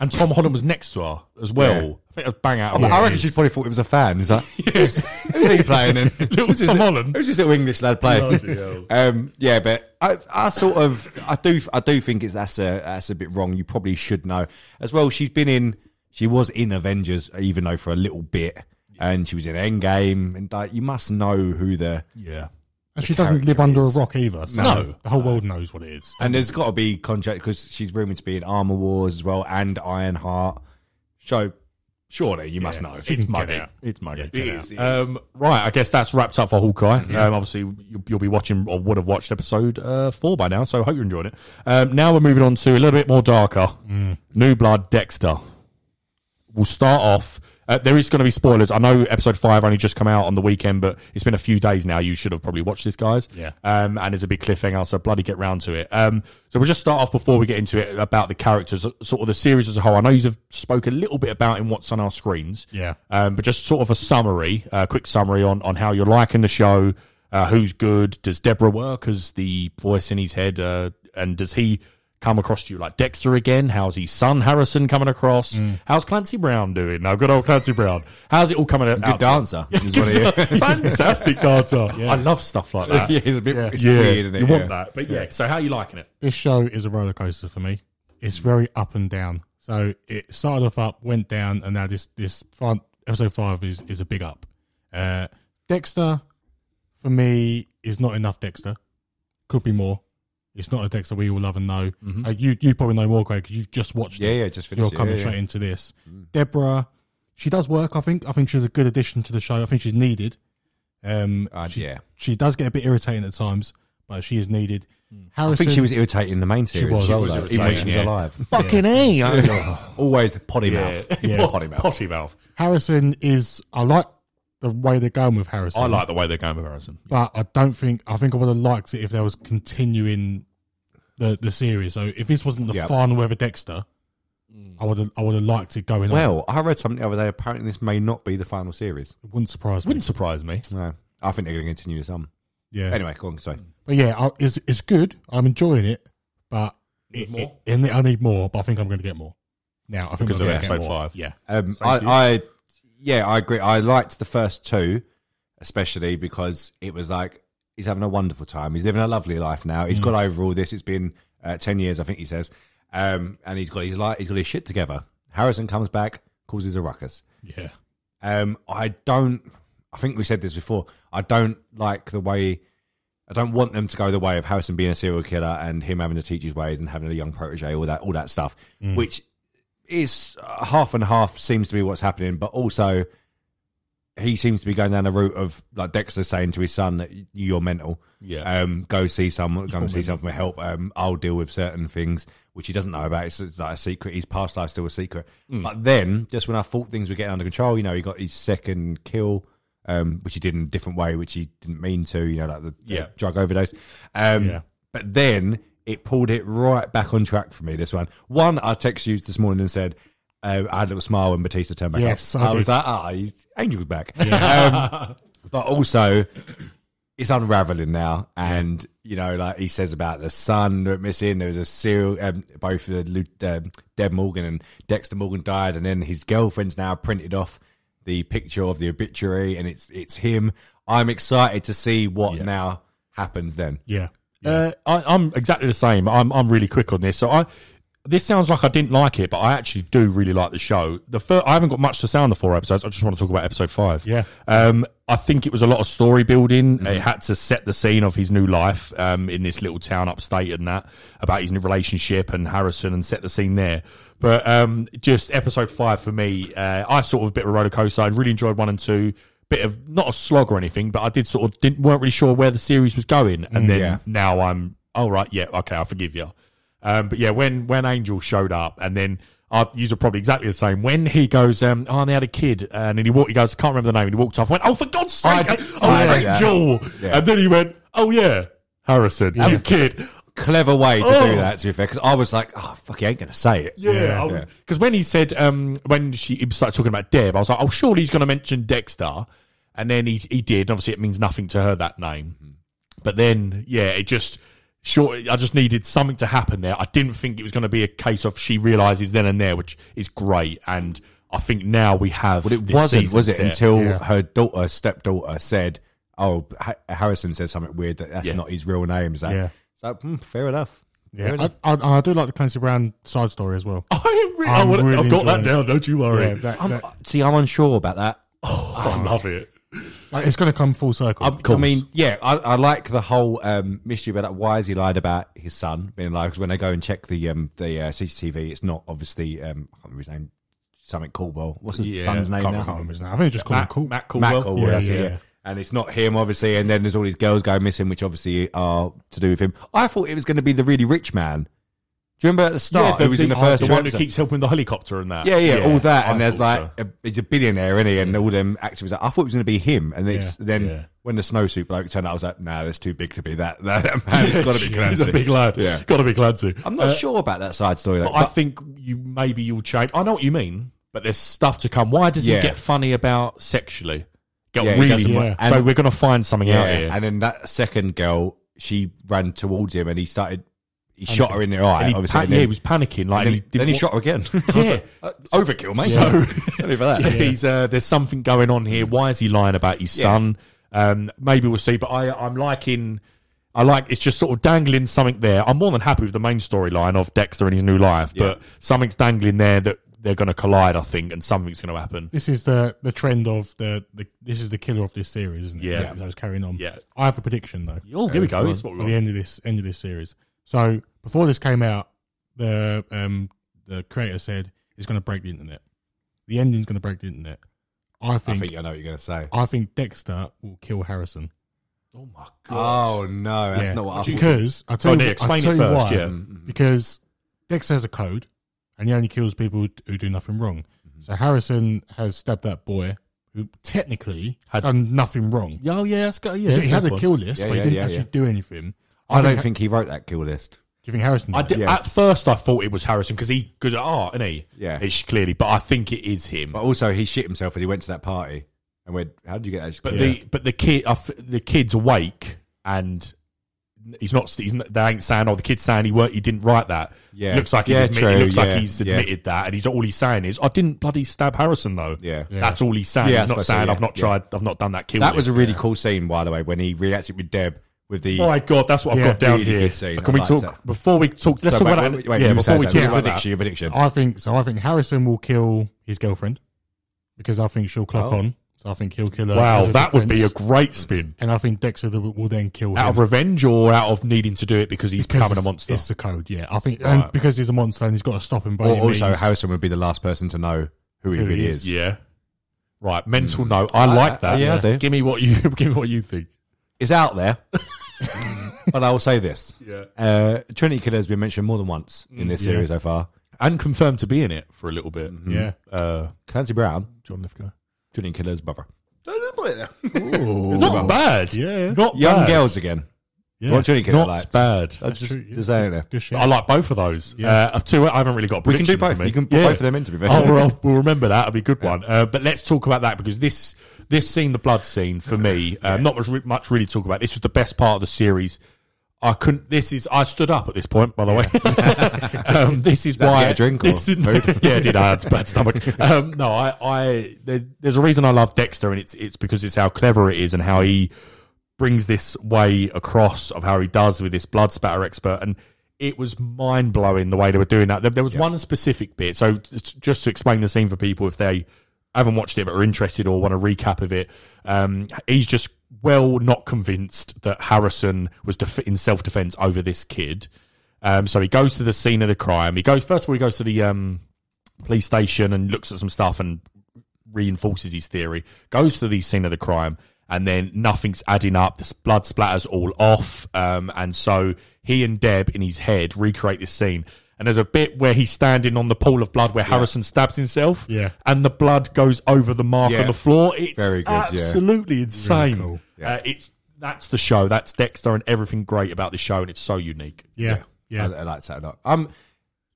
and Tom Holland was next to her as well. Yeah. I think that was bang out. of I her. reckon she probably thought it was a fan. He's like, "Who's who's he playing?" Then Little Who's this- Tom Holland. Who's this little English lad playing? Bloody hell. Um, yeah, but I, I sort of, I do, I do think it's that's a that's a bit wrong. You probably should know as well. She's been in, she was in Avengers, even though for a little bit, and she was in Endgame, and like you must know who the Yeah. And she doesn't live character under a is- rock either. So No. The whole world knows what it is. and there's got to be contract because she's rumored to be in Armor Wars as well and Ironheart. So surely you must know. It's can get muggy. out. It's muggy. It is, it Um, right, I guess that's wrapped up for Hawkeye. Um, obviously, you'll, you'll be watching or would have watched episode uh, four by now, so I hope you're enjoying it. Um, now we're moving on to a little bit more darker. New Blood Dexter. We'll start off. Uh, there is going to be spoilers. I know episode five only just come out on the weekend, but it's been a few days now. You should have probably watched this, guys. Yeah. Um, and it's a big cliffhanger, so bloody get round to it. Um, so we'll just start off before we get into it about the characters, sort of the series as a whole. I know you've spoken a little bit about in what's on our screens. Yeah. Um, but just sort of a summary, a quick summary on, on how you're liking the show, uh, who's good, does Deborah work as the voice in his head, uh, and does he come across to you like Dexter again? How's his son Harrison coming across? How's Clancy Brown doing? Now, good old Clancy Brown. How's it all coming out? Good dancer. is what it is. Fantastic dancer. I love stuff like that. yeah, it's a bit it's weird. Isn't it? you want Yeah. that, but yeah. So, how you liking it? This show is a roller coaster for me. It's very up and down. So it started off up, went down, and now this this fin- episode five is is a big up. Uh, Dexter, for me, is not enough. Dexter could be more. It's not a Dexter we all love and know. Uh, you you probably know more, Greg. 'cause You've just watched. Mm-hmm. Yeah, it. yeah, just You're finished it, coming yeah, straight yeah. Mm. into this. Deborah, she does work. I think. I think she's a good addition to the show. I think she's needed. Um, Uh, she, yeah. she does get a bit irritating at times, but she is needed. Harrison, I think she was irritating in the main series. was, I was even when she irritating, was yeah. alive. Fucking a. Always potty mouth. Yeah. potty mouth. Potty mouth. Harrison is. I like the way they're going with Harrison. I like the way they're going with Harrison. but I don't think. I think I would have liked it if there was continuing the the series. So if this wasn't the Yeah. final ever Dexter, I would have. I would have liked it going. on. Well, I read something the other day. Apparently, this may not be the final series. it wouldn't surprise me. Wouldn't surprise me. No, I think they're going to continue some. Yeah. Anyway, go on. Sorry. but yeah, I, it's it's good. I'm enjoying it, but it, more? it- and I need more. But I think I'm going to get more. Now I think Because I'm of gonna get episode more. five. Yeah. Um, I, I, yeah, I agree. I liked the first two, especially because it was like he's having a wonderful time. He's living a lovely life now. He's got over all this. It's been uh, ten years, I think he says, um, and he's got his life. He's got his shit together. Harrison comes back, causes a ruckus. Yeah. Um, I don't. I think we said this before. I don't like the way. I don't want them to go the way of Harrison being a serial killer and him having to teach his ways and having a young protege, all that, all that stuff, which is uh, half and half seems to be what's happening. But also, he seems to be going down the route of like Dexter saying to his son, that "You're mental. Yeah. um, go see someone. Go and see someone for help. Um, I'll deal with certain things which he doesn't know about. It's, it's like a secret. His past life's still a secret. But then, just when I thought things were getting under control, you know, he got his second kill, um, which he did in a different way, which he didn't mean to. You know, like the the Yeah. drug overdose. Um, Yeah. But then it pulled it right back on track for me. This one, one I texted you this morning and said. Uh, I had a little smile when Batista turned back Yes, up. I I, was did. like, ah, he's Angel's back. Um, but also, it's unraveling now, and you know, like he says about the son that missing. There was a serial. Um, both uh, Lu- um, Deb Morgan and Dexter Morgan died, and then his girlfriend's now printed off the picture of the obituary, and it's it's him. I'm excited to see what now happens then. Yeah. Uh, I, I'm exactly the same. I'm I'm really quick on this. So I this sounds like I didn't like it, but I actually do really like the show. The fir- I haven't got much to say on the four episodes. I just want to talk about episode five. Yeah. Um, I think it was a lot of story building. It had to set the scene of his new life um, in this little town upstate and that about his new relationship and Harrison and set the scene there. But um, just episode five for me, uh, I sort of a bit of a roller coaster. I really enjoyed one and two. Bit of not a slog or anything, but I did sort of didn't weren't really sure where the series was going, and then yeah. now I'm all right. Yeah, okay, I forgive you. Um, but yeah, when when Angel showed up, and then our user probably exactly the same. When he goes, um, oh, and they had a kid, and then he walked. He goes, I can't remember the name. And he walked off. I Went, oh, for God's I sake, d- oh, I like that. Angel. Yeah. And then he went, oh yeah, Harrison, you was- kid. Clever way to Oh. do that, to be fair, because I was like, oh fuck, he ain't gonna say it. Yeah, yeah. because when he said um, when she he started talking about Deb, I was like, oh, surely he's going to mention Dexter, and then he he did. Obviously, it means nothing to her that Mm-hmm. name, but then yeah, it just sure I just needed something to happen there. I didn't think it was going to be a case of she realizes then and there, which is great, and I think now we have. But it this wasn't, season was it? set. Until Yeah. her daughter, stepdaughter, said, "Oh, Ha- Harrison says something weird that that's Yeah. not his real name." Is that? Yeah. So hmm, fair enough. Fair Yeah. enough. I, I, I do like the Clancy Brown side story as well. I re- I I'm would- really I've got that enjoying it. down. Don't you worry. Yeah, that, I'm, that- Uh, see, I'm unsure about that. I love it. like, it's going to come full circle. I, I mean, yeah, I, I like the whole um, mystery about that. Why has he lied about his son being alive? 'Cause when they go and check the um, the uh, CCTV, it's not obviously um, I can't remember his name, something Caldwell. What's his Yeah, son's name can't- now? I can't remember his name. I think it's just called him Matt, Cool. Matt Caldwell. Matt Caldwell, Yeah, that's it, yeah, yeah, yeah. And it's not him, obviously. And then there's all these girls going missing, which obviously are to do with him. I thought it was going to be the really rich man. Do you remember at the Yeah, start? who was in the oh, first the one who episode? keeps helping the helicopter and that. Yeah, yeah, all that. I and there's thought like, so. Mm. a, he's a billionaire, isn't he? And all them activists. I thought it was going to be him. And it's Yeah. then Yeah. when the snowsuit bloke turned up, I was like, no, that's too big to be that. That, that man, it's got to be He's Clancy. a big lad. Yeah. Got to be Clancy. I'm not sure about that side story. Though, But I but think you maybe you'll change. I know what you mean, but there's stuff to come. Why does Yeah. he get funny about sexually? Get Yeah, he really. doesn't want- So and- we're gonna find something out yeah. here. And then that second girl, she ran towards him and he started, he shot her in the eye, And he obviously. pa- and yeah, then- he was panicking. and then, Like he, he, did then he what- shot her again. Yeah. Uh, Overkill, mate. So, only for that. Yeah, he's uh, there's something going on here. Why is he lying about his son? Um, maybe we'll see. But I, I'm liking. I like it's just sort of dangling something there. I'm more than happy with the main storyline of Dexter and his new life, but something's dangling there that they're going to collide, I think, and something's going to happen. this is the the trend of the, the this is the killer of this series, isn't it? Yeah. So it's carrying on. Yeah. I have a prediction though. Oh, here we go. It's what we At want. the end of this end of this series. So before this came out, the um the creator said it's going to break the internet. The ending's going to break the internet. I I think I think think, I know what you're going to say. Dexter will kill Harrison Oh my god! Oh, no. That's not what I thought. Mm-hmm. because I tell Oh, you, yeah, I explain tell it you first, why. yeah. Because Dexter has a code, and he only kills people who- who do nothing wrong. Mm-hmm. So Harrison has stabbed that boy who technically Had- had done nothing wrong. Oh, yeah, that's got yeah. he had a that's kill list, Yeah, yeah, but he didn't yeah, actually yeah. do anything. I don't think he wrote that kill list. Do you think Harrison? I did? did, Yes. At first, I thought it was Harrison because he good at art, isn't he? Yeah. it's clearly. But I think it is him. But But, also, he shit himself when he went to that party. And went, how did you get that? But the but the kid, I f- the kid's awake and he's not. He's not they ain't saying. Oh, the kid's saying he weren't. He didn't write that. Yeah. looks like he's Yeah, admitted. true, Looks yeah, like he's yeah. admitted that, and he's all he's saying is, I didn't bloody stab Harrison though. Yeah. Yeah. that's all he's saying. Yeah, I he's not suppose so, saying yeah, I've not yeah. tried. I've not done that kill. that was a list." really cool scene, by the way, when he reacted with Deb with the. Oh my god, that's what Yeah, I've got down really here. good scene. I Can we liked talk that. before we talk? Let's So talk wait, about wait, that. wait, yeah, you before say we that. talk Your about that. prediction, your prediction. I think so. I think Harrison will kill his girlfriend because I think she'll clock Oh. on. So I think he'll kill her. Wow, as a that would be a defense. great spin. And I think Dexter will will then kill him. Out of revenge or out of needing to do it because he's Because becoming a it's- monster? It's the code, yeah. I think and because he's a monster and he's got to stop him. By Or any also, means. Harrison would be the last person to know who he Who he really is. is. Yeah. Right, mental note. I like that. yeah, Hmm. I do. Give me what you give me what you think. It's out there. but I will say this: Yeah. Mm, uh, Trinity Killer has been mentioned more than once in this yeah. series so far. And confirmed to be in it for a little bit. yeah. Uh, Clancy Brown, John Lithgow. Trinity Killer's brother. Not bad. Yeah. Not Young bad. girls again. Yeah. What Johnny Killer Not liked. bad. I That's just, true, yeah. just saying it. Good shit. I like both of those. Yeah. Uh, two, I haven't really got. A We can do prediction for both. me. You can put both of them in, to be fair. Oh, we'll, we'll remember that. That'll be a good one. Uh, but let's talk about that because this this scene, the blood scene, for me, um, not much, much really to talk about. This was the best part of the series. I couldn't. This is. I stood up at this point. By the way, um, this is Did you why get a drink or this is- yeah, I did. I had a bad stomach. Um, no, I. I there, there's a reason I love Dexter, and it's it's because it's how clever it is and how he brings this way across of how he does with this blood spatter expert and it was mind blowing the way they were doing that. There, there was one specific bit. So it's- just to explain the scene for people, if they haven't watched it but are interested or want a recap of it, um, he's just well not convinced that Harrison was def- in self defense over this kid. Um, so he goes to the scene of the crime. He goes first of all. He goes to the um, police station and looks at some stuff and reinforces his theory, goes to the scene of the crime, and then nothing's adding up. This blood splatters all off. Um, and so he and Deb in his head recreate this scene. And there's a bit where he's standing on the pool of blood where Harrison stabs himself. Yeah. And the blood goes over the mark Yeah. on the floor. It's Very good, yeah. absolutely insane. cool. Uh, it's that's the show. That's Dexter and everything great about the show, and it's so unique. Yeah. Yeah. I, I liked that a lot. Um,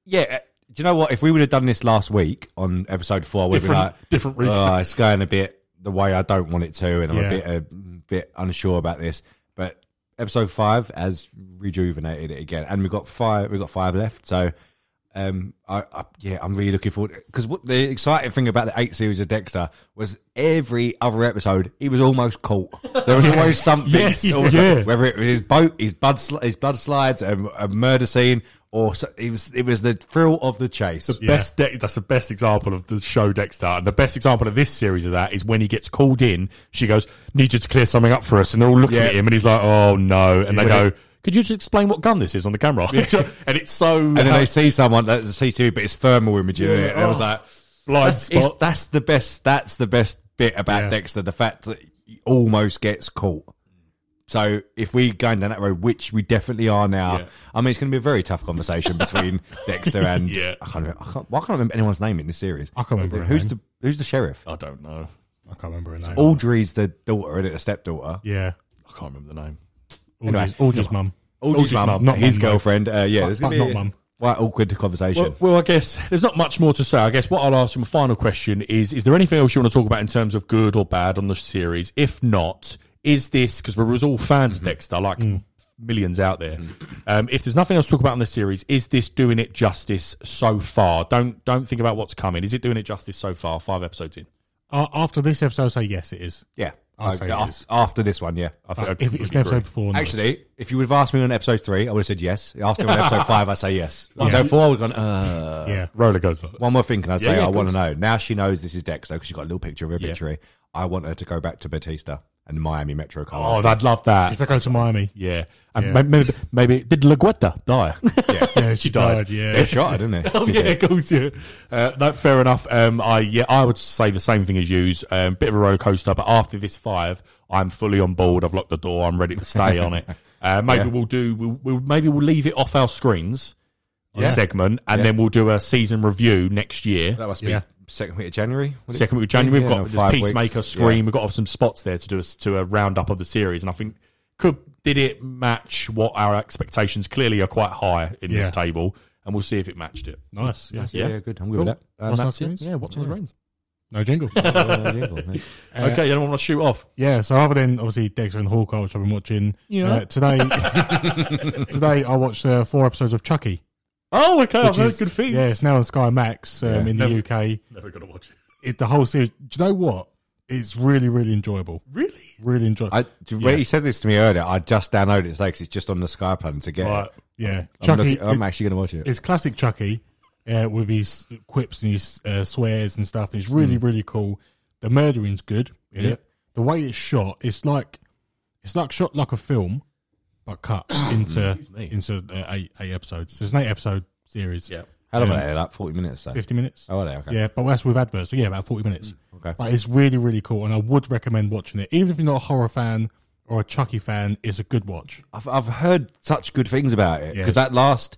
yeah. uh, Do you know what? If we would have done this last week on episode four, we'd Different- be like, different reason. "Oh, it's going a bit the way I don't want it to, and I'm Yeah. a bit a bit unsure about this. But episode five has rejuvenated it again, and we've got five. We've got five left. So, um, I, I yeah, I'm really looking forward because what the exciting thing about the eight series of Dexter was every other episode he was almost caught. There was always something. Yes, Always- yeah. whether it was his boat, his blood, sl- his blood slides, a, a murder scene, or so, it was it was the thrill of the chase. The best de- that's the best example of the show Dexter, and the best example of this series of that is when he gets called in. She goes, "Need you to clear something up for us," and they're all looking Yeah. at him, and he's like, "Oh no!" And they Yeah. go, "Could you just explain what gun this is on the camera?" and it's so and then they see someone that's a CTV, but it's thermal imaging. in it, and I was like, Blind that's, it's- spots. that's the best. That's the best bit about Oh. Yeah. Dexter: the fact that he almost gets caught. So if we going down that road, which we definitely are now, Yeah. I mean, it's going to be a very tough conversation between Dexter and Yeah. I can't, remember, I can't. Why can't I remember anyone's name in this series? I can't remember her who's name. Oh. the who's the sheriff. I don't know. I can't remember her name. Audrey's the daughter, and it? The stepdaughter. yeah. I can't remember the name. Audrey's, Anyway. Audrey's mum. Audrey's mum, not not his mum, no. girlfriend. Uh, yeah, But- there's gonna but be not mum. Quite awkward conversation. Well, well, I guess there's not much more to say. I guess what I'll ask you, my final question is: Is there anything else you want to talk about in terms of good or bad on the series? If not, is this because we was all fans Mm-hmm. of Dexter, like Mm. millions out there? Um, if there's nothing else to talk about on the series, is this doing it justice so far? Don't don't think about what's coming. Is it doing it justice so far? Five episodes in. Uh, after this episode, I say yes, it is. yeah, I- I'd say it af- is. after this one, yeah. I think Uh, I if would it's agree. an episode before, no. Actually, if you would have asked me on episode three, I would have said yes. Asked me on episode five, I say yes. Yeah. Episode four, we've gone. Uh, yeah. Roller goes up. One more thing, can I say? yeah, I of want to know. Now she knows this is Dexter because she got a little picture of her obituary. I want her to go back to Batista and the Miami Metro Oh, Car. I'd love that. If I go to Miami, Yeah, and may- Maybe, maybe did Laguetta die? yeah, she died. Yeah, they shot her, didn't they? Oh yeah, of course. Yeah, uh, no, fair enough. Um, I yeah, I would say the same thing as you. Um, bit of a roller coaster, but after this five, I'm fully on board. I've locked the door. I'm ready to stay on it. Uh, maybe we'll do. We'll, we'll maybe we'll leave it off our screens a Yeah. segment, and then we'll do a season review next year. That must be Yeah. second week of January. would it? Second week of January, Yeah, we've got five this weeks. Peacemaker Yeah. Scream. We've got some spots there to do a, to a roundup of the series, and I think could did it match what our expectations clearly are quite high in this Yeah. table, and we'll see if it matched it. nice. Yeah, Yeah, good. I'm good with that. Um, What's that's it. Yeah, what's on the brains? no jingle. uh, yeah, well, yeah. okay, you don't want to shoot off. yeah. So other than obviously Dexter and Hawkeye, which I've been watching Yeah. uh, today, today I watched uh, four episodes of Chucky. Oh, okay, I've which heard is- good things. Yeah, it's now on Sky Max um, in the Never- UK. Never gonna watch it. It, the whole series. Do you know what? It's really, really enjoyable. Really? Really enjoyable. I, when he said this to me earlier, I just downloaded it today because it's just on the Sky plan to get. Right. it. yeah, I'm, Chucky. looking- I'm it- actually going to watch it. it's classic Chucky uh, with his quips and his uh, swears and stuff. It's really, Mm. really cool. The murdering's good in it. The way it's shot, it's like it's like shot like a film, but cut into into uh, eight eight episodes. It's an eight episode series. Yeah. How long um, are they? Like forty minutes. So. fifty minutes. Oh, are they? Okay. Mm, Yeah, but that's with adverts. So yeah, about forty minutes. okay. But it's really, really cool, and I would recommend watching it, even if you're not a horror fan or a Chucky fan. It's a good watch. I've I've heard such good things about it Yeah. because that last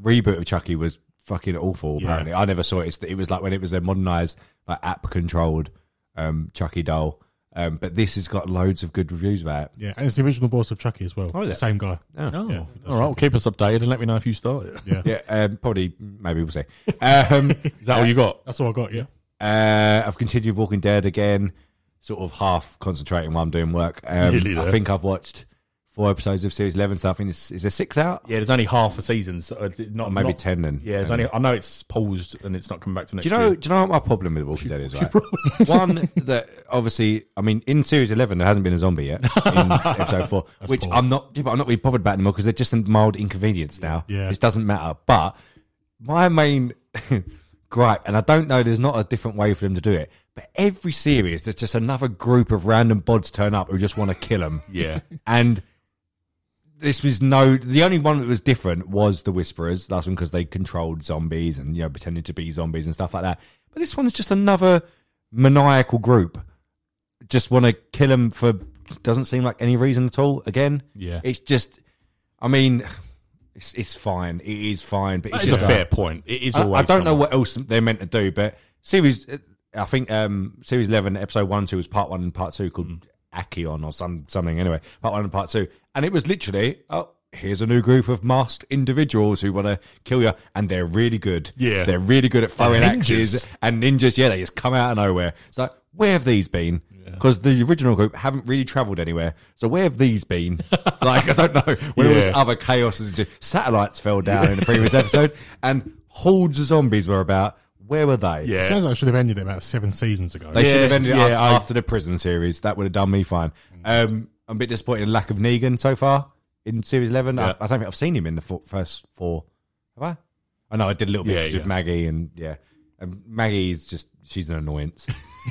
reboot of Chucky was fucking awful. Yeah. Apparently, I never saw it. It's, it was like when it was a modernized, like app controlled um, Chucky doll. Um, but this has got loads of good reviews about it. Yeah, and it's the original voice of Chucky as well. Oh, is It's it? the same guy. Oh, Yeah. all right. Well, keep us updated and let me know if you start it. Is Yeah. Yeah, um, probably, maybe we'll see. Um, that all you got? That's all I got, yeah. Uh, I've continued Walking Dead again, sort of half concentrating while I'm doing work. Nearly Um, I there. think I've watched four episodes of Series 11, so I think it's, is there six out? Yeah, there's only half a season, so it's not Maybe not- 10 then. Yeah, it's only. I know it's paused and it's not coming back to next. Do you know? year. Do you know what my problem with Walking Dead is? Right? One that obviously, I mean, in series eleven there hasn't been a zombie yet in episode four, which poor. I'm not. yeah, but I'm not really bothered about anymore because they're just a mild inconvenience now. Yeah. it doesn't matter. But my main gripe, and I don't know, there's not a different way for them to do it. But every series, there's just another group of random bods turn up who just want to kill them. Yeah. and this was no the only one that was different was the whisperers last one because they controlled zombies and you know pretended to be zombies and stuff like that but this one's just another maniacal group just want to kill them for doesn't seem like any reason at all again Yeah. it's just i mean it's, it's fine it is fine but That it's is just a fair point. It is. I, Always I don't know someone. what else they're meant to do but series uh, i think um series 11 episode 1 and 2 was part 1 and part 2 called Mm. Akion or some something anyway part 1 and part 2 and it was literally oh here's a new group of masked individuals who want to kill you and they're really good Yeah. they're really good at throwing They're ninjas. axes and ninjas yeah they just come out of nowhere it's like where have these been because the original group haven't really travelled anywhere so where have these been like i don't know where was Yeah. other chaos is just satellites fell down in the previous episode and hordes of zombies were about where were they Yeah. It sounds like it should have ended about seven seasons ago. they should have ended it yeah, after, I- after the prison series that would have done me fine um i'm a bit disappointed in lack of negan so far in series 11 I, Yeah. I don't think i've seen him in the fo- first four have i i know i did a little bit Yeah, with yeah. maggie and yeah and maggie's just she's an annoyance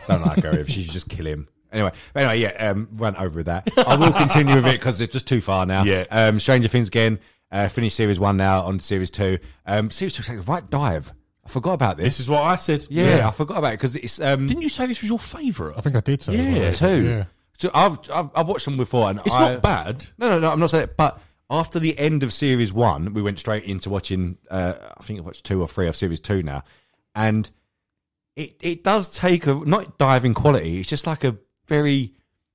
don't like her if she should just kill him Anyway, but anyway, yeah, um, went over with that. I will continue with it because it's just too far now. Yeah. Um, Stranger Things again. Uh, finished series one now on to series two. Um, series two, is like a right dive. I forgot about this. This is what I said. yeah, I forgot about it because it's um, Didn't you say this was your favourite? I think I did say Yeah, that. two. Yeah. So I've, I've I've watched them before, and It's I- not bad. No, no, no. I'm not saying it. But after the end of series one, we went straight into watching. Uh, I think I watched two or three of series two now, and it it does take a not diving quality. It's just like a very.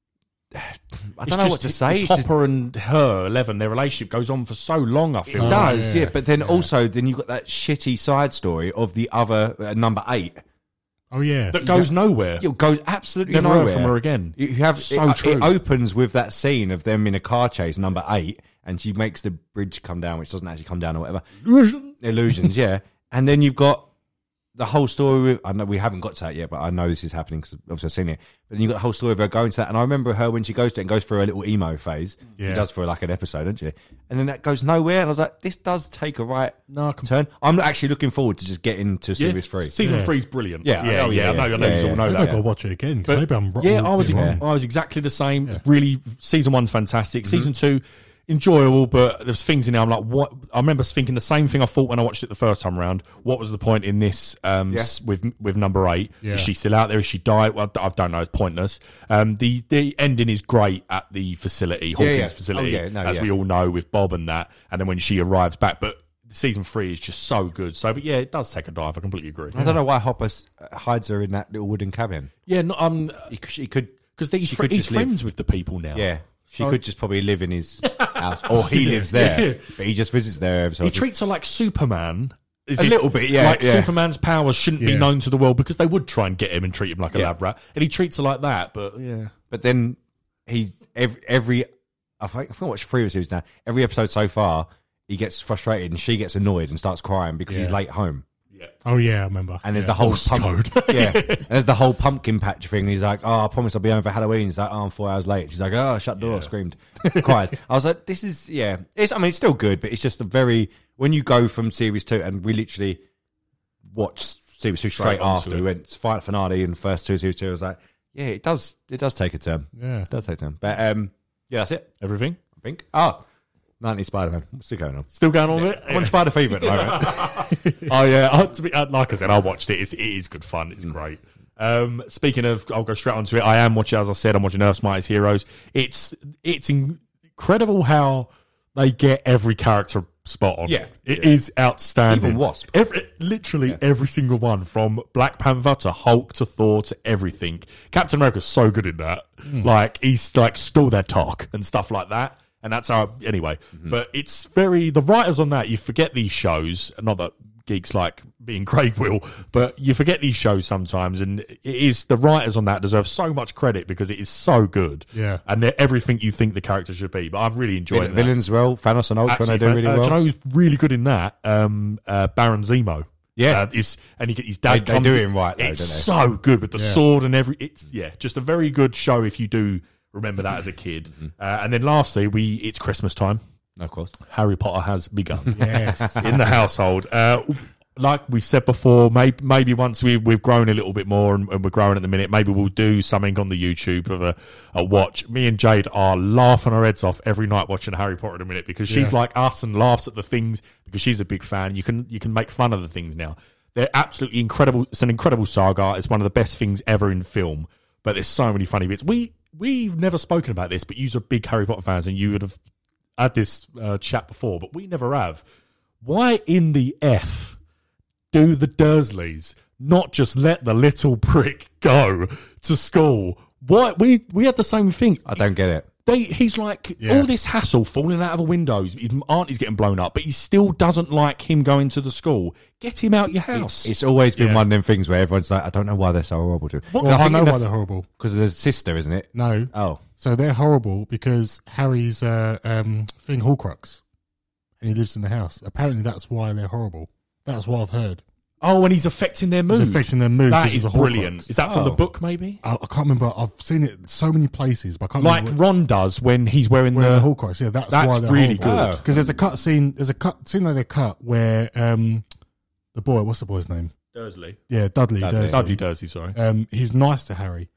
I don't know what to say. It's It's just- Hopper and her eleven. Their relationship goes on for so long. I it feel. does, yeah, yeah. But then also, then you've got that shitty side story of the other uh, number eight. Oh, yeah. that goes nowhere. It goes absolutely Never heard nowhere. from her again. You you have So it, true. It opens with that scene of them in a car chase, number eight, and she makes the bridge come down, which doesn't actually come down or whatever. Illusions, illusions, yeah. And then you've got the whole story. With, I know we haven't got to that yet, but I know this is happening because obviously I've seen it. But then you've got the whole story of her going to that, and I remember her when she goes to it and goes through a little emo phase. She Yeah. does for like an episode, doesn't she? And then that goes nowhere, and I was like, this does take a right No, I com- turn. I'm actually looking forward to just getting to Yeah. series three. Season Yeah. three's brilliant. Yeah, yeah, oh, yeah. yeah, I know, I know yeah, you all yeah. know I've that. got to watch it again because maybe I'm wrong. Yeah, I was wrong. I was exactly the same. Really, season one's fantastic. Mm-hmm. Season two, enjoyable, but there's things in there. I'm like, what? I remember thinking the same thing I thought when I watched it the first time round. What was the point in this? Um, Yeah. s- with with number eight, Yeah. is she still out there? Is she died? Well, I don't know. It's pointless. Um, the the ending is great at the facility, Hawkins yeah. facility, Oh, yeah, no, as yeah. we all know with Bob and that, and then when she arrives back, but. Season three is just so good. So, but yeah, it does take a dive. I completely agree. I don't know why Hopper s- uh, hides her in that little wooden cabin. Yeah, no, um, He, c- she could because he's, she fr- could he's just live. friends with the people now. Yeah. She could just probably live in his house, or he lives there, but he just visits there every so He often. treats her like Superman. Is A little bit, yeah, Like yeah. Superman's powers shouldn't be Yeah. known to the world because they would try and get him and treat him like a Yeah. lab rat. And he treats her like that, but yeah. But then he every, every I think I think I watched three of series now. Every episode so far, he gets frustrated and she gets annoyed and starts crying because he's Yeah. late home. Oh, yeah, I remember. And there's the whole pump, yeah. And there's the whole pumpkin patch thing. He's like, "Oh, I promise I'll be home for Halloween." He's like, "Oh, I'm four hours late." She's like, "Oh, shut the door!" Screamed, cries. I was like, "This is yeah." It's I mean, it's still good, but it's just a very when you go from series two and we literally watched series two straight, Straight onto after it. we went final finale and first two series two. I was like, "Yeah, it does. It does take a turn. Yeah. it does take a turn." But um, yeah, that's it. Everything I think. Oh, 90 Spider Man. What's still going on? still going on with it. I'm on Spider Fever at the moment. oh yeah, uh, to be, uh, like I said, I watched it. It's, it is good fun. It's great. Um, speaking of, I'll go straight onto it. I am watching, as I said, I'm watching Earth's Mightiest Heroes. It's it's in- incredible how they get every character spot on. Yeah. it is Yeah. outstanding. Even Wasp. Every, literally every single one from Black Panther to Hulk to Thor to everything. Captain America's so good in that. Like he's like stole their talk and stuff like that. And that's how anyway. But it's very the writers on that. You forget these shows. Not that geeks like being Craig will, but you forget these shows sometimes. And it is the writers on that deserve so much credit because it is so good. Yeah. and they're everything you think the character should be. But I've really enjoyed Villain, that. villains as well. Thanos and Ultron, they Actually, do fan- really uh, do well. you know who's really good in that? Um, uh, Baron Zemo. Yeah. uh, is and he, get- his dad. They- they comes do in- him right though, it's don't so good with the Yeah. sword and every. It's yeah, just a very good show if you do remember that as a kid. Mm-hmm. uh, and then lastly, we it's Christmas time. of course. Harry Potter has begun Yes. in the household. Uh, like we've said before, maybe, maybe once we, we've grown a little bit more and, and we're growing at the minute, maybe we'll do something on the YouTube of a, a watch. Me and Jade are laughing our heads off every night watching Harry Potter at the minute because she's Yeah. like us and laughs at the things because she's a big fan. You can you can make fun of the things now. They're absolutely incredible. It's an incredible saga. It's one of the best things ever in film. But there's so many funny bits. We we've never spoken about this, but you are big Harry Potter fans, and you would have had this uh, chat before, but we never have. Why in the F do the Dursleys not just let the little prick go to school? Why we we had the same thing. I don't get it. They he's like Yeah. all this hassle falling out of a window. His auntie's getting blown up, but he still doesn't like him going to the school. Get him out your house. It's always been Yeah. one of them things where everyone's like, I don't know why they're so horrible to. Well, I know why they're horrible. Because of the sister, isn't it? No. Oh. So they're horrible because Harry's uh, um, thing Horcrux, and he lives in the house. Apparently, that's why they're horrible. That's what I've heard. oh, and he's affecting their mood. affecting their mood That because is of the Horcrux. brilliant. Is that from the Oh. book? Maybe I, I can't remember. I've seen it so many places, but I can't like remember. Ron does when he's wearing, Wearing the the Horcrux, yeah, that's, That's why they're really horrible. good. Because there's a cut scene. There's a cut scene that they cut where um, the boy, what's the boy's name? Dursley. Yeah, Dudley. Dudley. Dursley. Dudley Dursley. Sorry. Um, he's nice to Harry,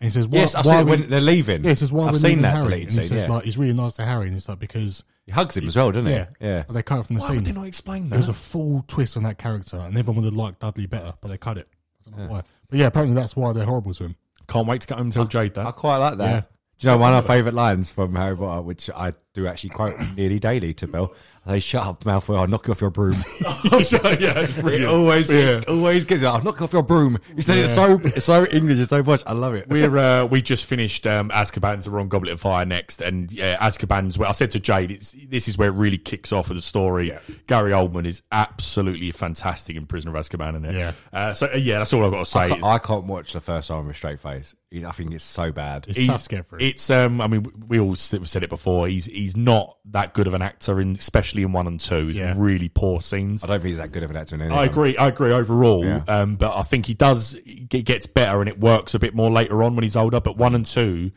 and he says, why, yes, I've why seen it we- when they're leaving. Yeah, he says, why I've we seen leaving that Harry?" deleted And he scene. says, Yeah. like, he's really nice to Harry, and it's like because he hugs him as well, doesn't yeah, he? Yeah. But they cut it from the Why scene. would they not explain that? There was a full twist on that character, and everyone would have liked Dudley better, but they cut it. I don't know why. But yeah, apparently that's why they're horrible to him. Can't wait to get home and tell Jade that. I quite like that. Yeah. Do you know one of my favourite lines from Harry Potter, which I do actually quote nearly daily to Bill? I say, "Shut up, Malfoy! I'll knock you off your broom." yeah, it's it always, it always gets. it, I'll knock you off your broom. He says it's so, it's so English, it's so much. I love it. We're uh, we just finished um, Azkaban's The Wrong Goblet of Fire next, and yeah, Azkaban's. Where I said to Jade, it's, this is where it really kicks off with the story. Gary Oldman is absolutely fantastic in Prisoner of Azkaban, isn't it? Yeah. Uh, so uh, yeah, that's all I've got to say. I can't, It's- I can't watch the first time with a straight face. I think it's so bad. It's he's- tough to get through. It's um, I mean, we all s- said it before. He's he's not that good of an actor, in, especially in one and two. He's Yeah. Really poor scenes. I don't think he's that good of an actor. In any I of them. agree. I agree overall. Yeah. Um, but I think he does it gets better and it works a bit more later on when he's older. But one and two,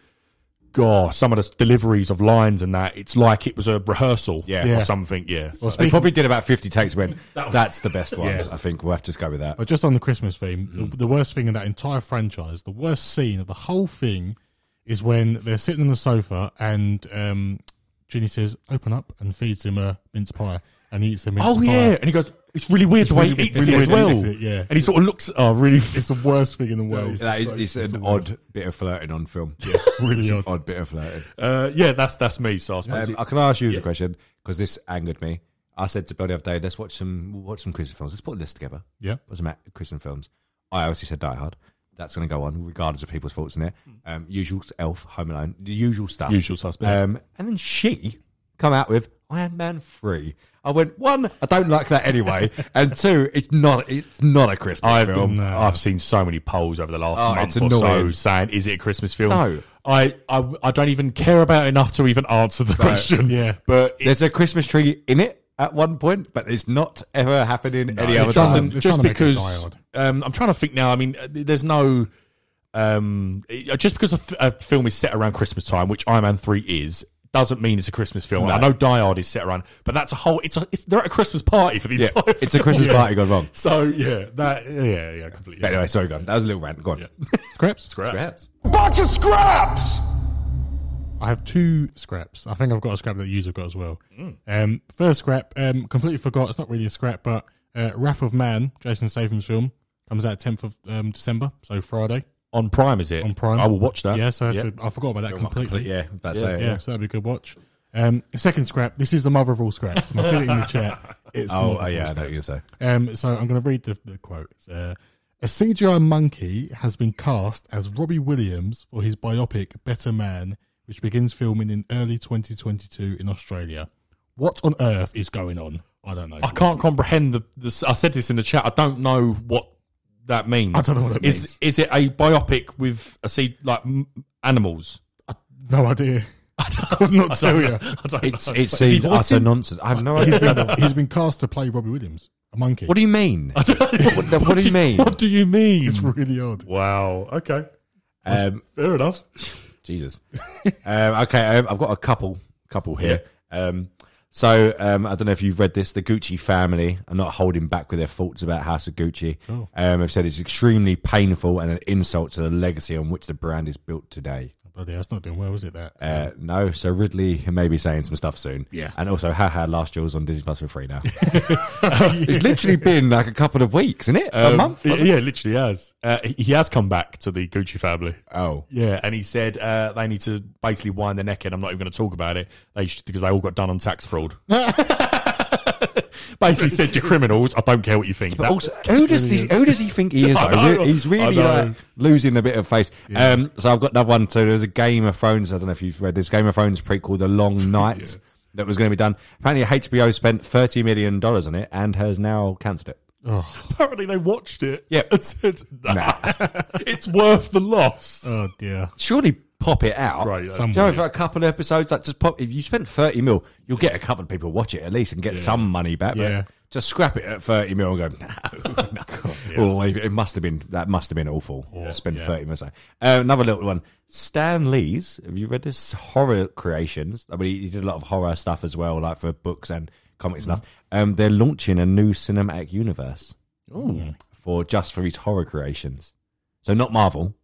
God, some of the deliveries of lines and that, it's like it was a rehearsal, Yeah. or Yeah. something. Yeah, So- They probably did about fifty takes. When was- that's the best one. I think we'll have to just go with that. But just on the Christmas theme, Mm. the, the worst thing in that entire franchise, the worst scene of the whole thing, is when they're sitting on the sofa and um, Ginny says, "Open up," and feeds him a mince pie, and he eats a mince oh pie. yeah, and he goes, it's really weird the way really- he eats really it as weird well. he eats it, yeah. and he sort of looks, oh, really? It's the worst thing in the world. That is, it's, the an worst. odd bit of flirting on film. really It's an odd. odd bit of flirting. Uh, yeah, that's that's me. So I suppose. Um, it- I can ask you a question because this angered me. I said to Bill the other day, let's watch some we'll watch some Christmas films. Let's put a list together. Yeah. Watch some Christian films. I obviously said Die Hard. That's going to go on regardless of people's thoughts in it. Um, usual Elf, Home Alone, the usual stuff. Hmm. Usual suspects. Um, and then she come out with Iron Man three. I went one. I don't like that anyway, and two, it's not. It's not a Christmas I've film. I've seen so many polls over the last Oh, month it's or so annoying. saying, "Is it a Christmas film?" No. I, I I don't even care about it enough to even answer the question. Yeah. but There's a Christmas tree in it at one point, but it's not ever happening any it other doesn't time. They're just trying to make it because diehard. um, I'm trying to think now. I mean, uh, there's no um, it- just because a, f- a film is set around Christmas time, which Iron Man Three is. Doesn't mean it's a Christmas film. I know Die Hard is set around, but that's a whole. It's, a, it's they're at a Christmas party for the Yeah, entire. it's a film. Christmas Yeah. party gone wrong. So yeah, that yeah yeah completely. But anyway, sorry, gone. That was a little rant. Go on. Scraps. Scraps. Bunch of scraps! I have two scraps. I think I've got a scrap that you've got as well. Um, first scrap, um, completely forgot. It's not really a scrap, but uh, Wrath of Man, Jason Statham's film, comes out 10th of um, December, so Friday On Prime is it? on Prime. I will watch that. Yeah, so that's Yeah. a, I forgot about that completely. Yeah, that's yeah, it. so that'd be a good watch. Um, second scrap. This is the mother of all scraps. And I said it in the chat. It's the Oh, mother of yeah, all I know what you're saying. Um, so I'm going to read the, the quote. It's, uh, a CGI monkey has been cast as Robbie Williams for his biopic Better Man, which begins filming in early 2022 in Australia. What on earth is going on? I don't know. I can't comprehend the, the. I said this in the chat. I don't know what that means. I don't know what it is, means. Is it a biopic with a see like m- animals? No idea. I could not tell you. I don't It's know. it Is he seems utter voicing- nonsense. I have no He's idea. been, he's been cast to play Robbie Williams, a monkey. What do you mean? I don't know. What, what do you mean? What do you mean? It's really odd. Wow. Okay. Um, Fair enough. Jesus. um, okay, um, I've got a couple, couple here. Um, so um, I don't know if you've read this. The Gucci family are not holding back with their thoughts about House of Gucci. Um, they've said it's extremely painful and an insult to the legacy on which the brand is built today. Bloody, hell, it's not doing well, is it? That Uh, no, so Ridley may be saying some stuff soon. Yeah. and also, haha, Last Duel's on Disney Plus for free now. it's literally been like a couple of weeks, isn't it? a Um, month? Yeah, yeah, literally has. Uh, he- he has come back to the Gucci family. Oh, Yeah, and he said uh, they need to basically wind their neck in. I'm not even going to talk about it. They should, because they all got done on tax fraud. basically said you're criminals. I don't care what you think. But That- also, who does he, who does he think he is? I though? know, He's really I know. like, losing a bit of face. Um, so I've got another one. So there's a Game of Thrones. I don't know if you've read this Game of Thrones prequel, The Long Night, that was going to be done. Apparently, HBO spent thirty million dollars on it and has now cancelled it. apparently they watched it. Yeah. and said nah, it's worth the loss. oh dear. Surely pop it out. Right, yeah. Do you know, for a couple of episodes, like just pop. If you spent thirty mil, you'll get a couple of people watch it at least and get some money back. but Yeah. Just scrap it at thirty mil and go. No, no. Or it it must have been that must have been awful. Spend thirty mil. Uh, another little one. Stan Lee's. Have you read this horror creations? I mean, he did a lot of horror stuff as well, like for books and comic stuff. Mm-hmm. Um, they're launching a new cinematic universe for just for his horror creations. So not Marvel.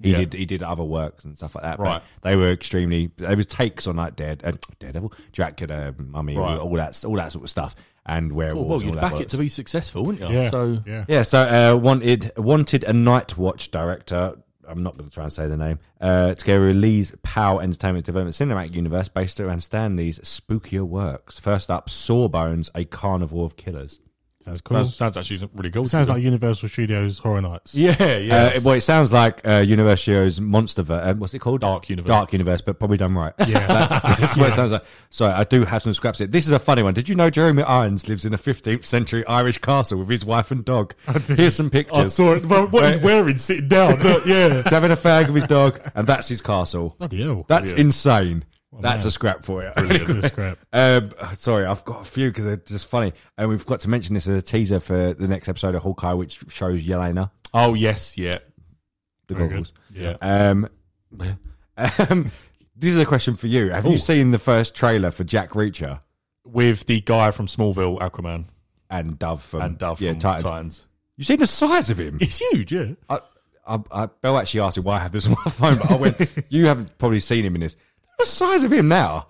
He Yeah. did he did other works and stuff like that. but Right. they were extremely. There was takes on like Dead, uh, Daredevil, Dracula, Mummy, Right. all, all that all that sort of stuff, and Well, werewolves. well, and all you'd that back work. it to be successful, wouldn't you? Yeah. So yeah. Yeah, so uh, wanted wanted a Night Watch director. I'm not going to try and say the name. Uh, to go release POW Entertainment Development Cinematic Universe based around Stanley's spookier works. First up, Sawbones, a carnivore of killers. Sounds cool. that sounds actually really cool. Sounds like Universal Studios Horror Nights. yeah, yeah. Uh, well, it sounds like uh, Universio's Monsterverse. Uh, what's it called? Dark Universe. Dark Universe, but probably done right. Yeah. that's, that's what it sounds like. Sorry, I do have some scraps here. This is a funny one. Did you know Jeremy Irons lives in a 15th century Irish castle with his wife and dog? Here's some pictures. I saw it. Well, what he's wearing sitting down. don't- yeah. He's having a fag with his dog, and that's his castle. Bloody hell. That's insane. That's man. a scrap for you. Good scrap. Um, sorry, I've got a few because they're just funny, and we've got to mention this as a teaser for the next episode of Hawkeye, which shows Yelena Oh yes, yeah. the Very goggles. good. Yeah. Um, um, this is a question for you. Have you seen the first trailer for Jack Reacher With the guy from Smallville, Aquaman, and Dove from and Dove Um, Yeah, from Titans. Titans. Uh, You seen the size of him? It's huge, yeah. I, I, I, Bill actually asked me why I have this on my phone, but I went, "You haven't probably seen him in this. The size of him now?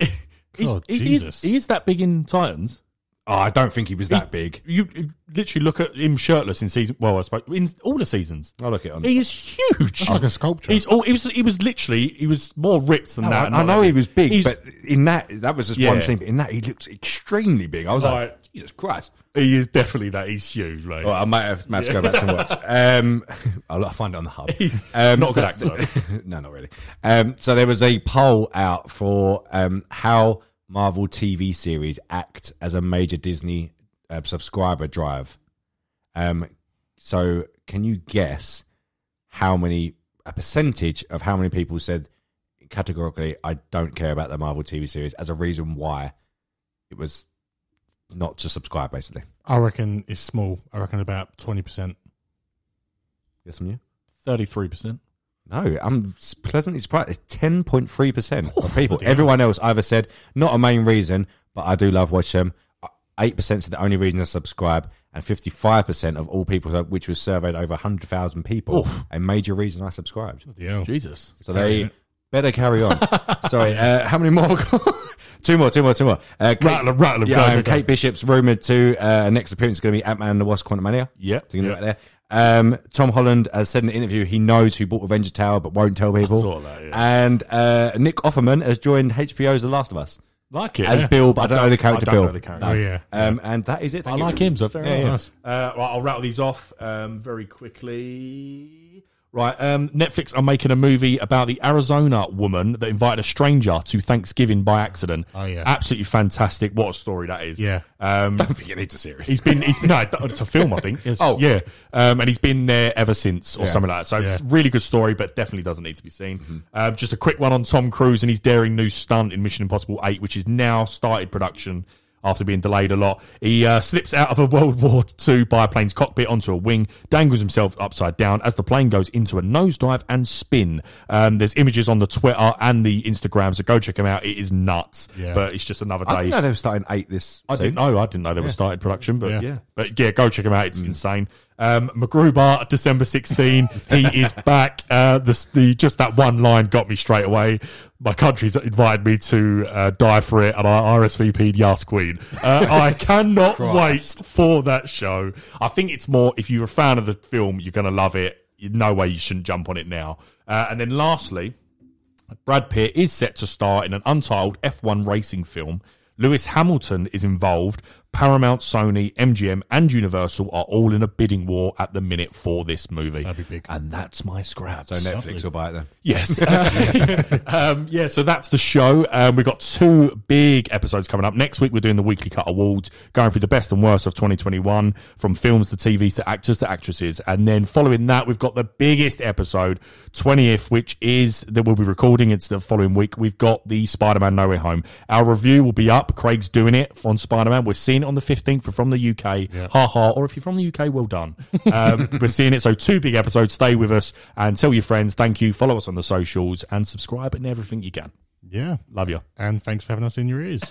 God, he's, Jesus. He's, he is that big in Titans. Oh, I don't think he was that big. You, you literally look at him shirtless in season. Well, I suppose in all the seasons. I'll look it on. He is huge. That's like a sculpture. He's all. He was. He was literally. He was more ripped than No, that. I, I not know like- he was big, he's- but in that that was just Yeah. one scene. But in that, he looked extremely big. I was like, Right. Jesus Christ! he is definitely that. He's huge, mate. Well, uh, I might have, might have to go back and watch. Um, I'll I'll find it on the hub. He's Um, not a good but- actor. no, not really. Um, so there was a poll out for um, how Marvel TV series act as a major Disney uh, subscriber drive. Um, so can you guess how many a percentage of how many people said categorically, I don't care about the Marvel TV series as a reason why it was not to subscribe, basically. I reckon it's small. I reckon about 20%. Yes, from you. Thirty-three percent. No, I'm s- pleasantly surprised. It's ten point three percent of people. Everyone else either said not a main reason, but I do love watch them. Uh, Eight percent said the only reason to subscribe, and fifty-five percent of all people, that- which was surveyed over hundred thousand people, a major reason I subscribed. Bloody hell. Jesus. So they better carry on. Sorry, uh, how many more? have we got? two more, two more, two more. Uh, Kate, Rattle 'em, rattle 'em, yeah, go, um, go, go. Kate Bishop's rumored to uh, next appearance is going to be Ant Man and the Wasp: Quantum Mania. Yeah, thinking yeah. about there. Um, Tom Holland has said in an interview he knows who bought Avenger Tower but won't tell people. saw that, yeah. And uh, Nick Offerman has joined HBO's The Last of Us. Like it. as yeah. Bill, but I don't, know the character I don't Bill. know the character. Oh, yeah. Um, and that is it. I Thank you. like him, so very Yeah, nice. Uh, right, I'll rattle these off um, very quickly. Right, um, Netflix are making a movie about the Arizona woman that invited a stranger to Thanksgiving by accident. Oh, yeah. absolutely fantastic! What a story that is. Yeah. um, I don't think it needs a series. he's been he's no, it's a film, I think. Yes. Oh. yeah, um, and he's been there ever since, or something like that. So it's Yeah. really good story, but definitely doesn't need to be seen. Mm-hmm. Um, just a quick one on Tom Cruise and his daring new stunt in Mission Impossible Eight, which is now started production after being delayed a lot. He uh, slips out of a World War II biplane's cockpit onto a wing, dangles himself upside down as the plane goes into a nosedive and spin. Um, there's images on the Twitter and the Instagram, so go check them out. It is nuts, Yeah. but it's just another day. I didn't know they were starting eight this. I didn't soon. know. I didn't know they were started production, but yeah. Yeah. But yeah, go check him out. It's insane. Um, McGruber, December 16. he is back. Uh, the, the, just that one line got me straight away. My country's invited me to uh, die for it, and I RSVP'd Yas Queen. Uh, I cannot wait for that show. I think it's more, if you're a fan of the film, you're going to love it. No way you shouldn't jump on it now. Uh, and then lastly, Brad Pitt is set to star in an untitled F1 racing film. Lewis Hamilton is involved. Paramount, Sony, MGM, and Universal are all in a bidding war at the minute for this movie. That'd be big. And that's my scrap. So Netflix will buy it then. Yes. um, yeah, so that's the show. Um, we've got two big episodes coming up. Next week, we're doing the Weekly Cut Awards, going through the best and worst of 2021, from films to TVs to actors to actresses. And then following that, we've got the biggest episode, 20th, which is that we'll be recording. It's the following week. We've got the Spider Man No Way Home. Our review will be up. Craig's doing it on Spider Man. We're seeing it on the 15th. We're from the UK. Ha ha. Or if you're from the UK, well done. Um, we're seeing it. So, two big episodes. Stay with us and tell your friends. Thank you. Follow us on the socials and subscribe and everything you can. Yeah. Love you. And thanks for having us in your ears.